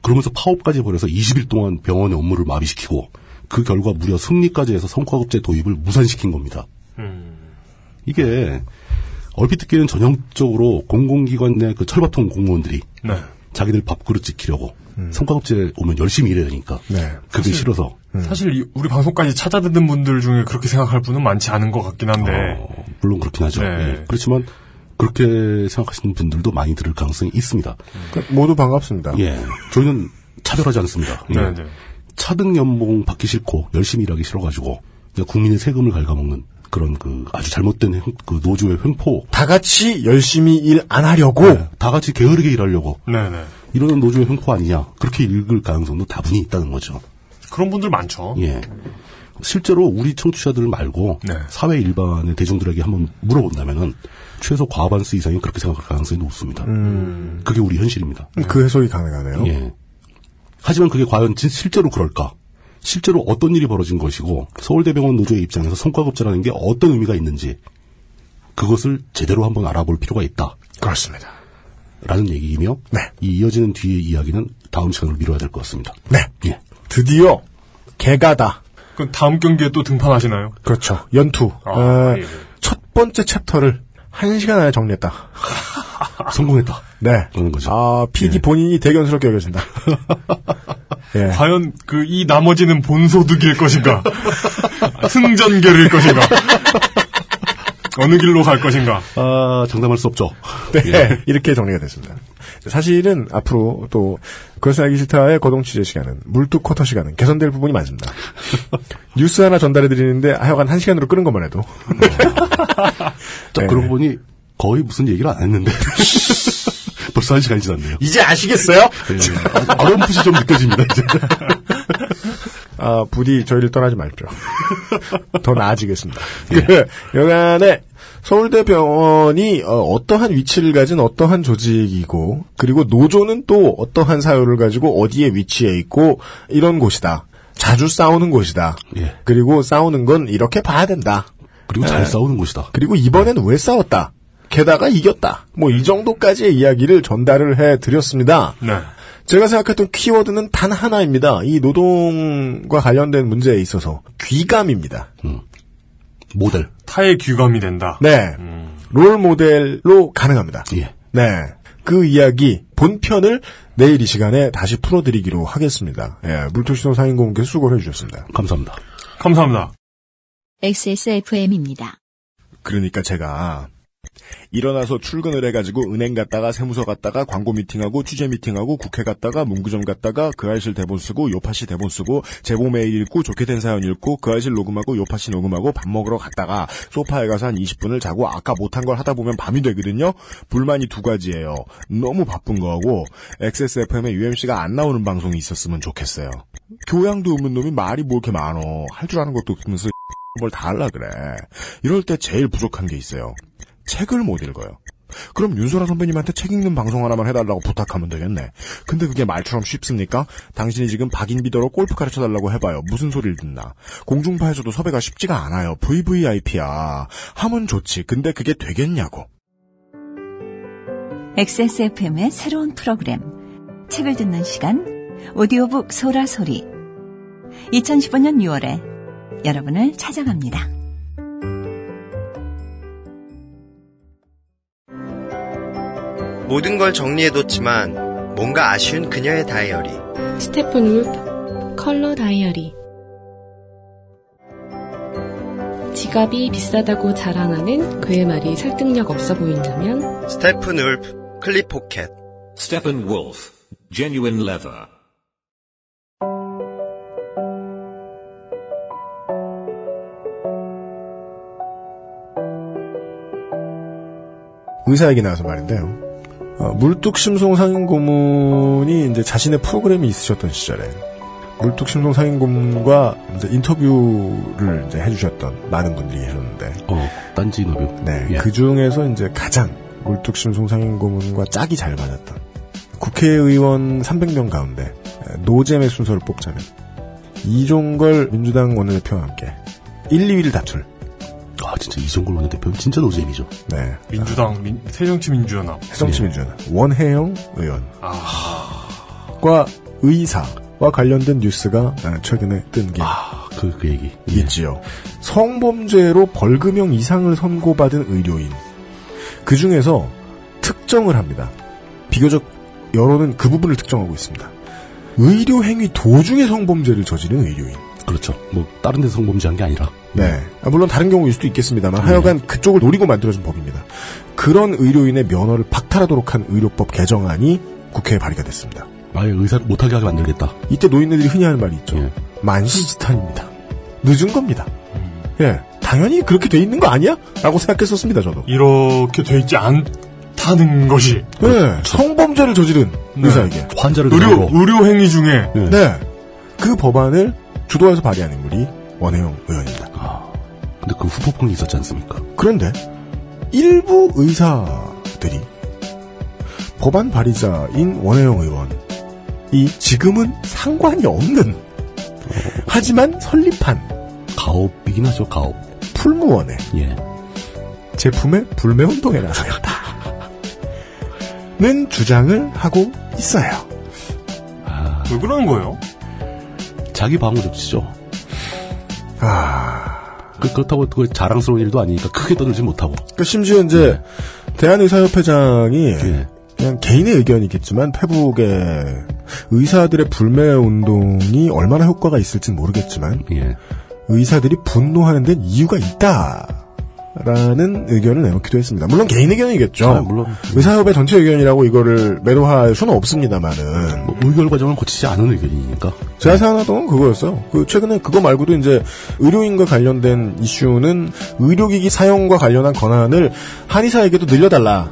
Speaker 3: 그러면서 파업까지 벌여서 20일 동안 병원의 업무를 마비시키고 그 결과 무려 승리까지 해서 성과급제 도입을 무산시킨 겁니다. 이게 얼핏 듣기에는 전형적으로 공공기관 내 그 철밥통 공무원들이
Speaker 4: 네.
Speaker 3: 자기들 밥그릇 지키려고 성과급제 오면 열심히 일해야 되니까 그게 싫어서
Speaker 4: 사실 이- 우리 방송까지 찾아듣는 분들 중에 그렇게 생각할 분은 많지 않은 것 같긴 한데.
Speaker 3: 어, 물론 그렇긴 하죠.
Speaker 4: 네.
Speaker 3: 예. 그렇지만 그렇게 생각하시는 분들도 많이 들을 가능성이 있습니다.
Speaker 4: 음.
Speaker 2: 그 모두 반갑습니다.
Speaker 3: 예, 저희는 차별하지 않습니다. 예.
Speaker 4: 네네.
Speaker 3: 차등 연봉 받기 싫고 열심히 일하기 싫어가지고 이제 국민의 세금을 갉아먹는 그런 그 아주 잘못된 횡- 그 노조의 횡포. 예.
Speaker 2: 다 같이 열심히 일 안 하려고
Speaker 3: 다 같이 게으르게 일하려고
Speaker 4: 네네.
Speaker 3: 이러는 노조의 횡포 아니냐 그렇게 읽을 가능성도 다분히 있다는 거죠.
Speaker 4: 그런 분들 많죠.
Speaker 3: 예. 실제로 우리 청취자들 말고
Speaker 4: 네.
Speaker 3: 사회 일반의 대중들에게 한번 물어본다면은 최소 과반수 이상이 그렇게 생각할 가능성이 높습니다. 그게 우리 현실입니다.
Speaker 2: 그 해석이 가능하네요.
Speaker 3: 예. 하지만 그게 과연 진- 실제로 그럴까? 실제로 어떤 일이 벌어진 것이고 서울대병원 노조의 입장에서 성과급제라는 게 어떤 의미가 있는지 그것을 제대로 한번 알아볼 필요가 있다.
Speaker 2: 그렇습니다.
Speaker 3: 라는 얘기이며
Speaker 2: 네.
Speaker 3: 이 이어지는 뒤의 이야기는 다음 시간으로 미뤄야 될 것 같습니다.
Speaker 2: 네.
Speaker 3: 예.
Speaker 2: 드디어 개가다.
Speaker 4: 그럼 다음 경기에 또 등판하시나요?
Speaker 2: 그렇죠. 연투. 어, 첫 번째 챕터를 한 시간 안에 정리했다.
Speaker 3: 성공했다.
Speaker 2: 네.
Speaker 3: 그러는 거죠.
Speaker 2: 아, PD 본인이 대견스럽게 여겨진다. 예.
Speaker 4: 과연 그 이 나머지는 본소득일 것인가? 승전계를 것인가? 어느 길로 갈 것인가?
Speaker 3: 아, 장담할 수 없죠.
Speaker 2: 네, 이렇게 정리가 됐습니다. 사실은 앞으로 또 그것을 알기 싫다의 거동 취재 시간은 물뚝 쿼터 시간은 개선될 부분이 많습니다. 뉴스 하나 전달해 드리는데 하여간 한 시간으로 끄는 것만 해도
Speaker 3: 자, 그러고 보니 거의 무슨 얘기를 안 했는데. 벌써 한 시간이 지났네요.
Speaker 2: 이제 아시겠어요?
Speaker 3: 아름풋이 좀 느껴집니다, 이제.
Speaker 2: 아, 부디 저희를 떠나지 말죠. 더 나아지겠습니다. 그, 여간에 서울대병원이 어, 떠한 위치를 가진 어떠한 조직이고, 그리고 노조는 또 어떠한 사유를 가지고 어디에 위치해 있고, 이런 곳이다. 자주 싸우는 곳이다.
Speaker 3: 예.
Speaker 2: 그리고 싸우는 건 이렇게 봐야 된다.
Speaker 3: 그리고 잘 싸우는 곳이다.
Speaker 2: 그리고 이번엔 왜 싸웠다. 게다가 이겼다. 뭐 이 정도까지의 이야기를 전달을 해 드렸습니다.
Speaker 4: 네.
Speaker 2: 제가 생각했던 키워드는 단 하나입니다. 이 노동과 관련된 문제에 있어서 귀감입니다.
Speaker 3: 모델.
Speaker 4: 타의 귀감이 된다.
Speaker 2: 네. 롤 모델로 가능합니다.
Speaker 3: 예.
Speaker 2: 네. 그 이야기 본편을 내일 이 시간에 다시 풀어드리기로 하겠습니다. 예, 물토시동 상인공개 수고를 해주셨습니다.
Speaker 3: 감사합니다.
Speaker 4: 감사합니다.
Speaker 1: XSFM입니다.
Speaker 2: 그러니까 제가 일어나서 출근을 해가지고 은행 갔다가 세무서 갔다가 광고 미팅하고 취재 미팅하고 국회 갔다가 문구점 갔다가 그 아이실 대본 쓰고 요파시 대본 쓰고 제보 메일 읽고 좋게 된 사연 읽고 그 아이실 녹음하고 요파시 녹음하고 밥 먹으러 갔다가 소파에 가서 한 20분을 자고 아까 못한 걸 하다 보면 밤이 되거든요. 불만이 두 가지예요. 너무 바쁜 거하고 XSFM에 UMC가 안 나오는 방송이 있었으면 좋겠어요. 교양도 없는 놈이 말이 뭐 이렇게 많어. 할 줄 아는 것도 없으면서 뭘 다 하려 그래. 이럴 때 제일 부족한 게 있어요. 책을 못 읽어요. 그럼 윤소라 선배님한테 책 읽는 방송 하나만 해달라고 부탁하면 되겠네. 근데 그게 말처럼 쉽습니까? 당신이 지금 박인비더로 골프 가르쳐달라고 해봐요. 무슨 소리를 듣나. 공중파에서도 섭외가 쉽지가 않아요. VVIP야. 하면 좋지. 근데 그게 되겠냐고.
Speaker 10: XSFM의 새로운 프로그램 책을 듣는 시간 오디오북 소라소리 2015년 6월에 여러분을 찾아갑니다.
Speaker 6: 모든 걸 정리해뒀지만 뭔가 아쉬운 그녀의 다이어리.
Speaker 8: 스테픈 울프 컬러 다이어리 지갑이 비싸다고 자랑하는 그의 말이 설득력 없어 보인다면
Speaker 6: 스테픈 울프 클립 포켓.
Speaker 11: Steppenwolf, genuine leather.
Speaker 2: 의사 얘기 나와서 말인데요. 어, 물뚝심송 상인고문이 이제 자신의 프로그램이 있으셨던 시절에 물뚝심송 상인고문과 이제 인터뷰를 이제 해주셨던 많은 분들이 계셨는데
Speaker 3: 어, 딴지 인터뷰.
Speaker 2: 네,
Speaker 3: 예.
Speaker 2: 그 중에서 이제 가장 물뚝심송 상인고문과 짝이 잘 맞았던 국회의원 300명 가운데 노잼의 순서를 뽑자면 이종걸 민주당 원내대표와 함께 1, 2위를 다툴
Speaker 3: 아, 진짜 이성골 원내대표 진짜 노잼이죠.
Speaker 2: 네,
Speaker 4: 민주당, 민- 새정치민주연합.
Speaker 2: 해성치민주연 원혜영 의원
Speaker 4: 아,
Speaker 2: 과 의사와 관련된 뉴스가 아, 최근에 뜬 게
Speaker 3: 아, 그, 그 얘기. 예.
Speaker 2: 있지요. 성범죄로 벌금형 이상을 선고받은 의료인. 그 중에서 특정을 합니다. 비교적 여론은 그 부분을 특정하고 있습니다. 의료행위 도중에 성범죄를 저지른 의료인.
Speaker 3: 그렇죠. 뭐, 다른 데 성범죄한 게 아니라.
Speaker 2: 네. 아, 물론 다른 경우일 수도 있겠습니다만 하여간
Speaker 3: 네.
Speaker 2: 그쪽을 노리고 만들어진 법입니다. 그런 의료인의 면허를 박탈하도록 한 의료법 개정안이 국회에 발의가 됐습니다.
Speaker 3: 아예 의사를 못하게 하게 만들겠다.
Speaker 2: 이때 노인네들이 흔히 하는 말이 있죠.
Speaker 3: 예.
Speaker 2: 만시지탄입니다. 늦은 겁니다. 예. 당연히 그렇게 돼 있는 거 아니야? 라고 생각했었습니다, 저도.
Speaker 4: 이렇게 돼 있지 않다는 것이
Speaker 2: 예.
Speaker 3: 그렇죠.
Speaker 2: 성범죄를 저지른 의사에게.
Speaker 3: 환자를
Speaker 4: 의료,
Speaker 3: 노리고.
Speaker 4: 의료행위 중에
Speaker 3: 네.
Speaker 2: 네. 그 법안을 주도해서 발의한 인물이 원혜영 의원입니다.
Speaker 3: 아, 근데 그 후폭풍이 있었지 않습니까?
Speaker 2: 그런데 일부 의사들이 법안 발의자인 원혜영 의원이 지금은 상관이 없는 하지만 설립한
Speaker 3: 가업이긴 하죠, 가업.
Speaker 2: 풀무원의
Speaker 3: 예.
Speaker 2: 제품의 불매 운동에 나서겠다. 는 주장을 하고 있어요.
Speaker 4: 왜 그러는 거예요?
Speaker 3: 아, 자기 방어 조치죠.
Speaker 2: 아.
Speaker 3: 그, 그렇다고 그 자랑스러운 일도 아니니까 크게 떠들지 못하고.
Speaker 2: 그러니까 심지어 이제 대한의사협회장이 그냥 개인의 의견이겠지만 페북에 의사들의 불매 운동이 얼마나 효과가 있을진 모르겠지만
Speaker 3: 예,
Speaker 2: 의사들이 분노하는 데 이유가 있다. 라는 의견을 내놓기도 했습니다. 물론 개인 의견이겠죠.
Speaker 3: 아, 물론.
Speaker 2: 의사협회 전체 의견이라고 이거를 매도할 수는 없습니다만은.
Speaker 3: 의결 과정을 거치지 않은 의견이니까.
Speaker 2: 제가 생각하던 건 그거였어요. 그 최근에 그거 말고도 이제 의료인과 관련된 이슈는 의료기기 사용과 관련한 권한을 한의사에게도 늘려달라.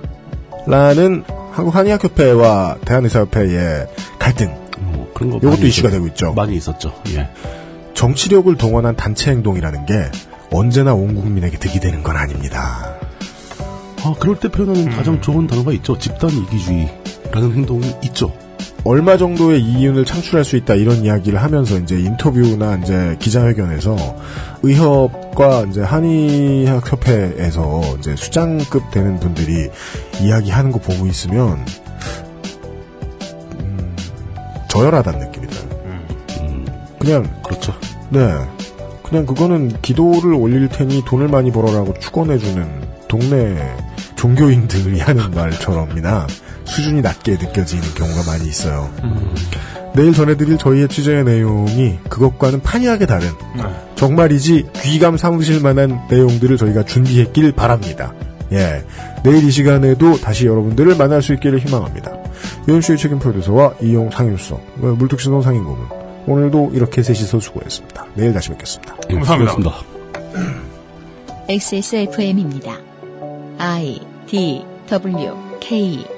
Speaker 2: 라는 한국 한의학협회와 대한의사협회의 갈등.
Speaker 3: 어, 그런 거
Speaker 2: 이것도
Speaker 3: 많이
Speaker 2: 이슈가
Speaker 3: 있었-
Speaker 2: 되고 있죠.
Speaker 3: 많이 있었죠. 예.
Speaker 2: 정치력을 동원한 단체 행동이라는 게 언제나 온 국민에게 득이 되는 건 아닙니다.
Speaker 3: 아, 그럴 때 표현하는
Speaker 4: 음.
Speaker 3: 가장 좋은 단어가 있죠. 집단 이기주의라는 행동이 있죠.
Speaker 2: 얼마 정도의 이윤을 창출할 수 있다 이런 이야기를 하면서 이제 인터뷰나 이제 기자회견에서 의협과 이제 한의학협회에서 이제 수장급 되는 분들이 이야기하는 거 보고 있으면 음, 저열하다는 느낌이 들어요. 그냥
Speaker 3: 그렇죠.
Speaker 2: 네, 그냥 그거는 기도를 올릴 테니 돈을 많이 벌어라고 축원해주는 동네 종교인들이 하는 말처럼이나 수준이 낮게 느껴지는 경우가 많이 있어요. 내일 전해드릴 저희의 취재의 내용이 그것과는 판이하게 다른 정말이지 귀감 삼으실 만한 내용들을 저희가 준비했길 바랍니다. 예. 내일 이 시간에도 다시 여러분들을 만날 수 있기를 희망합니다. 연수의 책임 프로듀서와 이용 상윤석, 물뚝신호 상인고문. 오늘도 이렇게 셋이서 수고했습니다. 내일 다시 뵙겠습니다.
Speaker 3: 예,
Speaker 4: 감사합니다.
Speaker 1: XSFM입니다. I D W K